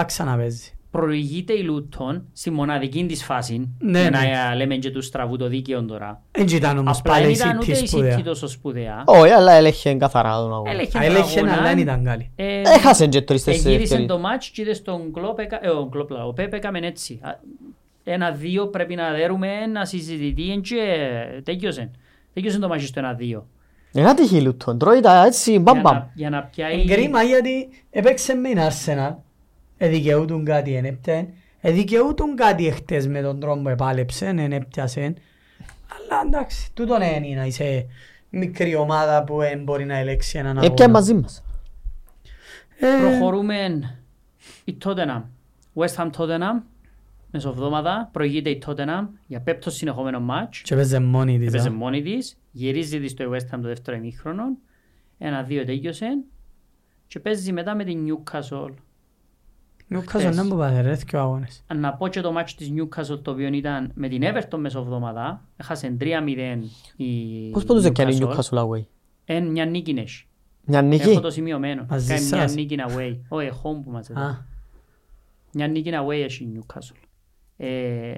Speaker 2: 27 ξαναπαίζει.
Speaker 1: προηγείται η Λούτον στη μοναδική της φάση
Speaker 2: Ναι,
Speaker 1: για να
Speaker 2: ναι.
Speaker 1: ε, λέμε και τους στραβού το δίκαιο τώρα
Speaker 2: Δεν ήταν όμως
Speaker 1: απλά
Speaker 2: πάλι
Speaker 1: δεν
Speaker 2: η
Speaker 1: ήταν
Speaker 2: City
Speaker 1: ούτε η City
Speaker 2: σπουδαία.
Speaker 1: τόσο σπουδαία
Speaker 3: Όχι, αλλά έλεγχε καθαρά τον αγώνα.
Speaker 1: έλεγχε τον
Speaker 2: Έλεγχε
Speaker 1: αγώνα
Speaker 2: αλλά δεν ήταν καλή.
Speaker 1: ε,
Speaker 3: Έχασε και τρεις τέσσερις
Speaker 1: εγύρισε
Speaker 3: ευκαιρίες.
Speaker 1: το μάτς και είδες τον Κλόπ έκα- ε, ο Κλόπ, λέω, ο Πέπ έκαμε έτσι Α, ένα-δύο πρέπει να δέρουμε να συζητηθεί εν και τέλειωσε τέλειωσε το μάτς στο ένα-δύο
Speaker 3: Ένα τύχη Λούτον, τρώει τα έτσι μπαμ
Speaker 1: για
Speaker 3: μπαμ.
Speaker 1: να- για να πιάει
Speaker 2: Εν Κρίμα γιατί έπαιξε με την Arsenal. Εδικαιούτουν κάτι ενέπτεν. Εδικαιούτουν κάτι εχθές με τον τρόπο που επάλεψεν, ενέπτιασεν. Αλλά εντάξει, τούτον εν είναι να είσαι μικρή ομάδα που εν μπορεί να ελέξει έναν αγώνα.
Speaker 3: Έπιαν Ε, μαζί μας.
Speaker 2: Ε,
Speaker 1: Προχωρούμε η Tottenham. West Ham Tottenham. Μεσοβδόμαδα προηγείται η Tottenham για πέμπτο συνεχόμενο μάτς.
Speaker 2: Και παίζε μόνη της.
Speaker 1: Έπαιζε
Speaker 2: α.
Speaker 1: μόνη της. Γυρίζει της στο West Ham το δεύτερο ημίχρονο. Ένα-δύο τέλειωσε. Και παίζει μετά με την Newcastle.
Speaker 2: Νιούκαζον να μου παθαιρέθηκε ο αγώνες.
Speaker 1: Αν να πω και το μάτς της Newcastle το οποίο ήταν με την Everton μεσοβδόμαδα. Έχασε 3-0 η
Speaker 3: Πώς πόντους έκανε η Newcastle away.
Speaker 1: Εν μια νίκη έχει.
Speaker 3: Μια
Speaker 1: Έχω
Speaker 3: νίκη.
Speaker 1: το σημειωμένο.
Speaker 2: Μαζί
Speaker 1: Κάνει μια
Speaker 2: σας.
Speaker 1: νίκη away. Όχι, home που μας έδωσε.
Speaker 2: Α,
Speaker 1: Μια νίκη away έχει η Newcastle. Ε,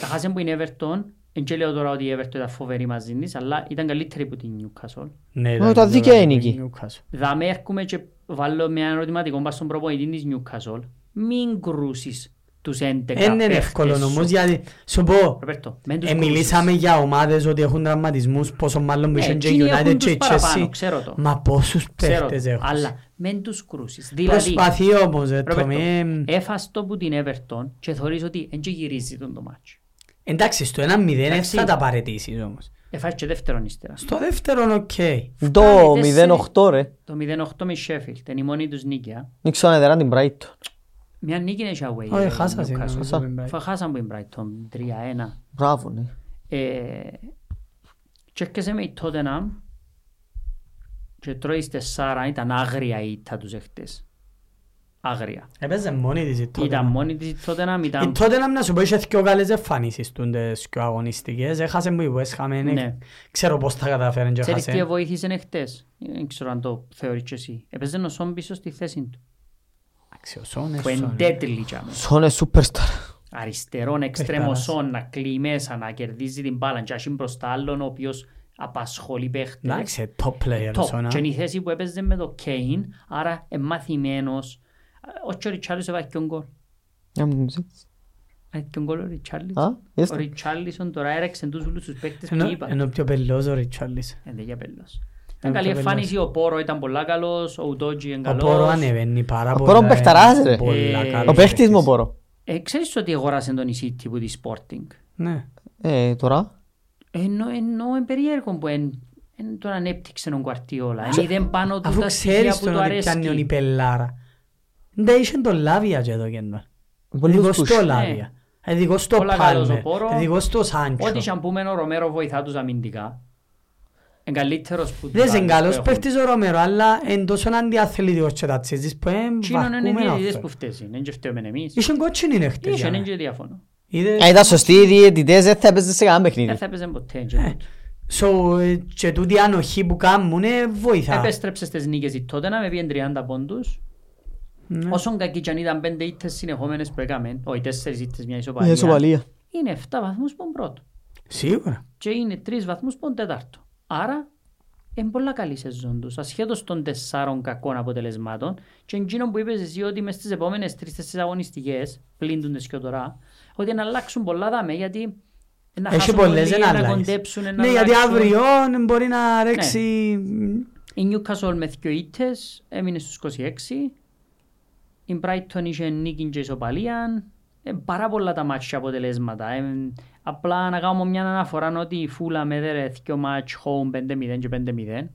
Speaker 1: τα χάσε που είναι Everton, δεν και λέω τώρα ότι η Everton ήταν φοβερή μαζί της, αλλά ήταν καλύτερη που την Newcastle.
Speaker 2: ναι,
Speaker 3: Μα τα δίκαια είναι εκεί.
Speaker 2: Νιούκαζον.
Speaker 1: Δαμε έρχομαι και βάλω με ένα ερωτηματικό πάνω στον προπονητή της Newcastle. Μην κρούσεις τους 11
Speaker 2: Είναι
Speaker 1: παίχτες
Speaker 2: εύκολο
Speaker 1: ε, σου.
Speaker 2: όμως γιατί σου πω,
Speaker 1: Ροπέρτο, μην τους
Speaker 2: ε, μιλήσαμε για ομάδες ότι έχουν τραυματισμούς πόσο μάλλον που
Speaker 1: κρούσεις. Ναι,
Speaker 2: είχαν και
Speaker 1: εκείνοι
Speaker 2: United
Speaker 1: έχουν
Speaker 2: και
Speaker 1: τους
Speaker 2: η
Speaker 1: παραπάνω,
Speaker 2: Chelsea.
Speaker 1: ξέρω το.
Speaker 2: Μα πόσους
Speaker 1: Ξέρω
Speaker 2: παίχτες
Speaker 1: το.
Speaker 2: έχουν.
Speaker 1: Αλλά δηλαδή- μην τους κρούσεις. Δηλαδή,
Speaker 2: Προσπαθεί όμως, ε, το
Speaker 1: Ροπέρτο,
Speaker 2: μη-
Speaker 1: έφας το που την Everton και θεωρείς ότι δεν και γυρίζεις τον το μάτσο.
Speaker 2: Εντάξει, στο 1-0
Speaker 1: ε, Εντάξει.
Speaker 2: θα τα παρετήσεις όμως.
Speaker 1: Έφαγε και δεύτερον ύστερα.
Speaker 2: Στο δεύτερο, οκ.
Speaker 1: Ε,
Speaker 3: Το
Speaker 1: Φτάνει
Speaker 3: 0-8 ρε.
Speaker 1: Το 08 με Sheffield, είναι η μόνη τους νίκη. α.
Speaker 3: Δεν ξέρω αν έδεραν την Brighton.
Speaker 1: Μια νίκη είναι και away.
Speaker 2: Όχι, ναι.
Speaker 1: ε, Newcastle.
Speaker 2: χάσας είναι. νομίζω, την Brighton.
Speaker 1: Φα- Χάσαμε την Brighton 3-1.
Speaker 3: Μπράβο ναι.
Speaker 1: Ε, Και έρχεσαι με η Tottenham και τρώεις τεσσάρα, ήταν άγρια η ήττα τους εχθές. Άγρια.
Speaker 2: Έπαιζε μόνη της η
Speaker 1: Ήταν
Speaker 2: Tottenham.
Speaker 1: μόνη της η Tottenham,
Speaker 2: Η
Speaker 1: ήταν...
Speaker 2: Tottenham, να σου πω, είχε δυο καλές εμφανίσεις τούντες δυο αγωνιστικές. Έχασε μου η West Ham, ε,
Speaker 1: Ναι.
Speaker 2: ξέρω πώς τα καταφέραν και
Speaker 1: Ξέρεις τι ε,
Speaker 2: έχασε.
Speaker 1: βοήθησε εχθές. Δεν ξέρω αν το θεωρείς και εσύ. Έπαιζε ο Σον πίσω στη θέση του.
Speaker 2: Εντάξει, ο Son, ε,
Speaker 1: Που
Speaker 2: Son.
Speaker 1: εντέτλει κι άμα.
Speaker 3: Σόνε superstar.
Speaker 1: αριστερόν εξτρέμο
Speaker 2: Παιχταράς.
Speaker 1: σόν να κλείει μέσα, να κερδίζει την μπάλα και να έχει μπροστά άλλον ο οποίος απασχολεί παίχτες.
Speaker 2: Εντάξει, ε, top player ο Son,
Speaker 1: Top.
Speaker 2: α.
Speaker 1: Και είναι η θέση που έπαιζε με το Κέιν, άρα εμαθημένος. Ε, Όχι ο Ριτσάρλος έβαλε και γκολ.
Speaker 3: Να μην τους έτσι.
Speaker 1: Ε, Τον κόλλο ο Ριτσάρλισον.
Speaker 3: Α, είδες
Speaker 1: Ο
Speaker 3: το.
Speaker 1: Ριτσάρλισον τώρα έρεξε τους όλους τους παίκτες που
Speaker 2: Ενώ-
Speaker 1: είπα.
Speaker 2: Ενώ πιο πελός ο Ριτσάρλις.
Speaker 1: Ε, δεν για πέλος.
Speaker 2: Ενώ
Speaker 1: Ήταν καλή
Speaker 2: πιο
Speaker 1: εμφάνιση, ο Πόρο ήταν πολλά καλός, ο Ουτότζι είναι
Speaker 2: Ο
Speaker 1: καλός.
Speaker 2: Πόρο ανεβαίνει πάρα
Speaker 3: Ο
Speaker 2: πολλά.
Speaker 3: Πόρο παιχταράς,
Speaker 2: ε.
Speaker 3: ρε.
Speaker 2: Πολλά
Speaker 1: Ε,
Speaker 2: καλός
Speaker 3: Ο παίχτης μου
Speaker 2: παίχτης.
Speaker 3: ο Πόρο.
Speaker 1: Ε, ξέρεις ότι αγόρασε τον Ισίτη που τη Sporting. Eh,
Speaker 2: Ναι.
Speaker 3: Ε, τώρα.
Speaker 1: Ενώ, ενώ είναι περίεργο που εν, εν τον ανέπτυξε τον Κουαρτιόλα. Εν είδε πάνω του
Speaker 2: Αφού
Speaker 1: τα στοιχεία
Speaker 2: ξέρεις
Speaker 1: που
Speaker 2: τον
Speaker 1: του
Speaker 2: ότι πιάνει
Speaker 1: αρέσκει.
Speaker 2: όνει πελάρα. Δεν είχε τον Λάβια και εδώ και εδώ. Ειδικό
Speaker 3: Πολλούς τους.
Speaker 2: στο Λάβια. Ειδικό στο
Speaker 1: Ναι. Πολλά καλός ο
Speaker 2: Πάλμε.
Speaker 1: Πόρο.
Speaker 2: Ειδικό στο
Speaker 1: Ό,τι και
Speaker 2: Σάντσο.
Speaker 1: αν πούμε ο Ρομέρο βοηθά τους αμυντικά. Είναι καλύτερος που τους
Speaker 2: Δεν
Speaker 1: άλλους
Speaker 2: είναι καλός
Speaker 1: που έχουν.
Speaker 2: παίχτης ο Ρομέρο, αλλά εν τόσο αντιαθλητικός και τατσίζεις που εμ
Speaker 1: Τσίνον είναι οι
Speaker 2: βαρκούμε
Speaker 1: διαιτητές
Speaker 2: αυτό.
Speaker 1: που φταίσουν. Δεν και φταίμε εμείς.
Speaker 2: Είχε κότσινη νύχτες.
Speaker 1: Είχε,
Speaker 2: για
Speaker 1: δεν
Speaker 2: μένα.
Speaker 1: και διαφωνώ.
Speaker 2: Είδε-
Speaker 3: Αν ήταν σωστοί οι διαιτητές δεν θα έπαιζε σε κανένα
Speaker 2: Ε,
Speaker 1: Δεν
Speaker 3: παιχνίδι.
Speaker 1: θα έπαιζε ποτέ. εν και τούτο.
Speaker 2: So, ε, και τούτη η ανοχή που κάνουν ε, βοηθά.
Speaker 1: Επέστρεψε στις νίκες η τότε να με πιέν 30 πόντους.
Speaker 2: Ναι.
Speaker 1: Όσον κακή και αν ήταν πέντε ήττες συνεχόμενες που έκαμε, όχι τέσσερις ήττες μια
Speaker 3: Ε,
Speaker 1: ισοπαλία,
Speaker 3: σοβαλία.
Speaker 1: είναι 7 βαθμούς πον πρώτο
Speaker 2: Σίγουρα.
Speaker 1: και είναι 3 βαθμούς πον τέταρτο. Άρα, είναι πολλά καλή σεζόν τους, ασχέτως των τεσσάρων κακών αποτελεσμάτων και εκείνο που είπες εσύ ότι μες στις επόμενες τρεις-τέσσερις αγωνιστικές, πλήντουν και τώρα, ότι να αλλάξουν πολλά δάμε γιατί να
Speaker 2: Έχει
Speaker 1: χάσουν
Speaker 2: πολλές
Speaker 1: πολύ,
Speaker 2: να
Speaker 1: να
Speaker 2: αλλάξει.
Speaker 1: κοντέψουν, να
Speaker 2: Ναι, γιατί
Speaker 1: αλλάξουν.
Speaker 2: αύριο μπορεί να ρέξει...
Speaker 1: Η Newcastle με δυο ήττες έμεινε στους 26. Η Brighton είχε νίκη και ισοπαλία. Ε, πάρα πολλά τα μάτια αποτελέσματα. Ε, απλά να κάνω μια αναφορά ότι η Φούλα με δέρε δυο μάτς home 5-0 και 5-0.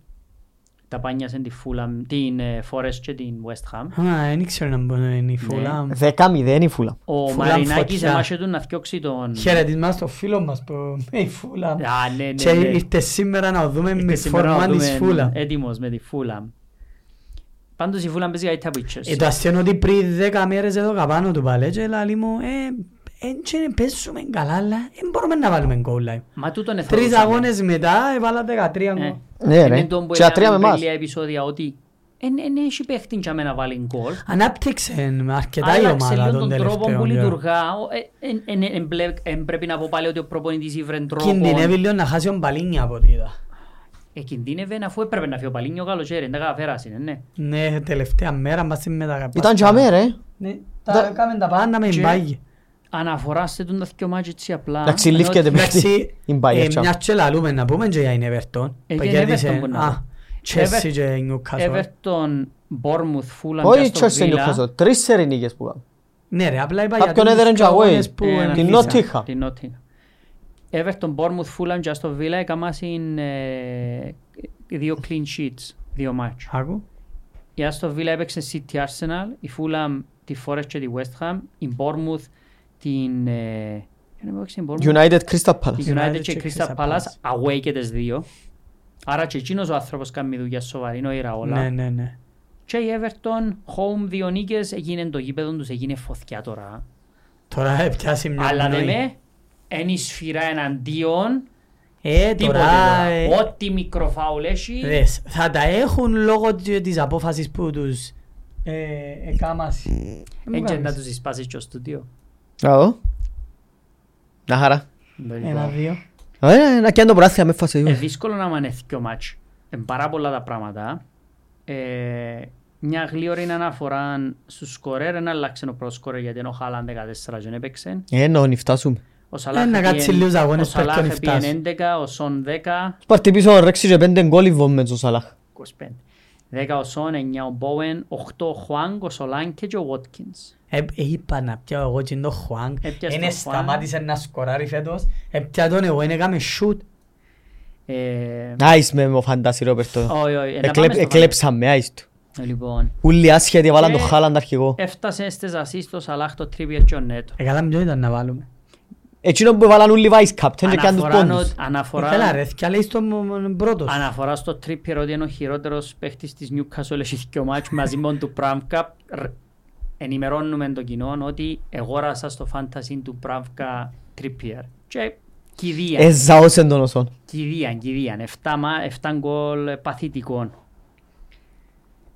Speaker 1: Τα πάνιασαν τη Φούλα, την ε, Forest και την West Ham.
Speaker 2: Α, δεν ήξερα να μπορεί να είναι η
Speaker 1: Ναι.
Speaker 2: φούλα.
Speaker 3: Δέκα μηδέν η φούλα.
Speaker 1: Ο
Speaker 2: Φούλαμ
Speaker 1: Μαρινάκης
Speaker 2: φωτιά.
Speaker 1: εμάσε του να θιώξει τον...
Speaker 2: Χαιρετισμά στο φίλο μας που είναι η φούλα.
Speaker 1: Α, ναι, ναι,
Speaker 2: Και
Speaker 1: ναι.
Speaker 2: ήρθε σήμερα να δούμε
Speaker 1: Ήρθε
Speaker 2: με
Speaker 1: σήμερα να
Speaker 2: φόρμα της
Speaker 1: δούμε ναι.
Speaker 2: φούλα.
Speaker 1: Έτοιμος με τη Φούλα. Πάντως η Φούλα παίζει καλύτερα από η
Speaker 2: Ε,
Speaker 1: Chelsea.
Speaker 2: το αστείο είναι ότι πριν δέκα μέρες εδώ καπάνω του παλέτζε, λαλεί μου, ε, εν και να παίζουμε καλά, αλλά δεν μπορούμε να βάλουμε goal line.
Speaker 1: Μα τούτον
Speaker 2: Τρεις
Speaker 1: εθωρούσαμε.
Speaker 2: αγώνες μετά έβαλα 13
Speaker 1: Ε,
Speaker 2: γκολ.
Speaker 3: Ναι, ρε.
Speaker 1: Είναι το που
Speaker 3: Και ατρία με
Speaker 1: έκαμε
Speaker 3: εμάς.
Speaker 1: πριν λίγα επεισόδια ότι δεν έχει παίχτη για μένα βάλει γκολ.
Speaker 2: Ανάπτυξε αρκετά η
Speaker 1: Άλλαξε
Speaker 2: ομάδα
Speaker 1: λίγο
Speaker 2: τον
Speaker 1: τον τρόπο
Speaker 2: τελευταίο
Speaker 1: που
Speaker 2: καιρό.
Speaker 1: λειτουργά. Ο- ε, εν- εν- εν μπλε- εν Πρέπει να πω πάλι ότι ο προπονητής ήβρε τρόπο.
Speaker 2: Κινδυνεύει λίγο να χάσει τον Παλίνια από ό,τι είδα.
Speaker 1: Ε, Κινδύνευε αφού έπρεπε να φύγει ο Παλίνιο καλός έρε, δεν τα καταφέρασε, ναι, ναι.
Speaker 2: Ναι, τελευταία μέρα μας την μεταγαπάστα.
Speaker 3: Ήταν και αμέ, ρε.
Speaker 2: Ναι, τα έκαμε τα πάντα με
Speaker 1: Και-
Speaker 2: μπάγι.
Speaker 1: Αναφορά σε τον τα δυο μάτς έτσι απλά.
Speaker 3: Ε, Εντάξει,
Speaker 1: ενώ
Speaker 3: λήφκεται
Speaker 1: ότι-
Speaker 3: με-
Speaker 2: Εντάξει,
Speaker 3: Η Μπάγερ,
Speaker 2: ε,
Speaker 3: τσάου.
Speaker 2: μιας και λαλούμε να πούμε και για την Everton.
Speaker 1: Ε, για
Speaker 2: που
Speaker 1: την
Speaker 2: κέρδισε,
Speaker 1: Everton που να
Speaker 2: α,
Speaker 1: πω.
Speaker 2: Chelsea
Speaker 1: Everton-
Speaker 2: και Newcastle.
Speaker 1: Everton, Bournemouth, Fulham,
Speaker 3: Όχι
Speaker 1: Aston
Speaker 3: Chelsea
Speaker 1: Villa.
Speaker 3: Newcastle. Τρεις σερι νίκες που κάνουν.
Speaker 2: Ναι ρε, απλά είπα για
Speaker 3: Κάποιον
Speaker 2: τους
Speaker 3: έδεραν και
Speaker 2: αγώνες
Speaker 3: away.
Speaker 2: που
Speaker 1: Ε,
Speaker 2: εμφύσαν.
Speaker 1: αναφύσαν.
Speaker 3: Νότιχα.
Speaker 1: Την Νότιχα. Everton, Bournemouth, Fulham και Aston Villa έκαμα συν, ε, δύο clean sheets, δύο μάτς.
Speaker 2: Άκου.
Speaker 1: Η Aston Villa έπαιξε City Arsenal, η Fulham τη Forest και τη West Ham, η Bournemouth την... ε, ποιον έπαιξε η Bournemouth?
Speaker 3: United Crystal
Speaker 1: Η
Speaker 3: Palace.
Speaker 1: United και η Crystal Palace, away και τις δύο. Άρα και εκείνος ο άνθρωπος κάνει δουλειά σοβαρή, είναι ο
Speaker 2: Ναι,
Speaker 1: Ιραόλα.
Speaker 2: ναι, ναι.
Speaker 1: Και η Everton, home δύο νίκες, έγινε το γήπεδο τους, έγινε φωθιά τώρα.
Speaker 2: Τώρα έπιασε μια
Speaker 1: Αλλά δε
Speaker 2: πνοή.
Speaker 1: με, είναι η σφυρά εναντίον,
Speaker 2: Ε,
Speaker 1: τίποτε
Speaker 2: τώρα...
Speaker 1: τώρα.
Speaker 2: ε,
Speaker 1: Ό,τι μικρό φάουλ έχει,
Speaker 2: Δες, θα τα έχουν λόγω τη- της απόφασης που τους ε, εκάμασε. Ε, μου
Speaker 1: έτσι να
Speaker 2: κάνεις.
Speaker 1: τους εισπάσεις και στο στούντιο.
Speaker 3: Να δω. Να χαρά.
Speaker 2: Ένα-δύο.
Speaker 3: Ε, Να κάνει το πράθυα με φάση.
Speaker 1: Είναι Λοιπόν, ε, δύσκολο να μανεθεί ο μάτς. Είναι πάρα πολλά τα πράγματα. Ε, μια γλύωρη είναι αναφορά στους σκορέρ, δεν άλλαξε ο πρώτος σκορέρ γιατί ενώ Χάλαν 14 και έπαιξε.
Speaker 3: Ε, να φτάσουμε.
Speaker 1: Ο Σαλάχ
Speaker 2: να
Speaker 1: έπιεν-
Speaker 2: κάτσει λίγους αγώνες
Speaker 1: ο
Speaker 2: πριν
Speaker 1: Σαλάχ
Speaker 2: τον
Speaker 1: έπιεν
Speaker 2: φτάσεις.
Speaker 1: 11, ο Σον 10,
Speaker 3: Σπαρτί πίσω ο Ρέξι και πέντε γκόλ βόμμετς ο Σαλάχ.
Speaker 1: 25. 10 ο Σον, 9 ο Μπόεν, 8 ο Χουάνγκ, ο Σολάνκε και ο Βότκινς.
Speaker 2: Ε, είπα να πιάω εγώ και τον Χουάνγκ.
Speaker 1: Έπιασε
Speaker 2: Είναι
Speaker 1: τον
Speaker 2: σταμάτησε να σκοράρει φέτος. Έπια τον εγώ, είναι κάμε σούτ.
Speaker 1: Ε,
Speaker 3: Άις με ο φαντάσι Ρόπερτο.
Speaker 1: όχι, όχι, ε, να πάμε
Speaker 3: Εκλέπ-
Speaker 1: στο
Speaker 3: Εκλέψαμε, άις του.
Speaker 1: φαν. Λοιπόν,
Speaker 3: Ούλοι άσχετοι βάλαν το
Speaker 1: Ε.
Speaker 3: Χάλαντ αρχηγό.
Speaker 1: e- έφτασες στις ασίστ ο Σαλάχ, το Τρίπιερ και ο Νέτο.
Speaker 2: Ε, καλά ποιο ήταν να βάλουμε.
Speaker 3: Εκείνο που βάλαν ούλοι vice captain και κάνουν τους
Speaker 1: Αναφορά
Speaker 3: πόντους.
Speaker 1: νο- αναφορά-
Speaker 2: Καλά ρε, και λέει στον μ- μ- πρώτος.
Speaker 1: Αναφορά στο Τρίπιερ ότι είναι ο χειρότερος παίχτης της Newcastle έχει δυο μάτς μαζί με τον του Πραμκα. Ενημερώνουμε τον κοινό ότι εγόρασα στο φάντασι του Πραμκα Τρίπιερ. Και κηδεία,
Speaker 3: Ε, ζαώσεν τον οσόν.
Speaker 1: κηδεία, κηδεία. Εφτά, μα- εφτά γκολ ε, παθητικών.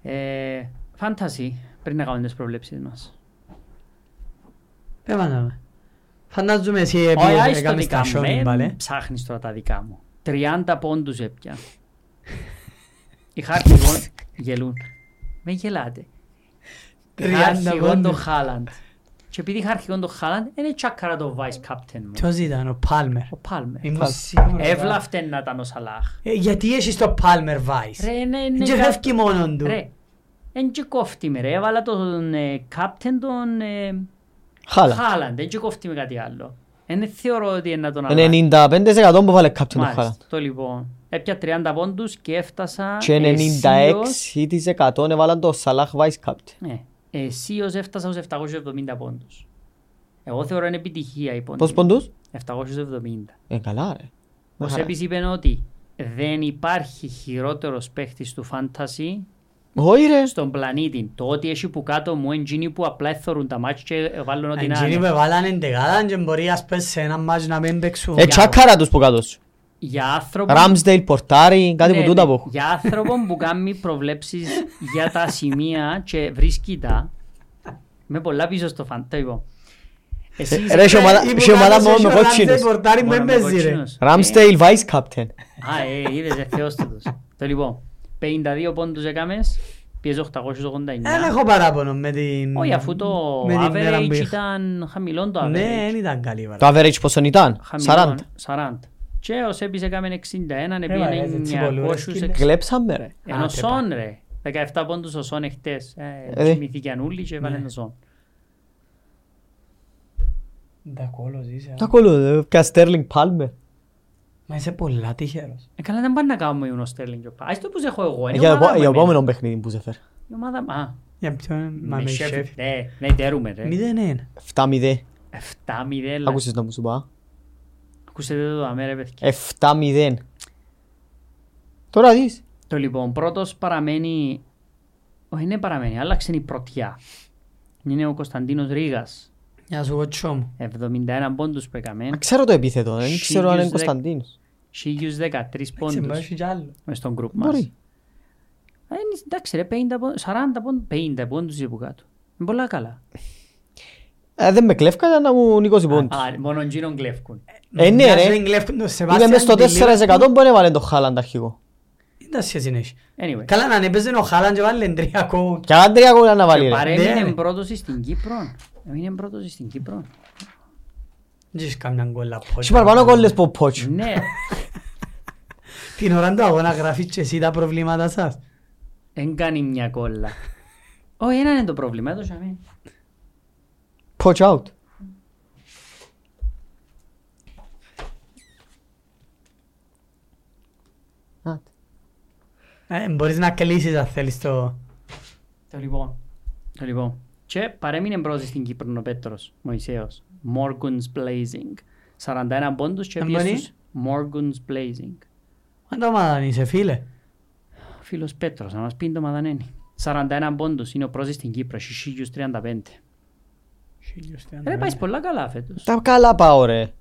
Speaker 1: Ε, φάνταση, πριν να κάνουμε τις προβλέψεις μας.
Speaker 2: Έβαλαμε. Ε, Φαντάζομαι εσύ ε, επειδή
Speaker 1: Όχι, άιστο
Speaker 2: έκαμες
Speaker 1: δικά
Speaker 2: τα
Speaker 1: μου,
Speaker 2: σιόνι
Speaker 1: ε,
Speaker 2: πάλι.
Speaker 1: Ψάχνεις τώρα τα δικά μου. 30 πόντους έπια. Η Χάρτιγον γελούν. Με γελάτε.
Speaker 2: 30
Speaker 1: Αρχηγόν το
Speaker 2: πόντους.
Speaker 1: Χάλαντ. Και επειδή είχα αρχικό το Χάλαντ, είναι τσάκαρα το vice captain μου.
Speaker 2: Ποιος ήταν ο Πάλμερ.
Speaker 1: Ο Πάλμερ.
Speaker 2: Ήμουν
Speaker 1: Ε,
Speaker 2: σίγουρος.
Speaker 1: Έβλαφτε να ήταν ο Σαλάχ.
Speaker 2: Ε, Γιατί έχεις το Πάλμερ Vice.
Speaker 1: Ρε, ναι,
Speaker 2: Δεν
Speaker 1: ναι.
Speaker 2: και
Speaker 1: κα-
Speaker 2: φεύγει μόνον του.
Speaker 1: Ρε, εν και κόφτη με ρε. Έβαλα τον ε, captain τον ε,
Speaker 3: Χάλα.
Speaker 1: Χάλαντ. Εν και κόφτη με κάτι άλλο. Εν θεωρώ ότι είναι να τον αλλάξω.
Speaker 3: Είναι 95% που βάλε captain το Χάλα.
Speaker 1: Μάλιστα, το λοιπόν. Έπια 30 πόντους και έφτασα
Speaker 3: Και
Speaker 1: αισίως-
Speaker 3: 96% έβαλαν το Σαλάχ Vice Captain.
Speaker 1: Ναι, αισίως έφτασα στους 770 πόντους. Εγώ θεωρώ είναι επιτυχία η πόντη.
Speaker 3: Πώς ποντούς?
Speaker 1: 770.
Speaker 3: Ε, καλά ρε.
Speaker 1: Ο Σέπης είπε ότι δεν υπάρχει χειρότερος παίχτης του φάντασι
Speaker 3: Όχι ρε.
Speaker 1: στον πλανήτη. Το ότι έχει που κάτω μου είναι εκείνοι που απλά εθωρούν τα μάτια και βάλουν ό,τι να
Speaker 2: Αντζίνοι Ε, που
Speaker 1: είναι.
Speaker 2: έβαλαν εντεγάδαν και μπορεί ας πες σε ένα μάτς να μην παίξουν.
Speaker 3: Ε, τσάκαρα τους που κάτω σου.
Speaker 1: Για άνθρωπο...
Speaker 3: Ramsdale, Πορτάρι, κάτι
Speaker 1: Ναι,
Speaker 3: που τούτα
Speaker 1: ναι.
Speaker 3: που έχουν.
Speaker 1: Για άνθρωπο που κάνει προβλέψεις για τα σημεία και βρίσκει τα. Με πολλά πίσω στο φαντά. Λοιπόν. Εσύ
Speaker 3: Ε, ρε,
Speaker 1: είσαι-
Speaker 3: η ομάδα-
Speaker 2: Ή που
Speaker 3: η ομάδα
Speaker 2: κάθεσαι
Speaker 3: μόνο
Speaker 2: και
Speaker 3: με
Speaker 2: ο Ράντζελ
Speaker 3: κότσινους.
Speaker 2: Πορτάρι
Speaker 1: Μόνο
Speaker 2: με
Speaker 1: με
Speaker 2: παίζει ρε.
Speaker 1: κότσινους. Ε,
Speaker 3: Ramsdale Vice Captain.
Speaker 1: Α, ε, είδες, ε, θεός τούτος. Το λοιπόν, 52 πόντους έκαμες, πιέζω 889.
Speaker 2: Ε, Δεν έχω παράπονο με την...
Speaker 1: Όχι, αφού το
Speaker 2: με την μέρα που
Speaker 1: average
Speaker 2: είχα.
Speaker 1: ήταν χαμηλό το
Speaker 2: Ναι,
Speaker 1: average.
Speaker 2: δεν ήταν καλή η παρά.
Speaker 3: Το average πόσον ήταν.
Speaker 1: Χαμηλό, ναι.
Speaker 3: 40.
Speaker 1: 40. Και ο Σέπης έκαμε 61,
Speaker 2: βαρέζε,
Speaker 1: επί
Speaker 2: τσιμπολούρες, κύριε.
Speaker 1: 900.
Speaker 3: Κλέψαμε ρε.
Speaker 1: Ενώ
Speaker 2: Άντε,
Speaker 1: Σον ρε, 17 πόντους ο Σον εχθές.
Speaker 3: Ε, δι.
Speaker 1: Κοιμηθήκαν όλοι και έβαλε
Speaker 2: Ναι.
Speaker 1: τον Σον.
Speaker 2: Τα κόλος είσαι.
Speaker 3: Τα κόλλω, πια Sterling Palmer.
Speaker 2: Μα είσαι πολλά τυχερός.
Speaker 1: Ε, καλά δεν πάνε να κάνουμε ο Στέρλινγκ. Ας το πως έχω εγώ, είναι η
Speaker 3: Για
Speaker 1: Ε, ομάδα
Speaker 3: το-
Speaker 1: μου
Speaker 3: για το
Speaker 1: εμένα.
Speaker 3: επόμενο παιχνίδι που σε φέρ.
Speaker 1: Η ομάδα μου, α,
Speaker 2: Για ποιον μα
Speaker 1: με
Speaker 2: με
Speaker 1: Sheffield.
Speaker 2: Sheffield.
Speaker 1: Ναι, ναι, τέρουμε ρε.
Speaker 2: Μηδέν ένα.
Speaker 3: 7-0.
Speaker 1: 7-0. λα-
Speaker 3: Άκουσες να μου σου πω.
Speaker 1: Ακούσετε το δαμέ ρε παιδιά.
Speaker 3: 7-0. Τώρα δεις.
Speaker 1: Το λοιπόν, πρώτος παραμένει... Όχι, δεν παραμένει, άλλαξε η πρωτιά. Είναι ο Κωνσταντίνος Ρήγας.
Speaker 2: Για σου κοτσό μου.
Speaker 1: 71 πόντους που έκαμε.
Speaker 3: Μα Ξέρω το επίθετο, ε, δεν ξέρω αν είναι
Speaker 1: 1010.
Speaker 3: Κωνσταντίνος.
Speaker 1: 1013
Speaker 2: Έτσι, μπορεί να
Speaker 1: πόντους
Speaker 2: έχει κι άλλο.
Speaker 1: μες στον group μας.
Speaker 3: Μπορεί.
Speaker 1: Ε, είναι- Εντάξει ρε, 50 πόντους, 40 πόντους, 50 πόντους είπε κάτω. Είναι πολλά καλά.
Speaker 3: Ε, Δεν με κλέφκατε να μου 20 πόντους.
Speaker 1: Α, μόνο γίνον κλέφκουν.
Speaker 3: Ε, ναι,
Speaker 2: Μοιάζει
Speaker 3: ρε.
Speaker 2: να εγκλέφτουν τον
Speaker 3: Είμαι
Speaker 2: Σεβάστιαν
Speaker 3: μες στο
Speaker 2: Τιλίπ.
Speaker 3: 4% που έβαλε το Χάλαντ αρχηγό.
Speaker 2: Δεν τα σχέση να έχει.
Speaker 1: Anyway.
Speaker 2: Καλά να ανέπαιζε ο Χάλαν και βάλει τρία κόουτ.
Speaker 3: Και αν τρία κόλλα να βάλει
Speaker 1: Και
Speaker 3: ρε.
Speaker 2: Ναι,
Speaker 1: παρέμεινε
Speaker 2: ρε.
Speaker 1: πρώτος στην Κύπρο. Έμεινε πρώτος στην Κύπρο.
Speaker 2: Δεν έχεις καμιά γκολ από
Speaker 3: Έχει παραπάνω κόλλες που ο Πότσο.
Speaker 1: Ναι.
Speaker 2: Την ώρα του αγώνα γράφεις και εσύ τα προβλήματα σας.
Speaker 1: Δεν κάνει μια κόλλα. Όχι, ένα είναι το πρόβλημα. Έδωσα με.
Speaker 3: Πότσο out. Άτε.
Speaker 2: Ε, Μπορείς να κλείσεις αν θέλεις το...
Speaker 1: Το λοιπόν. Το λοιπόν. Και παρέμεινε πρώτος στην Κύπρο ο Πέτρος Μωυσέος. Morgan's Blazing. 41 πόντους και
Speaker 2: Εν
Speaker 1: πήγε
Speaker 2: πονεί?
Speaker 1: στους Morgan's Blazing.
Speaker 2: Μα το μάδαν είσαι φίλε.
Speaker 1: Ο φίλος Πέτρος, να μας πει το μαδανένι. 41 πόντους είναι ο πρώτος στην Κύπρο, έχει 1035.
Speaker 2: Ναι.
Speaker 1: Ρε πάει πολλά καλά φέτος.
Speaker 3: Τα καλά πάω ρε.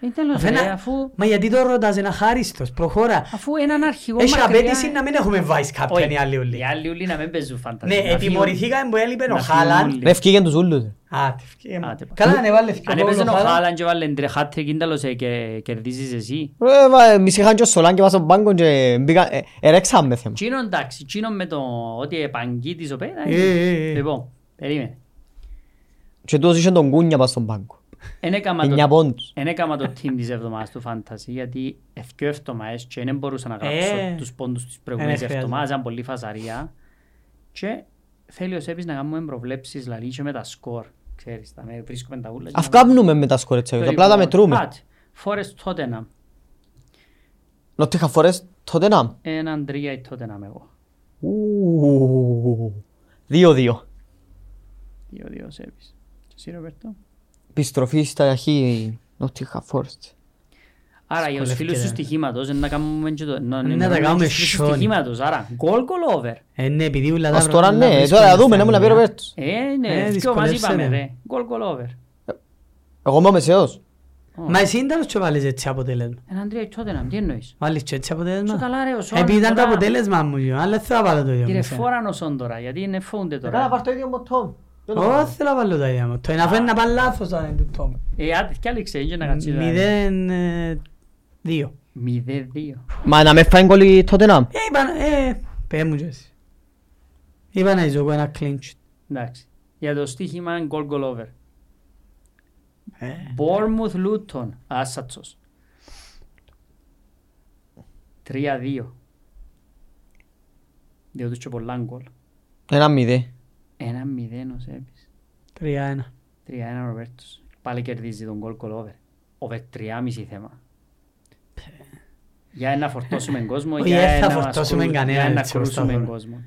Speaker 1: Ε, τέλος
Speaker 2: Αφού
Speaker 1: ρε,
Speaker 2: ένα-
Speaker 1: αφού,
Speaker 2: Μα γιατί το ρωτάς, είναι αχάριστος, προχώρα.
Speaker 1: αφού έναν αρχηγό
Speaker 2: Έχει
Speaker 1: μακριά-
Speaker 2: απέτηση να μην έχουμε vice
Speaker 1: Όχι,
Speaker 2: captain οι άλλοι όλοι.
Speaker 1: Οι άλλοι όλοι να μην παίζουν
Speaker 2: Ναι,
Speaker 1: φαντασία. Να φύγουν.
Speaker 2: ετιμωρηθήκαμε που έλειπε ο
Speaker 1: να
Speaker 2: Χάλαν.
Speaker 1: φύγουν.
Speaker 3: Ρε ευκήγεν τους ούλους ρε.
Speaker 2: Άτε, ευκαιρία μου.
Speaker 1: Άτε,
Speaker 2: Καλά να έβαλε
Speaker 1: Αν
Speaker 2: ευκαιρία
Speaker 1: έπαιζε ο
Speaker 2: ο Χάλαν.
Speaker 1: Χάλαν και βάλε τρία hat-trick, είναι τέλος, ε, και κερδίζεις εσύ.
Speaker 3: Ρε Ε, βα- μισή είχαν και ο Σολάν και πάσα στον πάγκο και μπήκα- ε, ερέξαμε θέμα.
Speaker 1: Τσίνο εντάξει, τσίνο με το ότι επαγγείτης ο πέρα.
Speaker 2: Ε, ε, ε.
Speaker 1: Λοιπόν, περίμενε.
Speaker 3: Και τούτος είχε τον Κούνια πάσα στον πάγκο.
Speaker 1: Εν έκαμα το-
Speaker 3: Εννιά πόντους.
Speaker 1: εν έκαμα το team της εβδομάδας του Fantasy γιατί ευκαιό εβδομάδες και δεν μπορούσα να
Speaker 2: Ε.
Speaker 1: γράψω τους πόντους της προηγούμενης
Speaker 2: Ε, ναι,
Speaker 1: εβδομάδας, ήταν πολύ φασαρία. Και θέλει ο Σέπης να κάνουμε προβλέψεις, λαλεί και με τα σκορ. Ξέρεις, τα με βρίσκουμε τα ούλα. και
Speaker 3: Αφού
Speaker 1: να-
Speaker 3: κάνουμε με τα σκορέτσια, απλά τα μετρούμε.
Speaker 1: Άτε, Forest Tottenham.
Speaker 3: Νότιχα φορές τότε να.
Speaker 1: Έναν τρία η Tottenham εγώ.
Speaker 3: Ου, Δύο-δύο.
Speaker 1: Δύο-δύο Σέπης. Και εσύ Ροβέρτο.
Speaker 3: Επιστροφή στα αρχή Νότιχα Φόρεστ.
Speaker 1: Άρα για τους φίλους τους
Speaker 2: Δυσκολεύτηκε.
Speaker 1: στοιχήματος είναι να κάνουμε και το... Να,
Speaker 2: τα κάνουμε σιόνι.
Speaker 1: στοιχήματος, άρα goal goal over.
Speaker 2: Ε, ναι, επειδή ούλα τα
Speaker 3: Ας τώρα
Speaker 2: πράγματα
Speaker 3: ναι,
Speaker 2: βρίσκονται
Speaker 3: τώρα να δούμε,
Speaker 2: στα
Speaker 3: να μου να πει ο
Speaker 2: μυαλά.
Speaker 3: Ροβέρτος.
Speaker 1: Ε, ναι,
Speaker 2: Ε,
Speaker 1: ε, δυο μαζί
Speaker 2: δυσκολεύσαι,
Speaker 1: πάμε
Speaker 2: ναι.
Speaker 1: ρε. Goal goal over.
Speaker 3: Εγώ είμαι ο μεσαίος.
Speaker 2: Μα εσύ ήταν όσο βάλεις έτσι αποτέλεσμα.
Speaker 1: Έναν τρία τότε να τι εννοείς.
Speaker 2: Βάλεις και έτσι
Speaker 1: Σου
Speaker 2: αποτέλεσμα. Ε,
Speaker 1: καλά ρε ο Σον.
Speaker 2: Επειδή ήταν το
Speaker 1: τώρα-
Speaker 2: αποτέλεσμα μου, Γιώργο, αλλά θέλω να βάλω το ίδιο.
Speaker 1: Κύριε
Speaker 2: με σένα.
Speaker 1: φόραν ο Σον τώρα, γιατί είναι φόουντε τώρα.
Speaker 3: το ίδιο με τον
Speaker 2: Ω, θέλω να βάλω το ίδιο μου. Το ένα φέρνει να πάει λάθος αν είναι του Τόμ.
Speaker 1: Ε, άντε, κι άλλη ξένη να κάτσει.
Speaker 2: Μηδέν ε, δύο.
Speaker 1: Μηδέ δύο.
Speaker 3: Μα να με φάει κόλλη τότε να.
Speaker 2: Ε, είπα να- ε, πέ μου και εσύ. Είπα να ζω εγώ ένα clean sheet.
Speaker 1: Εντάξει. Για το στοίχημα goal goal over.
Speaker 2: Ε,
Speaker 1: Bournemouth Luton. Άσατσος. 3-2. Διότι και πολλά γκολ.
Speaker 3: Ένα
Speaker 1: Ναι,
Speaker 3: μηδέ.
Speaker 1: Ένα μηδέν ο Σέμπης.
Speaker 2: Τρία ένα.
Speaker 1: 3-1 ο Ροβέρτος. Πάλι κερδίζει τον γκολ κολόβερ. Over 3,5 θέμα. Για να φορτώσουμε κόσμο,
Speaker 2: Όχι,
Speaker 1: για
Speaker 2: δεν θα
Speaker 1: να μας
Speaker 2: φορτώσουμε
Speaker 1: κρούσουν-
Speaker 2: κανέναν,
Speaker 1: για να
Speaker 2: έτσι, όπως θα
Speaker 1: κρούσουμε
Speaker 2: βρούμε.
Speaker 1: κόσμο.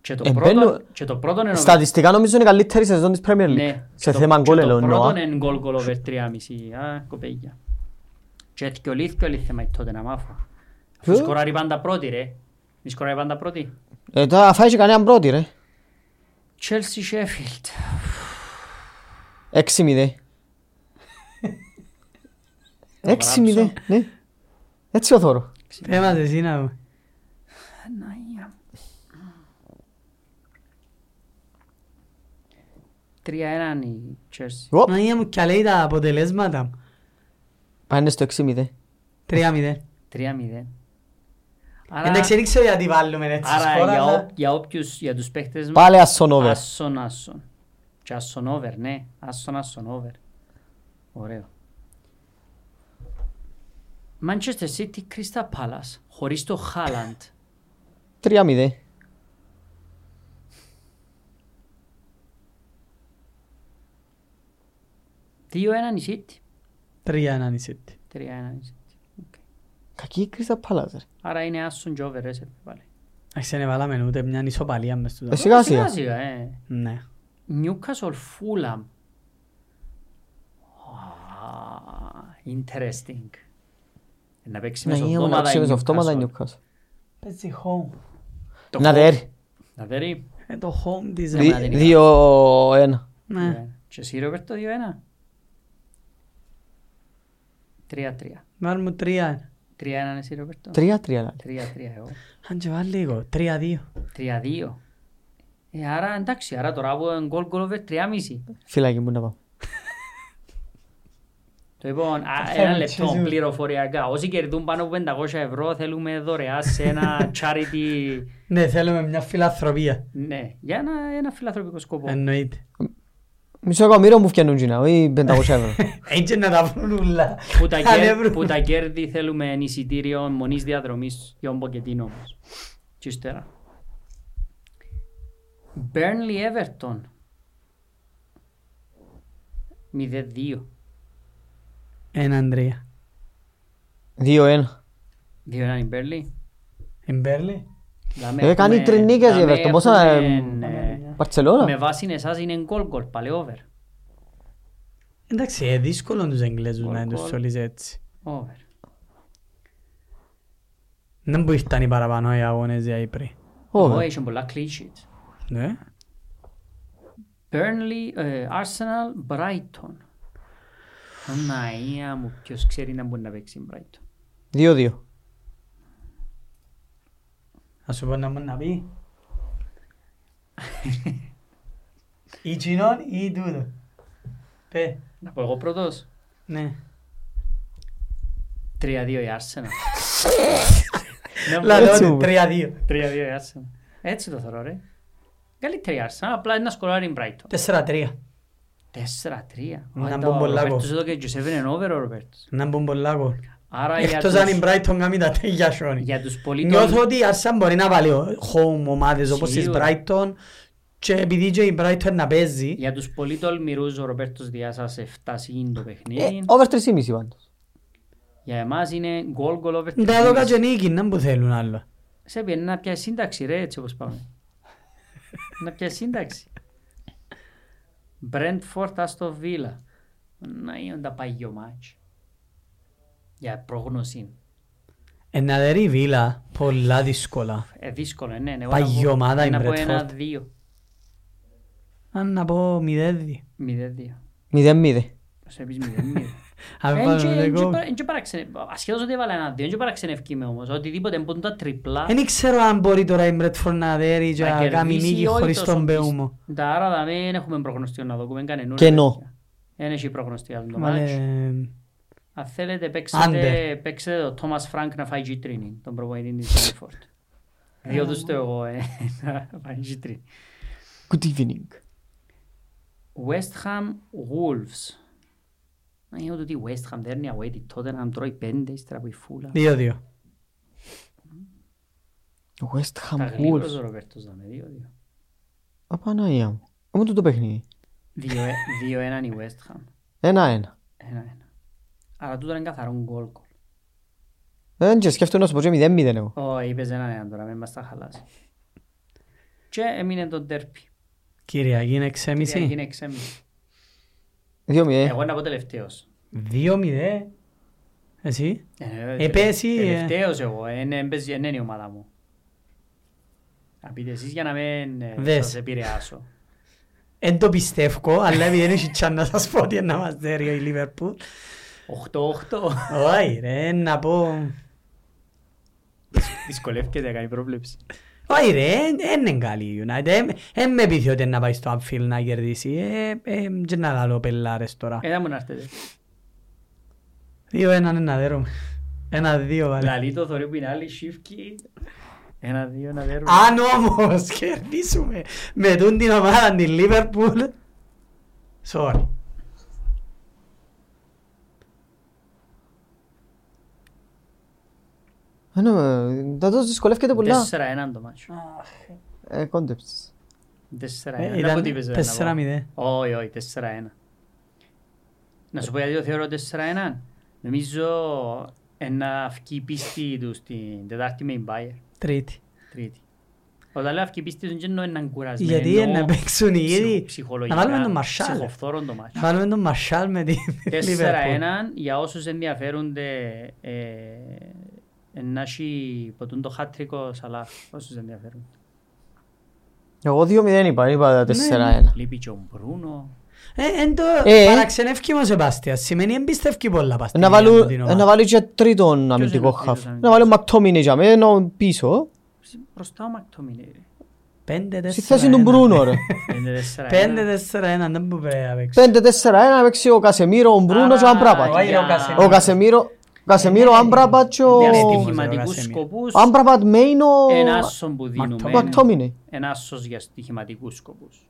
Speaker 1: Και το
Speaker 3: Ε,
Speaker 1: πρώτο,
Speaker 3: μπαίνω-
Speaker 1: και το πρώτο είναι
Speaker 3: Στατιστικά νομίζω είναι η καλύτερη σεζόν της Premier League.
Speaker 1: Ναι.
Speaker 3: Σε
Speaker 1: Και το-
Speaker 3: θέμα
Speaker 1: και
Speaker 3: γκολ
Speaker 1: το
Speaker 3: εννοώ.
Speaker 1: πρώτον
Speaker 3: α.
Speaker 1: εν γκολ γκολ over 3,5. Α, κοπέγια. Και εθκιολύθηκε όλη θέμα η τότε να μάθω. Αφού
Speaker 3: Ποιο?
Speaker 1: σκοράρει πάντα πρώτη ρε. Μη σκοράρει πάντα πρώτη.
Speaker 3: Ε, τώρα φάει και κανέναν πρώτη ρε.
Speaker 1: Chelsea Sheffield.
Speaker 3: Έξι μηδέ.
Speaker 1: Θα γράψω.
Speaker 3: Έξι μηδέ, ναι. Έτσι ο θωρώ.
Speaker 2: Πες μας εσύ να δούμε.
Speaker 1: Παναγία. 3-1 είναι η Chelsea.
Speaker 3: Οπ,
Speaker 2: Μανία μου και λέει τα αποτελέσματα μου.
Speaker 3: Πάνε ναι στο έξι
Speaker 1: Ναι.
Speaker 3: μηδέ.
Speaker 2: Τρία μηδέν.
Speaker 1: 3-0. Άρα,
Speaker 2: Εντάξει, δεν ξέρω γιατί βάλουμε έτσι σκορ,
Speaker 1: άρα για,
Speaker 2: αλλά-
Speaker 1: ό, για, όποιους, για τους παίχτες μας,
Speaker 3: Πάλι ασόν over.
Speaker 1: Άσον, άσον. Και άσον over, ναι. Άσον, άσον over. Ωραίο. Manchester City, Crystal Palace, χωρίς το Haaland.
Speaker 3: Τρία μηδέ.
Speaker 1: Δύο έναν η City.
Speaker 2: Τρία έναν η City.
Speaker 1: Τρία έναν η City. Οκ.
Speaker 3: Κακή η Crystal Palace ρε.
Speaker 1: Άρα είναι άσον και over, έσαι πάλι.
Speaker 2: Εντάξει, δεν βάλαμε ούτε μια ισοπαλία μες του.
Speaker 3: Ε, Σιγά
Speaker 1: Σιγά
Speaker 3: σιγά.
Speaker 1: σιγά, ε.
Speaker 2: Ναι.
Speaker 1: Newcastle, Fulham. Ah, Interesting. Να παίξει
Speaker 3: Ναι,
Speaker 1: μες
Speaker 3: μου να
Speaker 1: εβδόμαδα η
Speaker 3: ψήμεις αυτόματα
Speaker 1: Newcastle.
Speaker 3: Newcastle.
Speaker 2: Παίζει home.
Speaker 1: Το
Speaker 3: Να
Speaker 1: home-
Speaker 3: δέρει.
Speaker 1: Να δέρει.
Speaker 2: Ε, το home της
Speaker 1: Δι-
Speaker 2: ρε.
Speaker 1: δεν είναι.
Speaker 3: Δύο ένα.
Speaker 2: Ναι.
Speaker 1: Και εσύ Ρόμπερτ το 2-1. 3-3.
Speaker 2: Βάλουμε τρία ένα.
Speaker 1: 3-1 είναι εσύ Ρόμπερτο.
Speaker 3: Τρία τρία λέει.
Speaker 1: 3-3 εγώ.
Speaker 2: Αν και βάλει λίγο. Τρία δύο.
Speaker 1: 3-2. Ε, άρα εντάξει, άρα τώρα από γκολ γκολ over 3,5.
Speaker 3: Φυλάκι μου να πάω.
Speaker 1: Το λοιπόν, α,
Speaker 2: Θα
Speaker 1: ένα
Speaker 2: με
Speaker 1: λεπτό
Speaker 2: τσίζουν.
Speaker 1: πληροφοριακά. Όσοι κερδούν πάνω από 500 ευρώ θέλουμε δωρεά σε ένα charity.
Speaker 2: Ναι, θέλουμε μια φιλαθροπία.
Speaker 1: Ναι, για ένα, ένα φιλανθρωπικό
Speaker 2: Ah,
Speaker 1: σκοπό.
Speaker 2: Εννοείται.
Speaker 3: Μισό εκατομμύριο μου φτιανούν τζινά, όχι 500 ευρώ.
Speaker 2: Έτσι να τα βρουν ούλα.
Speaker 1: Που τα,
Speaker 2: Αν
Speaker 1: κέρ-
Speaker 2: έβρουν.
Speaker 1: που τα κέρδη θέλουμε εισιτήριο μονής διαδρομής για τον Ποκετίνο όμως. Και ύστερα. Burnley Everton. 0-2.
Speaker 2: Έναν τρία.
Speaker 3: Δύο ένα.
Speaker 1: 2-1 η Burnley.
Speaker 2: Εν Μπέρλι.
Speaker 1: Δάμε,
Speaker 3: Ε, κάνει
Speaker 1: έχουμε-
Speaker 3: τρεις νίκες η
Speaker 1: δάμε
Speaker 3: Everton. Πόσα, ε,
Speaker 1: έχουμε, ε, Με
Speaker 3: Μπαρτσελώνα.
Speaker 1: βάση εσάς είναι γκολ γκολ, πάλι over.
Speaker 2: Εντάξει, ε, δύσκολο τους Εγγλέζους να
Speaker 1: Γκολ,
Speaker 2: τους
Speaker 1: γκολ.
Speaker 2: σωλείς έτσι.
Speaker 1: Over.
Speaker 2: Δεν που ήταν οι παραπάνω οι αγώνες οι Αϊπροί.
Speaker 1: Ω,
Speaker 3: Over.
Speaker 1: Έχει πολλά clean sheet.
Speaker 2: Ναι.
Speaker 1: Burnley, ε, Arsenal, Brighton. Παναία μου, ποιος ξέρει να μπορεί να παίξει η Brighton.
Speaker 3: Δύο δύο.
Speaker 2: Ας σου πω να μου να πει. Ή τσινόν ή τούτο. Πε.
Speaker 1: Να πω εγώ πρώτος.
Speaker 2: Ναι.
Speaker 1: 3-2 η Arsenal. Να πω-
Speaker 3: Έτσι
Speaker 2: Λαλό,
Speaker 3: μου.
Speaker 2: τρία δύο.
Speaker 1: 3-2 η Arsenal. Έτσι το θεωρώ ρε. Καλύτερη η Arsenal, απλά είναι να σκοράρει η Brighton.
Speaker 2: Τέσσερα τρία.
Speaker 1: 4-3.
Speaker 2: Να
Speaker 1: Άντα,
Speaker 2: μπουν
Speaker 1: ο
Speaker 2: πολλά
Speaker 1: Ροπέρτος
Speaker 2: γκολ.
Speaker 1: εδώ και ο Giuseppe είναι over ο Ροπέρτος.
Speaker 2: Να μπουν πολλά γκολ.
Speaker 1: Άρα για
Speaker 2: Εκτός αν η
Speaker 1: τους-
Speaker 2: Brighton κάνει τα τέλεια σιόνι.
Speaker 1: για τους
Speaker 2: Νιώθω
Speaker 1: πολίτες...
Speaker 2: ότι η Arsenal μπορεί να βάλει ο- home ομάδες όπως της
Speaker 1: Σίγουρα.
Speaker 2: Brighton και επειδή και η Brighton να παίζει
Speaker 1: Για τους πολύ τολμηρούς ο Ροπέρτος Διάσας εφτάσει το
Speaker 3: Ε,
Speaker 1: παιχνίδι.
Speaker 3: Over 3,5 πάντως.
Speaker 1: Για εμάς είναι goal goal over
Speaker 2: τα έδωκα
Speaker 1: 3,5.
Speaker 2: και νίκη, να που θέλουν άλλο.
Speaker 1: Σε πιένει να πιάσει σύνταξη ρε έτσι όπως πάμε. να πιάσει σύνταξη. Brentford Aston Villa. Να είναι τα παγιό μάτς. Για πρόγνωση.
Speaker 2: Ένα δερή βίλα, πολλά δύσκολα.
Speaker 1: Ε, δύσκολο, ε, ναι. ναι.
Speaker 2: Παγιή
Speaker 1: Εγώ να πω-
Speaker 2: ομάδα η
Speaker 1: Να πω
Speaker 2: Brentford.
Speaker 1: ένα δύο.
Speaker 2: Αν να πω μηδέδι.
Speaker 1: Μηδέν δύο.
Speaker 3: Μηδέν μηδέ.
Speaker 1: Σε πεις μηδέν μηδέν. Ε,
Speaker 2: Αν βάλουν εγώ.
Speaker 1: Ασχέτως ότι έβαλα ένα δύο, δεν παραξενευκήμε όμως. Οτιδήποτε μπορούν τα τριπλά.
Speaker 2: Δεν Ε, ξέρω αν μπορεί τώρα η Μπρέτφορ να δέρει και
Speaker 1: να
Speaker 2: να κάνει
Speaker 1: κερδίσει
Speaker 2: νίκη
Speaker 1: ο
Speaker 2: χωρίς
Speaker 1: Ήτος
Speaker 2: τον
Speaker 1: ο
Speaker 2: Μπεούμο.
Speaker 1: Πις- Τα άρα δεν έχουμε προγνωστικό να δούμε κανένα.
Speaker 3: Κενό.
Speaker 1: Δεν έχει προγνωστικό το μάτς.
Speaker 2: Βάλε...
Speaker 1: Αν θέλετε παίξετε,
Speaker 2: Under.
Speaker 1: παίξετε το Τόμας Φρανκ να φάει γιτρίνη, τον προπονητή της Brentford. Δύο τους το εγώ ε, να φάει γιτρίνη.
Speaker 3: Good evening.
Speaker 1: West Ham Wolves. Να είναι ότι η West Ham δέρνει away τη Tottenham, τρώει πέντε ύστερα από η φούλα.
Speaker 2: Δύο-δύο.
Speaker 3: West
Speaker 1: Τα
Speaker 3: Ham
Speaker 1: γλύκος ο
Speaker 3: Wolves.
Speaker 1: Ροπέρτος δάμε, δύο-δύο.
Speaker 3: Απαναία μου. Όμως το το παιχνίδι.
Speaker 1: Δύο- ε- Δύο-έναν η West Ham.
Speaker 3: Ένα-ένα.
Speaker 1: Ένα-ένα. Αλλά τούτο είναι καθαρό γκολ κολ.
Speaker 3: Δεν και Ε, σκέφτομαι να σου πω και μηδέν μηδέν εγώ.
Speaker 1: Ω, είπες έναν έναν τώρα, μην μας τα χαλάσει. Και έμεινε το ντέρπι.
Speaker 2: Κυριακή είναι 6,5.
Speaker 1: Έγινε εξέμιση.
Speaker 3: Δύο ε. μηδέν.
Speaker 1: Εγώ να πω τελευταίος.
Speaker 2: 2-0. Εσύ.
Speaker 1: Ε,
Speaker 2: Ε, πες εσύ, ε.
Speaker 1: Τελευταίος εγώ, εν- εν παίζει εν είναι η ομάδα μου. Να πείτε εσείς για να μην ε,
Speaker 2: Δες.
Speaker 1: σας επηρεάσω.
Speaker 2: Δεν το πιστεύω, αλλά επειδή δεν έχει τσάν να σας πω ότι είναι να μας δέρει η Λίβερπουλ.
Speaker 1: 8-8.
Speaker 2: Όχι ρε, να πω...
Speaker 1: Δυσκολεύτηκε να κάνει πρόβλεψη.
Speaker 2: Όχι ρε, δεν είναι καλή η United. Δεν με πείθει ότι να πάει στο Upfield να κερδίσει. Ε, ε, Και να λαλώ πελάρες τώρα.
Speaker 1: Ένα Ε, μου να έρθετε.
Speaker 2: Δύο έναν ένα δέρομαι. Ένα δύο βάλε.
Speaker 1: Λαλή το θωρεί που είναι άλλη σίφκι. Ένα, δύο, να δέρουν.
Speaker 2: Αν όμως κερδίσουμε με τούν την ομάδα τη Λίβερπουλ. Sorry.
Speaker 3: Ένα, Ε, ναι, Τα τόσο δυσκολεύκεται πολλά.
Speaker 1: Τέσσερα έναν το μάτσο.
Speaker 3: Ε, κόντεψες.
Speaker 1: Τέσσερα
Speaker 2: Ε,
Speaker 1: ένα. Να πω
Speaker 2: Ήταν
Speaker 1: τι παίζει, να πω.
Speaker 2: 4-0.
Speaker 1: Όχι, όχι, τέσσερα ένα. Να σου πω γιατί το θεωρώ τέσσερα ένα. Νομίζω ένα αυκή η πίστη του στην Τετάρτη με την Bayer,
Speaker 2: Τρίτη.
Speaker 1: Τρίτη. Όταν λέω αυκή η πίστη του δεν εννοώ έναν κουρασμένο.
Speaker 2: Γιατί να παίξουν οι
Speaker 1: ψυχο-
Speaker 2: ίδιοι.
Speaker 1: ψυχολογικά,
Speaker 2: Να βάλουμε τον Μαρσάλ.
Speaker 1: ψυχοφθόρον το μάτσο.
Speaker 2: Να βάλουμε τον Μαρσάλ με τη Λίβερπουλ.
Speaker 1: 4-1 για όσους ενδιαφέρονται ε, να έχει ποτούν το χάτρικο Σαλάχ όσους ενδιαφέρονται.
Speaker 3: Εγώ δύο μηδέν είπα,
Speaker 1: Ναι,
Speaker 3: είπα τέσσερα ένα.
Speaker 1: Λείπει και ο Μπρούνο.
Speaker 2: Εν το
Speaker 3: Ε, ε.
Speaker 2: παραξενεύκει μου Σεπάστια. Σημαίνει εμπιστεύκει πολλά παστία.
Speaker 1: Ε,
Speaker 3: Να βάλω, ε, να βάλω και τρίτον αμυντικό
Speaker 1: είναι ο
Speaker 3: χαφ.
Speaker 1: τρίτος
Speaker 3: Να βάλω Μακτόμινε για μένα, ενώ πίσω.
Speaker 1: Μπροστά ο Μακτομινέρη.
Speaker 2: Πέντε
Speaker 3: Στη
Speaker 2: τέσσερα
Speaker 3: θέση του Μπρούνο ρε.
Speaker 1: 5-4-1.
Speaker 2: Πέντε τέσσερα έναν δεν μπορεί να παίξει.
Speaker 3: 5-4-1 παίξει ο Κασεμίρο, ο Μπρούνο και ο
Speaker 1: Α,
Speaker 3: Αμπράπατ.
Speaker 2: όχι,
Speaker 1: για-
Speaker 2: ο Κασεμίρο. Ε,
Speaker 3: Ο Κασεμίρο, ο Κασεμίρο, ο Αμπράπατ και ο...
Speaker 1: Για
Speaker 2: στοιχημάτος.
Speaker 1: στοιχηματικούς
Speaker 2: Κασεμίρο.
Speaker 1: σκοπούς,
Speaker 3: Ο Αμπράπατ Μέιν, ο...
Speaker 1: ένα άσο που
Speaker 3: ο
Speaker 1: δίνουμε,
Speaker 3: Μακτόμινε.
Speaker 1: ένα άσος για στοιχηματικούς σκοπούς.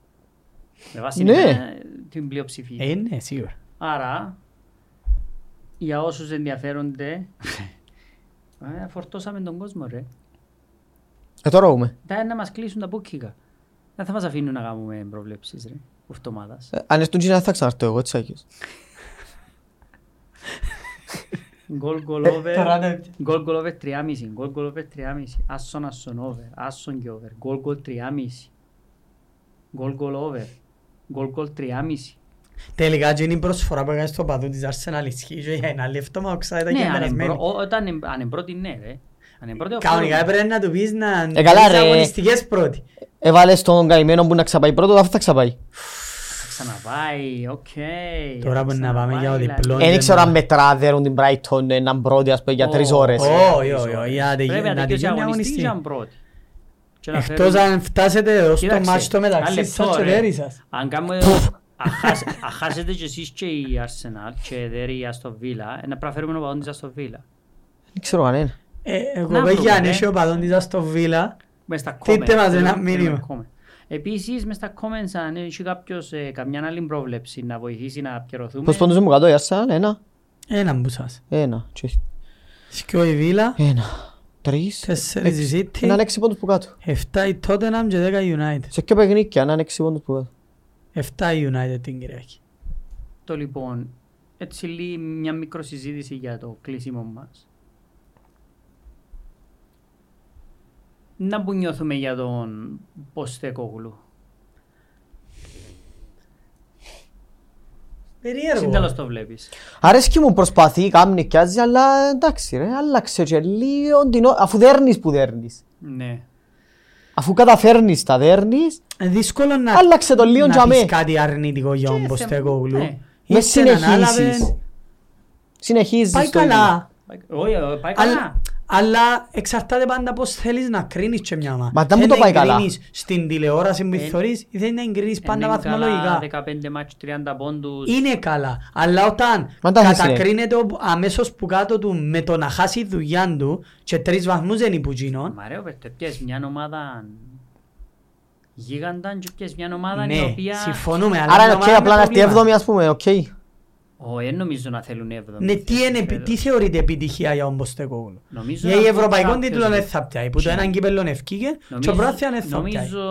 Speaker 1: Με βάση
Speaker 3: Ναι.
Speaker 1: ε, την πλειοψηφία.
Speaker 2: Ε, Είναι σίγουρα.
Speaker 1: Άρα, για όσους ενδιαφέρονται, ε, φορτώσαμε τον κόσμο ρε.
Speaker 3: Ε, τώρα έχουμε.
Speaker 1: Τα να μας κλείσουν τα μπουκίκα. Δεν θα μας αφήνουν να κάνουμε προβλέψεις ρε, ουφτομάδας.
Speaker 3: Ε, Αν έρθουν κοινά θα ξαναρθώ εγώ, τσάκιος.
Speaker 1: Γκολ γκολ over,
Speaker 2: Ε, Τώρα ναι.
Speaker 1: γκολ γκολ over 3,5, γκολ γκολ over 3,5, άσον άσον over, άσον και over, γκολ γκολ 3,5, γκολ γκολ over, γκολ γκολ 3,5.
Speaker 2: Τελικά και είναι η προσφορά που έκανε στο παδού της Arsenal ισχύει και για ένα λεφτό μα οξάιτα και
Speaker 1: Ναι, αν είναι
Speaker 2: περασμένη.
Speaker 1: πρω- ό- όταν είναι- αν είναι πρώτη ναι ρε. Αν είναι πρώτη
Speaker 2: Κανονικά
Speaker 1: οφείλουμε.
Speaker 2: έπρεπε να του πεις να
Speaker 3: Ε, καλά,
Speaker 2: τις
Speaker 3: ρε.
Speaker 2: αγωνιστικές πρώτη.
Speaker 3: Έβαλες τον Ε, καημένο που να ξαπάει πρώτο, αυτό θα ξαπάει.
Speaker 1: Θα ξαναπάει, οκ.
Speaker 2: Τώρα που
Speaker 1: θα
Speaker 2: να πάμε για ο
Speaker 1: ξαναπάει,
Speaker 2: διπλό.
Speaker 1: δηλαδή.
Speaker 3: Δεν ήξερα αν μετρά δέρουν την Brighton έναν πρώτη ας πούμε για τρεις
Speaker 1: Ω,
Speaker 3: ώρες.
Speaker 2: ω. Όχι, όχι, όχι, άντε,
Speaker 1: Πρέπει
Speaker 2: να
Speaker 1: να
Speaker 2: τη
Speaker 1: δικαιώσει
Speaker 2: γίνει
Speaker 1: αγωνιστή
Speaker 2: αγωνιστή.
Speaker 1: και αν πρώτη. Και να
Speaker 2: Εκτός
Speaker 1: φέρουμε-
Speaker 2: αν φτάσετε εδώ στο
Speaker 1: Κοίταξε,
Speaker 2: μάτς το μεταξύ
Speaker 1: ένα
Speaker 2: σας
Speaker 1: λεπτό,
Speaker 2: και
Speaker 1: ρε.
Speaker 2: δέρι σας.
Speaker 1: Αν κάνουμε... Αχάσετε και εσείς και η Arsenal και δέρει η Aston Villa, ε, να πραφέρουμε να παγόντιζα στο Villa.
Speaker 3: Δεν ξέρω κανένα.
Speaker 2: Ε, Εγώ
Speaker 1: Να
Speaker 2: πες
Speaker 1: βρούμε,
Speaker 2: για αν
Speaker 1: ε.
Speaker 2: έχει ο παδόν της στο Βίλα.
Speaker 1: Μες στα
Speaker 2: Στείλτε
Speaker 1: comments, ε,
Speaker 2: μας ένα
Speaker 1: θέλουμε- θέλουμε
Speaker 2: μήνυμα.
Speaker 1: comments. Επίσης, μες στα comments, αν έχει κάποιος ε, καμιά άλλη πρόβλεψη να βοηθήσει να απειρωθούμε...
Speaker 3: Πώς πόντους μου κάτω, η Arsenal, ένα,
Speaker 2: Έναν που σας.
Speaker 3: ένα, και-
Speaker 2: Σκιο η Βίλα,
Speaker 3: ένα, τρεις,
Speaker 2: τέσσερις η City,
Speaker 3: έναν έξι πόντους που κάτω.
Speaker 2: εφτά η Tottenham και δέκα η United.
Speaker 3: Σε ποιο παιχνίκια, έναν έξι πόντους που κάτω.
Speaker 2: Εφτά η United την Κυριακή.
Speaker 1: Το λοιπόν, έτσι λίγη μια μικροσυζήτηση για το κλείσιμο μας. Να που νιώθουμε για τον Ποστέκογλου. Συντέλος
Speaker 2: Περίεργο.
Speaker 1: το βλέπεις.
Speaker 3: Αρέσκει μου προσπαθεί, κάμνει και άζει, αλλά εντάξει ρε, άλλαξε και λίγο την ώρα, αφού δέρνεις που δέρνεις.
Speaker 1: Ναι.
Speaker 3: Αφού καταφέρνεις τα δέρνεις,
Speaker 2: Δύσκολο να,
Speaker 3: Άλλαξε το λίγο
Speaker 2: να
Speaker 3: για
Speaker 2: πεις
Speaker 3: μέ.
Speaker 2: κάτι αρνητικό για τον
Speaker 1: Και
Speaker 2: Ποστέκογλου.
Speaker 1: θε- ναι.
Speaker 3: με
Speaker 2: Ήρθε να ανάλαβε,
Speaker 3: συνεχίσεις. Συνεχίζεις.
Speaker 2: Πάει
Speaker 3: το ίδιο.
Speaker 2: καλά,
Speaker 1: Όχι, όχι, πάει
Speaker 2: αλλά-
Speaker 1: καλά.
Speaker 2: αλλά εξαρτάται πάντα πώς θέλεις να κρίνεις και μια ομάδα.
Speaker 3: Μα δεν μου
Speaker 2: Θέλεις
Speaker 3: το πάει
Speaker 2: να
Speaker 3: καλά.
Speaker 2: εγκρίνεις Στην τηλεόραση που
Speaker 1: Ε,
Speaker 2: θεωρείς ή θέλεις να εγκρίνεις πάντα
Speaker 1: Είναι Ε, καλά,
Speaker 2: βαθμολογικά.
Speaker 1: 15 μάτς, 30 πόντους.
Speaker 2: Είναι καλά, αλλά όταν
Speaker 3: Μα τα έχεις, ρε.
Speaker 2: κατακρίνεται ο- αμέσως που κάτω του με το να χάσει η δουλειά του και τρεις βαθμούς δεν είναι που γίνον,
Speaker 1: Μα ρε, ο Βερτέ, πιες μια ομάδα γίγαντα και πιες μια ομάδα η
Speaker 2: ναι,
Speaker 1: οποία...
Speaker 2: συμφωνούμε. αλλά μια
Speaker 3: Άρα είναι οκ,
Speaker 2: ομάδα με
Speaker 3: απλά να έρθει η
Speaker 2: προβλήματα.
Speaker 3: έβδομη ας πούμε, οκ. Ε,
Speaker 1: Όχι, δεν νομίζω να θέλουν 70.
Speaker 2: Ναι, τι, είναι, επι- τι θεωρείται επιτυχία για τον Ποστεκόγλου.
Speaker 1: Νομίζω
Speaker 2: Για
Speaker 1: να
Speaker 2: Ναι, η
Speaker 1: βγει
Speaker 2: ευρωπαϊκό
Speaker 1: κάποιος-
Speaker 2: τίτλο δεν θα πιάει. Που το
Speaker 1: Ναι.
Speaker 2: έναν κύπελλο ευκήγε και
Speaker 1: Νομίζω-
Speaker 2: ο πράθυαν δεν θα πιάει.
Speaker 1: Νομίζω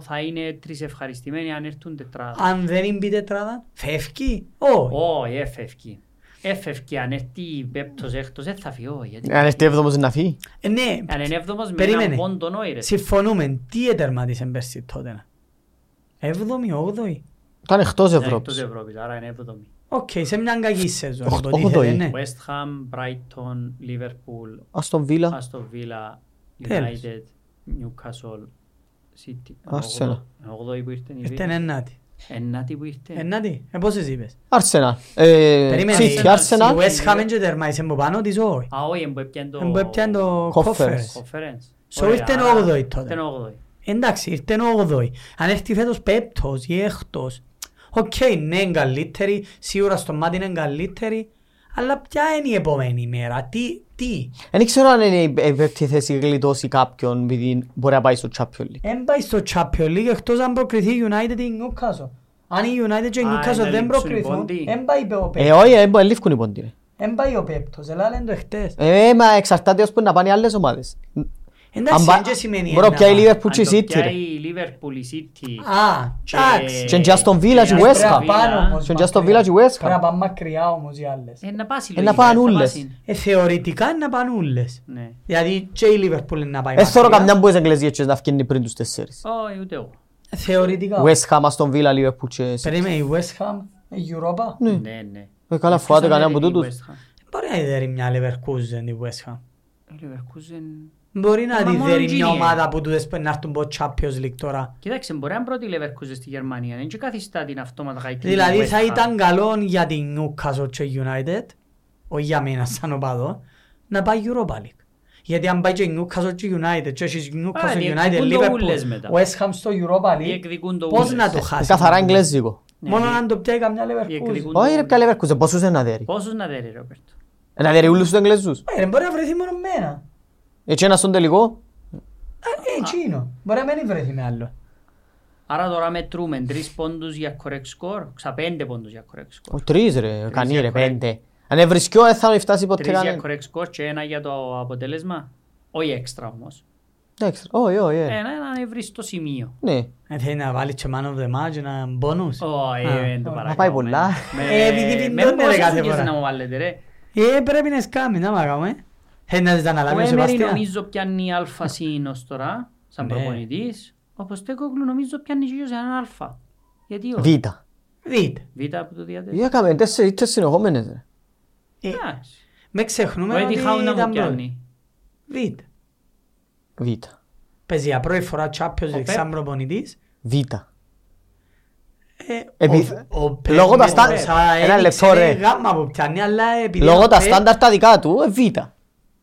Speaker 1: θα είναι τρεις ευχαριστημένοι αν έρθουν τετράδα.
Speaker 2: Αν δεν μπει τετράδα, φεύγει. Όχι.
Speaker 1: Όχι, έφευκη. Έφευκη, αν έρθει η πέπτος έκτος, δεν θα φύγει. όχι, γιατί-
Speaker 3: Αν έρθει έβδομος να φύγει.
Speaker 2: Ε, Ναι,
Speaker 1: Αν είναι έβδομος με
Speaker 2: Περίμενε.
Speaker 1: έναν πόντο νόη, ρε.
Speaker 2: συμφωνούμε. Τι ετερμάτισε πέρσι τότε. Εβδομη, όγδοη.
Speaker 3: Ήταν εκτός
Speaker 1: Ήταν Ναι, εκτός
Speaker 3: Ευρώπης.
Speaker 1: Ευρώπης, άρα είναι έβδομη.
Speaker 2: Οκ, σε μια κακή σεζόν.
Speaker 3: Οχ-
Speaker 2: υποτίθεται,
Speaker 3: όγδοη.
Speaker 2: ναι.
Speaker 1: West Ham, Brighton, Liverpool,
Speaker 3: Αστον Βίλα.
Speaker 1: Aston Villa,
Speaker 2: Τέλος.
Speaker 1: United, Newcastle, City.
Speaker 3: Arsenal.
Speaker 1: Ογδόη που ήρθε η
Speaker 2: Ήταν
Speaker 1: Βίλα.
Speaker 2: ενάτη.
Speaker 1: Ενάτη που ήρθε.
Speaker 2: Ενάτη, ε, πόσες είπες.
Speaker 3: Αρσενάλ. Ε,
Speaker 2: Περίμενε.
Speaker 3: City,
Speaker 1: Arsenal,
Speaker 2: Η
Speaker 3: Arsenal.
Speaker 1: West-
Speaker 2: West Ham δεν τερμάτισε από πάνω της, όχι.
Speaker 1: Α, όχι, εμπού έπιαν το...
Speaker 2: Εν που έπιαν το
Speaker 3: Conference.
Speaker 2: conference.
Speaker 1: Conference.
Speaker 2: So
Speaker 1: Ωραία,
Speaker 2: ήρθεν
Speaker 1: άρα
Speaker 2: όγδοη τότε.
Speaker 1: ήρθεν όγδοη.
Speaker 2: Εντάξει, ήρθε όγδοη. Αν έρθει φέτος πέπτος ή έκτος. Οκ, ναι, είναι καλύτερη. Σίγουρα στο μάτι είναι καλύτερη. Αλλά ποια είναι η επόμενη μέρα. Τι, τι.
Speaker 3: Ε, Δεν ξέρω αν είναι η η πέπτη θέση γλιτώσει κάποιον επειδή μπορεί να πάει στο Champions League.
Speaker 2: Εν πάει στο Champions League εκτός αν προκριθεί η United ή η Newcastle. Αν η United και η
Speaker 1: Α,
Speaker 2: Newcastle
Speaker 1: να
Speaker 2: δεν
Speaker 1: λείψουν οι
Speaker 2: προκριθούν,
Speaker 1: πόντοι.
Speaker 2: εν πάει ο
Speaker 3: Ε,
Speaker 2: πέπτος.
Speaker 3: όχι, ε, μπορεί να λήφκουν οι πόντοι, ρε.
Speaker 2: Εν πάει ο πέπτος. Ελά, λένε το χτες.
Speaker 3: Ε, μα εξαρτάται ως που να πάνε οι άλλες ομάδες.
Speaker 2: Εντάξει,
Speaker 3: Ε, Αν πα-
Speaker 2: δεν και σημαίνει
Speaker 3: Μπορεί να
Speaker 2: ένα
Speaker 3: πιάει η
Speaker 2: μάτι.
Speaker 3: Liverpool
Speaker 1: Αν
Speaker 3: και η
Speaker 1: το
Speaker 3: City,
Speaker 1: πιάει
Speaker 3: ρε.
Speaker 1: η Liverpool, η City.
Speaker 2: Α, εντάξει.
Speaker 3: Και και Aston Villa και West Ham.
Speaker 2: Πρέπει να πάνε
Speaker 1: Villa.
Speaker 2: όμως
Speaker 3: Στον Just
Speaker 2: μακριά.
Speaker 3: Village West Ham.
Speaker 2: Πρέπει να πάνε μακριά όμως οι άλλες.
Speaker 1: Ε, να πάσει
Speaker 3: Ε, να
Speaker 1: λογικά,
Speaker 3: πάνε
Speaker 1: θα
Speaker 3: όλες.
Speaker 1: πάσει.
Speaker 2: Ε, θεωρητικά είναι να πάνε όλες.
Speaker 1: Ναι.
Speaker 2: Δηλαδή και η Liverpool είναι να πάει
Speaker 3: Δεν
Speaker 2: μακριά.
Speaker 3: θέλω Ε, καμιά που είσαι Εγγλέζιες και να φκένει πριν τους τέσσερις.
Speaker 1: Όχι, ούτε εγώ.
Speaker 2: Θεωρητικά.
Speaker 3: West Ham, Aston Villa, Liverpool και City.
Speaker 2: Περίμενε η West Ham, η Europa.
Speaker 1: Ναι, ναι.
Speaker 3: Ε, Καλά, φοβάται
Speaker 1: Ποιος
Speaker 3: κανένα από
Speaker 1: ανέβηκε η
Speaker 3: τούτους.
Speaker 1: West Ham?
Speaker 2: Μπορεί να ιδέρει μια Leverkusen η West Ham.
Speaker 1: Η Leverkusen-
Speaker 2: Μπορεί να
Speaker 1: Μα
Speaker 2: τη
Speaker 1: μόνο
Speaker 2: δέρει μια
Speaker 1: Gini.
Speaker 2: ομάδα που τούτες που να έρθουν από Champions League τώρα.
Speaker 1: Κοίταξε, μπορεί να είναι πρώτη η Leverkusen στη Γερμανία. Δεν και καθιστά την αυτόματα γαϊκή.
Speaker 2: Δηλαδή
Speaker 1: του
Speaker 2: θα
Speaker 1: West Ham.
Speaker 2: ήταν καλό για την Newcastle και United, όχι για μένα σαν οπαδό, να πάει Europa League. Γιατί αν πάει και η Newcastle και United, και έχεις
Speaker 1: Α,
Speaker 2: Newcastle United,
Speaker 1: διεκδικούν το
Speaker 2: Liverpool,
Speaker 1: ούλες μετά.
Speaker 2: West Ham στο Europa League,
Speaker 1: Διεκδικούν το
Speaker 2: πώς
Speaker 1: ούλες.
Speaker 2: να το χάσει.
Speaker 3: Ε, Καθαρά Εγγλέζικο.
Speaker 2: Μόνο
Speaker 1: Ναι,
Speaker 2: αν το πιάει καμιά Leverkusen.
Speaker 1: διεκδικούν
Speaker 3: Όχι
Speaker 1: το
Speaker 3: ρε,
Speaker 1: ούλες.
Speaker 3: πια Leverkusen, πόσους είναι να δέρει.
Speaker 1: Πόσους να δέρει, Ρόπερτο.
Speaker 3: Να δέρει όλους τους Εγγλέζους.
Speaker 2: Ε, ρε, Μπορεί να βρεθεί μόνο με ένα.
Speaker 3: Έτσι ένα στον τελικό.
Speaker 2: Ε, εκείνο. Μπορεί να μην βρεθεί με άλλο.
Speaker 1: Άρα τώρα μετρούμε τρεις πόντους για correct score, ξα πέντε πόντους για correct score.
Speaker 3: Ο, Τρεις ρε, κανεί
Speaker 1: για
Speaker 3: ρε,
Speaker 1: κορέ.
Speaker 3: πέντε. Αν βρισκιό δεν θα φτάσει ποτέ
Speaker 1: Τρεις για
Speaker 3: κανένα.
Speaker 1: correct score και ένα για το αποτέλεσμα. Όχι έξτρα όμως.
Speaker 3: Εντάξει, όχι, όχι, ε.
Speaker 1: Ένα, ένα ευρύστο σημείο.
Speaker 3: Ναι.
Speaker 2: Ε, Θέλει να βάλει και man of the match, ένα bonus.
Speaker 1: Όχι, δεν ε, το
Speaker 2: να
Speaker 1: παρακαλώ.
Speaker 3: πάει πολλά.
Speaker 1: Με-
Speaker 2: Ε, επειδή
Speaker 1: με
Speaker 2: δεν είναι
Speaker 1: πόσες
Speaker 2: κάθε
Speaker 1: δουλειές
Speaker 2: φορά.
Speaker 1: να μου βάλετε, ρε.
Speaker 2: Ε, πρέπει να σκάμε, να μαγάμε. Θέλει να τις
Speaker 1: Ο
Speaker 2: αναλάβει ο
Speaker 1: Έμερι
Speaker 2: Σεβαστιάν.
Speaker 1: νομίζω πιάνει αλφα σύνος τώρα, σαν
Speaker 2: Ναι.
Speaker 1: προπονητής. Ο Ποστέκογλου νομίζω πιάνει γύρω σε έναν αλφα. Γιατί
Speaker 3: Β.
Speaker 1: όχι.
Speaker 2: Δείτε.
Speaker 1: Β' από το διαδίκτυο.
Speaker 3: Για κάμε τέσσερις τέσσερις συνεχόμενες ρε.
Speaker 2: Ε,
Speaker 1: Εντάξει.
Speaker 2: Με
Speaker 1: Ο
Speaker 2: ξεχνούμε ότι
Speaker 1: Έντι Χάου να
Speaker 2: ήταν
Speaker 1: ε, μου
Speaker 2: πρώτη.
Speaker 1: πιάνει.
Speaker 2: Δείτε.
Speaker 3: Β.
Speaker 2: Παίζει για πρώτη φορά Champions League
Speaker 1: Πεπ.
Speaker 2: σαν προπονητής.
Speaker 3: Β.
Speaker 2: Ε,
Speaker 3: Επει-
Speaker 2: ο- ο Πεπ
Speaker 3: Λόγω τα
Speaker 2: με
Speaker 3: στάν-
Speaker 2: το Σάρα
Speaker 3: Ένα
Speaker 2: έδειξε
Speaker 3: λεπτό, ρε.
Speaker 2: γάμμα που πιάνει, αλλά επειδή
Speaker 3: Λόγω
Speaker 2: ο
Speaker 3: τα
Speaker 2: Πεπ-
Speaker 3: στάνταρ τα δικά του, ε, Β.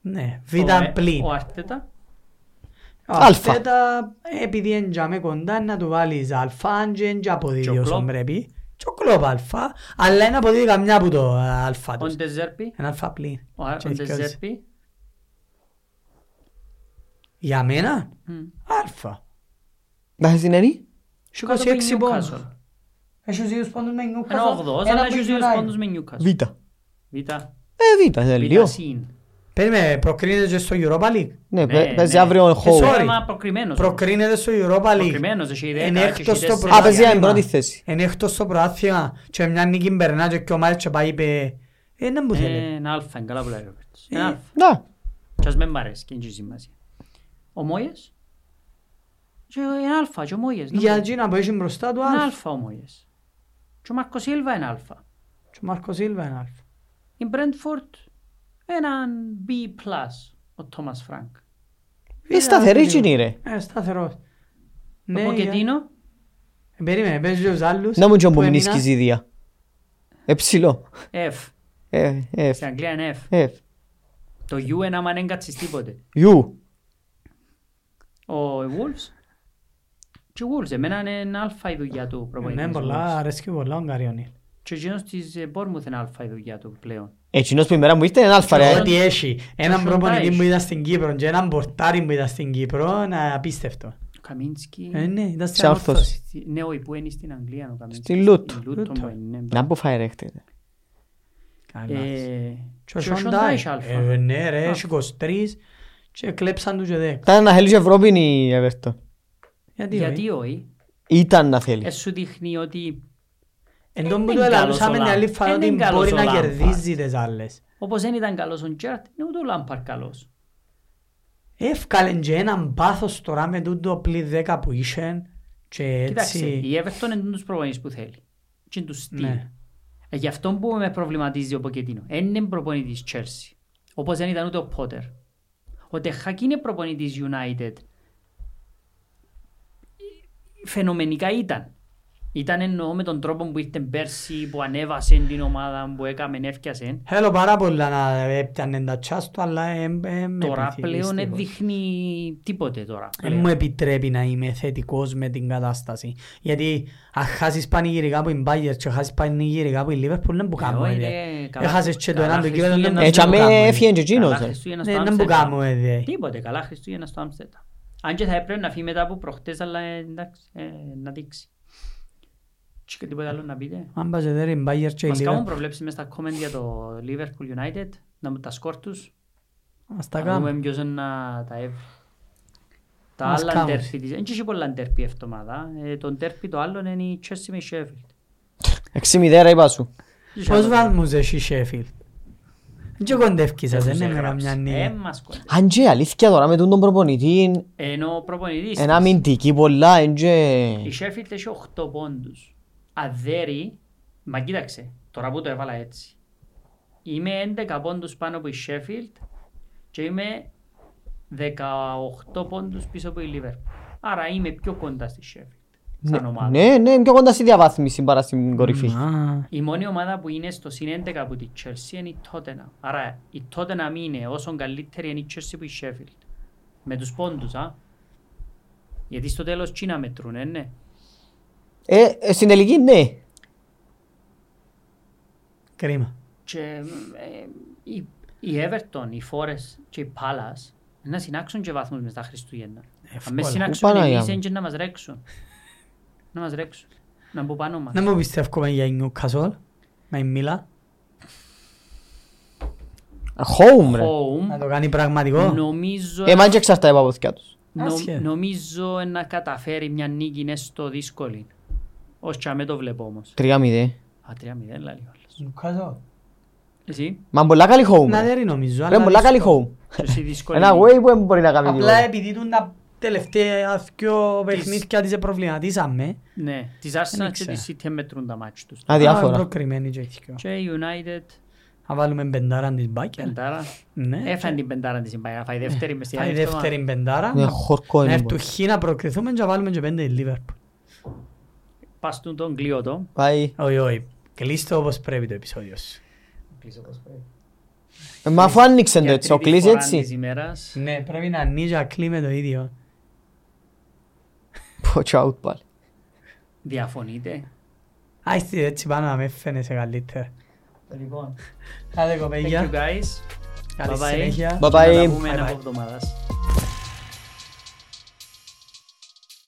Speaker 2: Ναι,
Speaker 1: Ο-
Speaker 2: β' πλήν.
Speaker 1: Ο Αρτέτα.
Speaker 3: Αλφα.
Speaker 2: Αυτά επειδή είναι για με κοντά να του βάλεις αλφα, αν και είναι και αποδίδει
Speaker 1: Και ο
Speaker 2: όσο
Speaker 1: Κλοπ.
Speaker 2: πρέπει. Και ο κλόπ αλφα, αλλά είναι αποδίδει καμιά από το ε, αλφα
Speaker 1: Ο
Speaker 2: τους.
Speaker 1: Ντεζέρπι.
Speaker 2: Ένα αλφα πλήν.
Speaker 1: Ο Α-
Speaker 2: Και
Speaker 1: ο
Speaker 2: δικαιώσε.
Speaker 1: Ντεζέρπι.
Speaker 2: Για μένα,
Speaker 1: Μμ.
Speaker 2: αλφα.
Speaker 3: Να έχεις την ενή.
Speaker 2: Έχει
Speaker 1: Κάτω από
Speaker 2: 26
Speaker 1: την
Speaker 2: πόντους.
Speaker 1: Newcastle.
Speaker 2: Έχεις δύο πόντους με Newcastle,
Speaker 1: Ένα όγδοος,
Speaker 2: ένα
Speaker 1: αλλά
Speaker 2: που
Speaker 1: έχει
Speaker 2: έχει
Speaker 1: δύο
Speaker 2: United.
Speaker 1: πόντους με Newcastle.
Speaker 3: Β.
Speaker 1: Β.
Speaker 3: Ε, Β. είναι
Speaker 1: Β'
Speaker 3: λίγο.
Speaker 1: συν.
Speaker 2: Περίμενε, προκρίνεται και στο Europa League.
Speaker 3: Ναι,
Speaker 1: Ναι,
Speaker 3: παι- παίζει
Speaker 1: ναι.
Speaker 3: αύριο
Speaker 2: Και
Speaker 3: χώρο.
Speaker 2: sorry.
Speaker 1: Μα προκριμένος.
Speaker 2: Προκρίνεται στο Europa League.
Speaker 1: Προκριμένος, έχει
Speaker 2: Είναι
Speaker 1: ιδέα.
Speaker 2: έκτος στο
Speaker 3: Α, παίζει για την πρώτη
Speaker 2: πρωτάθλημα.
Speaker 3: θέση.
Speaker 2: Είναι έκτος στο πρωτάθλημα. Και μια νίκη περνά και ο Μάλτσο πάει είπε... Ε, να μου θέλετε.
Speaker 1: Ένα αλφα, είναι καλά που λέει ο Ρόπερτς.
Speaker 2: Ε.
Speaker 1: Ένα αλφα.
Speaker 3: Να,
Speaker 1: Και ας με μ' αρέσει, και είναι και σημασία. Ο Μόιες. Και ένα αλφα, και ο Μόιες.
Speaker 2: Για
Speaker 1: νομίζω.
Speaker 2: εκείνα που έχει μπροστά του
Speaker 1: Είναι
Speaker 2: αλφα.
Speaker 1: αλφα ο Μόιες. Και ο Μάρκο Σίλβα είναι αλφα.
Speaker 2: Και ο Μάρκο Σίλβα είναι αλφα.
Speaker 1: Η Μπρέντφορτ έναν B+, ο Τόμας Φρανκ.
Speaker 3: είναι σταθερή εκείνη Ε, ρε.
Speaker 2: Ε, σταθερός. Ναι,
Speaker 1: Ο Ποκετίνο,
Speaker 2: για- Περίμενε, παίζει και τους άλλους.
Speaker 3: Να μου και ο
Speaker 2: που
Speaker 3: Μουνίσκης
Speaker 2: έμειναν.
Speaker 3: η Δία. Ε, ψηλό.
Speaker 1: F.
Speaker 3: Ε, ε,
Speaker 1: Στην Αγγλία είναι F.
Speaker 3: ε.
Speaker 1: Το U είναι άμα δεν κάτσεις τίποτε.
Speaker 3: Ιου.
Speaker 1: Ο Wolves. Και ο Wolves, εμένα είναι αλφα η δουλειά του προπονητής.
Speaker 2: Ναι, πολλά, αρέσκει πολλά ο Γκαριονίλ.
Speaker 1: Και εκείνος της ε, Bournemouth είναι αλφα η δουλειά του πλέον.
Speaker 3: Εκείνος που η μέρα μου ήρθε είναι αλφα ρε.
Speaker 2: Ότι έχει έναν
Speaker 1: Σοντάις.
Speaker 2: προπονητή που ήταν στην Κύπρο και έναν πορτάρι που ήταν στην Κύπρο, να απίστευτο.
Speaker 1: Ο Καμίνσκι.
Speaker 2: Ε, ναι, ήταν στην
Speaker 3: Σε άρθος.
Speaker 2: ανόρθωση.
Speaker 1: Στη- Ναι, όχι, που είναι στην Αγγλία ο Καμίνσκι.
Speaker 3: Στη Λούτ.
Speaker 1: Η Λούτ όμως είναι.
Speaker 3: Να που φάει ρε χτες.
Speaker 1: Ε,
Speaker 2: Και ο
Speaker 1: και ο
Speaker 2: Sean
Speaker 1: Sean
Speaker 2: Dyche.
Speaker 1: Dyche αλφα.
Speaker 2: Ε, Ναι ρε,
Speaker 1: Α.
Speaker 2: έχει 23 και κλέψαν του και δεν.
Speaker 3: Ήταν να θέλεις Ευρώπη η Everton.
Speaker 2: Γιατί όχι.
Speaker 1: Γιατί όχι.
Speaker 3: Ήταν να θέλεις.
Speaker 1: Ε, σου δείχνει ότι
Speaker 2: Εν τω που
Speaker 1: Ε, είναι
Speaker 2: το
Speaker 1: καλός
Speaker 2: ελαλούσαμε
Speaker 1: ο
Speaker 2: την άλλη
Speaker 1: Λαμπ.
Speaker 2: φορά
Speaker 1: Είναι
Speaker 2: ότι
Speaker 1: καλός
Speaker 2: μπορεί
Speaker 1: ο
Speaker 2: να
Speaker 1: Λαμπ.
Speaker 2: κερδίζει τις άλλες.
Speaker 1: όπως δεν ήταν καλός ο Τζέρτ, είναι ούτε ο Λάμπαρ καλός.
Speaker 2: Εύκαλεν και έναν πάθος τώρα με τούτο πλήν 10 που είχε και
Speaker 1: Κοιτάξτε,
Speaker 2: έτσι.
Speaker 1: η Everton είναι τους προπονητές που θέλει. Και τους στυλ.
Speaker 2: Ναι.
Speaker 1: Ε, Γι' αυτό που με προβληματίζει ο Ποκετίνο. Εν Είναι προπονητής Chelsea. Όπως δεν ήταν ούτε ο Πότερ. Ο Τεχάκ είναι προπονητής United. Φαινομενικά ήταν. Ήταν εννοώ με τον τρόπο που ήρθε πέρσι, που ανέβασε την ομάδα, που έκαμε, έφτιασε.
Speaker 2: Θέλω πάρα πολλά να έπιανε τα τσάς του, αλλά ε, εμ- εμ-
Speaker 1: Τώρα
Speaker 2: επιτυχής
Speaker 1: πλέον δεν
Speaker 2: τίποτα. Ε,
Speaker 1: δείχνει τίποτε τώρα.
Speaker 2: Δεν
Speaker 1: πλέον.
Speaker 2: μου επιτρέπει να είμαι θετικός με την κατάσταση. Γιατί αν χάσεις πανηγυρικά που η Μπάγερ και χάσεις πανηγυρικά που η Λίβερπουλ δεν που κάνουμε.
Speaker 1: είναι
Speaker 2: δε.
Speaker 1: Ε, καλά-
Speaker 2: Έχασες και το
Speaker 1: καλά
Speaker 2: έναν το κύριο δεν
Speaker 1: Χριστούγεννα.
Speaker 3: Ε,
Speaker 1: Ε,
Speaker 2: που
Speaker 3: τσάμε
Speaker 2: κάνουμε.
Speaker 3: έφυγε και εκείνος.
Speaker 1: Καλά
Speaker 3: ε.
Speaker 1: Χριστούγεννα στο
Speaker 2: Ναι, Δεν που
Speaker 1: Άμστερνταμ.
Speaker 2: κάνουμε. δε.
Speaker 1: Τίποτε, καλά Χριστούγεννα στο Άμστερνταμ. Αν και θα έπρεπε να φύγει μετά από προχτές, αλλά ε, εντάξει, ε, να δείξει. Και τίποτα άλλο να πείτε.
Speaker 2: Αν πας εδώ η Μπάγερ και η
Speaker 1: Μας κάνουν
Speaker 2: Λίβερπουλ.
Speaker 1: προβλέψεις μες στα comment για το Liverpool United, να μου τα σκορ τους.
Speaker 2: Ας τα
Speaker 1: Να δούμε
Speaker 2: κάνουμε.
Speaker 1: ποιος είναι να τα έβρει. Τα
Speaker 2: Μας
Speaker 1: άλλα
Speaker 2: κάνουν.
Speaker 1: ντέρφι της. Δεν και έχει πολλά ντέρφι εβδομάδα. Ε, Το ντέρφι το άλλο είναι η Chelsea με η Sheffield.
Speaker 3: 6-0 είπα σου.
Speaker 2: Πώς βάλμους εσύ η Sheffield. Δεν και κοντεύκεις σας,
Speaker 1: Τους
Speaker 2: δεν είναι ναι.
Speaker 1: έγραψε.
Speaker 2: καμιά
Speaker 1: Ε,
Speaker 2: νύχτα.
Speaker 1: μας κοντεύει.
Speaker 3: Αν και αλήθεια τώρα με τον τον προπονητή
Speaker 1: Ενώ ο προπονητής
Speaker 3: ένα
Speaker 1: της-
Speaker 3: αμυντική πολλά εν και...
Speaker 1: Η Sheffield έχει 8 πόντους. Αδέρι, μα κοίταξε, τώρα που το έβαλα έτσι. Είμαι 11 πόντους πάνω από η Sheffield και είμαι 18 πόντους πίσω από η Liverpool. Άρα είμαι πιο κοντά στη Sheffield σαν ομάδα.
Speaker 3: Ναι, ναι, είναι πιο κοντά στη διαβάθμιση παρά στην κορυφή.
Speaker 2: Μα,
Speaker 1: Η μόνη ομάδα που είναι στο συν 11 από τη Chelsea είναι η Tottenham. Άρα η Tottenham είναι όσο καλύτερη είναι η Chelsea που η Sheffield. Με τους πόντους, α. Γιατί στο τέλος τι να μετρούν, ε, ναι.
Speaker 3: Ε, ε, στην τελική ναι.
Speaker 2: Κρίμα.
Speaker 1: και ε, η, η Everton, η Forest και η Palace να συνάξουν και βάθμους μετά Χριστούγεννα. Αν μες
Speaker 2: Εύκολα.
Speaker 1: συνάξουν
Speaker 3: Ου, Παναγιά
Speaker 1: εμείς
Speaker 3: μου.
Speaker 1: είναι και να μας ρέξουν. να μας ρέξουν. Να μπουν πάνω μας.
Speaker 2: Να μου πιστεύουμε για η Newcastle, με η Μίλα,
Speaker 3: Home ρε.
Speaker 2: να
Speaker 1: Home,
Speaker 2: το κάνει πραγματικό.
Speaker 1: νομίζω,
Speaker 3: Ε, μάλλον και εξαρτάται από ποθηκιά τους.
Speaker 1: νο-
Speaker 2: Άσχε.
Speaker 1: νομίζω να καταφέρει μια νίκη είναι στο δύσκολη. Ως και αμέ το βλέπω όμως.
Speaker 3: 3-0.
Speaker 1: Α, 3-0 λάλλει ο άλλος.
Speaker 2: Newcastle.
Speaker 1: Εσύ,
Speaker 3: Μα είναι πολλά καλή home.
Speaker 2: Να
Speaker 3: ρε.
Speaker 2: δεν νομίζω,
Speaker 3: Ρε,
Speaker 2: αλλά
Speaker 3: πολλά καλή
Speaker 2: δύσκολο.
Speaker 3: home.
Speaker 1: και εσύ δύσκολη.
Speaker 3: Ένα
Speaker 1: νίκη.
Speaker 3: way που δεν μπορεί να κάνει
Speaker 2: Απλά
Speaker 3: τίποτα.
Speaker 2: επειδή του τα τελευταία δυο παιχνίδια της προβληματίσαμε.
Speaker 1: Ναι, της Arsenal και
Speaker 2: ήξερα.
Speaker 1: της City μετρούν τα μάτια τους.
Speaker 2: άρα
Speaker 3: Αδιάφορα.
Speaker 2: Προκριμένοι και οι δυο.
Speaker 1: Και η United,
Speaker 2: Θα βάλουμε πεντάρα της Μπάκερ.
Speaker 1: πεντάρα.
Speaker 2: Ναι.
Speaker 1: Έφανε Ε, την πεντάρα της η Bayern, φάει δεύτερη μες στη
Speaker 2: Θα η
Speaker 1: άλλη εβδομάδα.
Speaker 2: δεύτερη πεντάρα.
Speaker 3: Ναι,
Speaker 2: να-
Speaker 3: χορκό
Speaker 2: Να
Speaker 3: είναι.
Speaker 2: ευτυχεί να προκριθούμε και να βάλουμε και πέντε η Λίβερπουλ.
Speaker 1: Πας του τον κλειώτο.
Speaker 3: Πάει.
Speaker 2: Όχι, όχι. Κλείστο όπως πρέπει το επεισόδιο σου.
Speaker 3: Ε, Μα αφού άνοιξε το
Speaker 1: Για
Speaker 3: έτσι, ο
Speaker 1: τρίτη
Speaker 3: κλείσει
Speaker 1: φορά της
Speaker 3: έτσι.
Speaker 1: ημέρας.
Speaker 2: Ναι, πρέπει να ανοίγει ακλεί με το ίδιο.
Speaker 3: Πω, τσάου πάλι.
Speaker 1: Διαφωνείτε.
Speaker 2: Α, είστε έτσι πάνω να με φαίνεσαι καλύτερα.
Speaker 1: Λοιπόν,
Speaker 2: Καλή
Speaker 1: thank you
Speaker 2: κοπέλια.
Speaker 1: guys.
Speaker 2: Καλή
Speaker 1: Bye bye.
Speaker 2: συνέχεια.
Speaker 3: Bye
Speaker 1: Θα τα
Speaker 3: bye.
Speaker 1: πούμε
Speaker 2: Bye
Speaker 1: ένα
Speaker 2: bye.
Speaker 1: από εβδομάδας.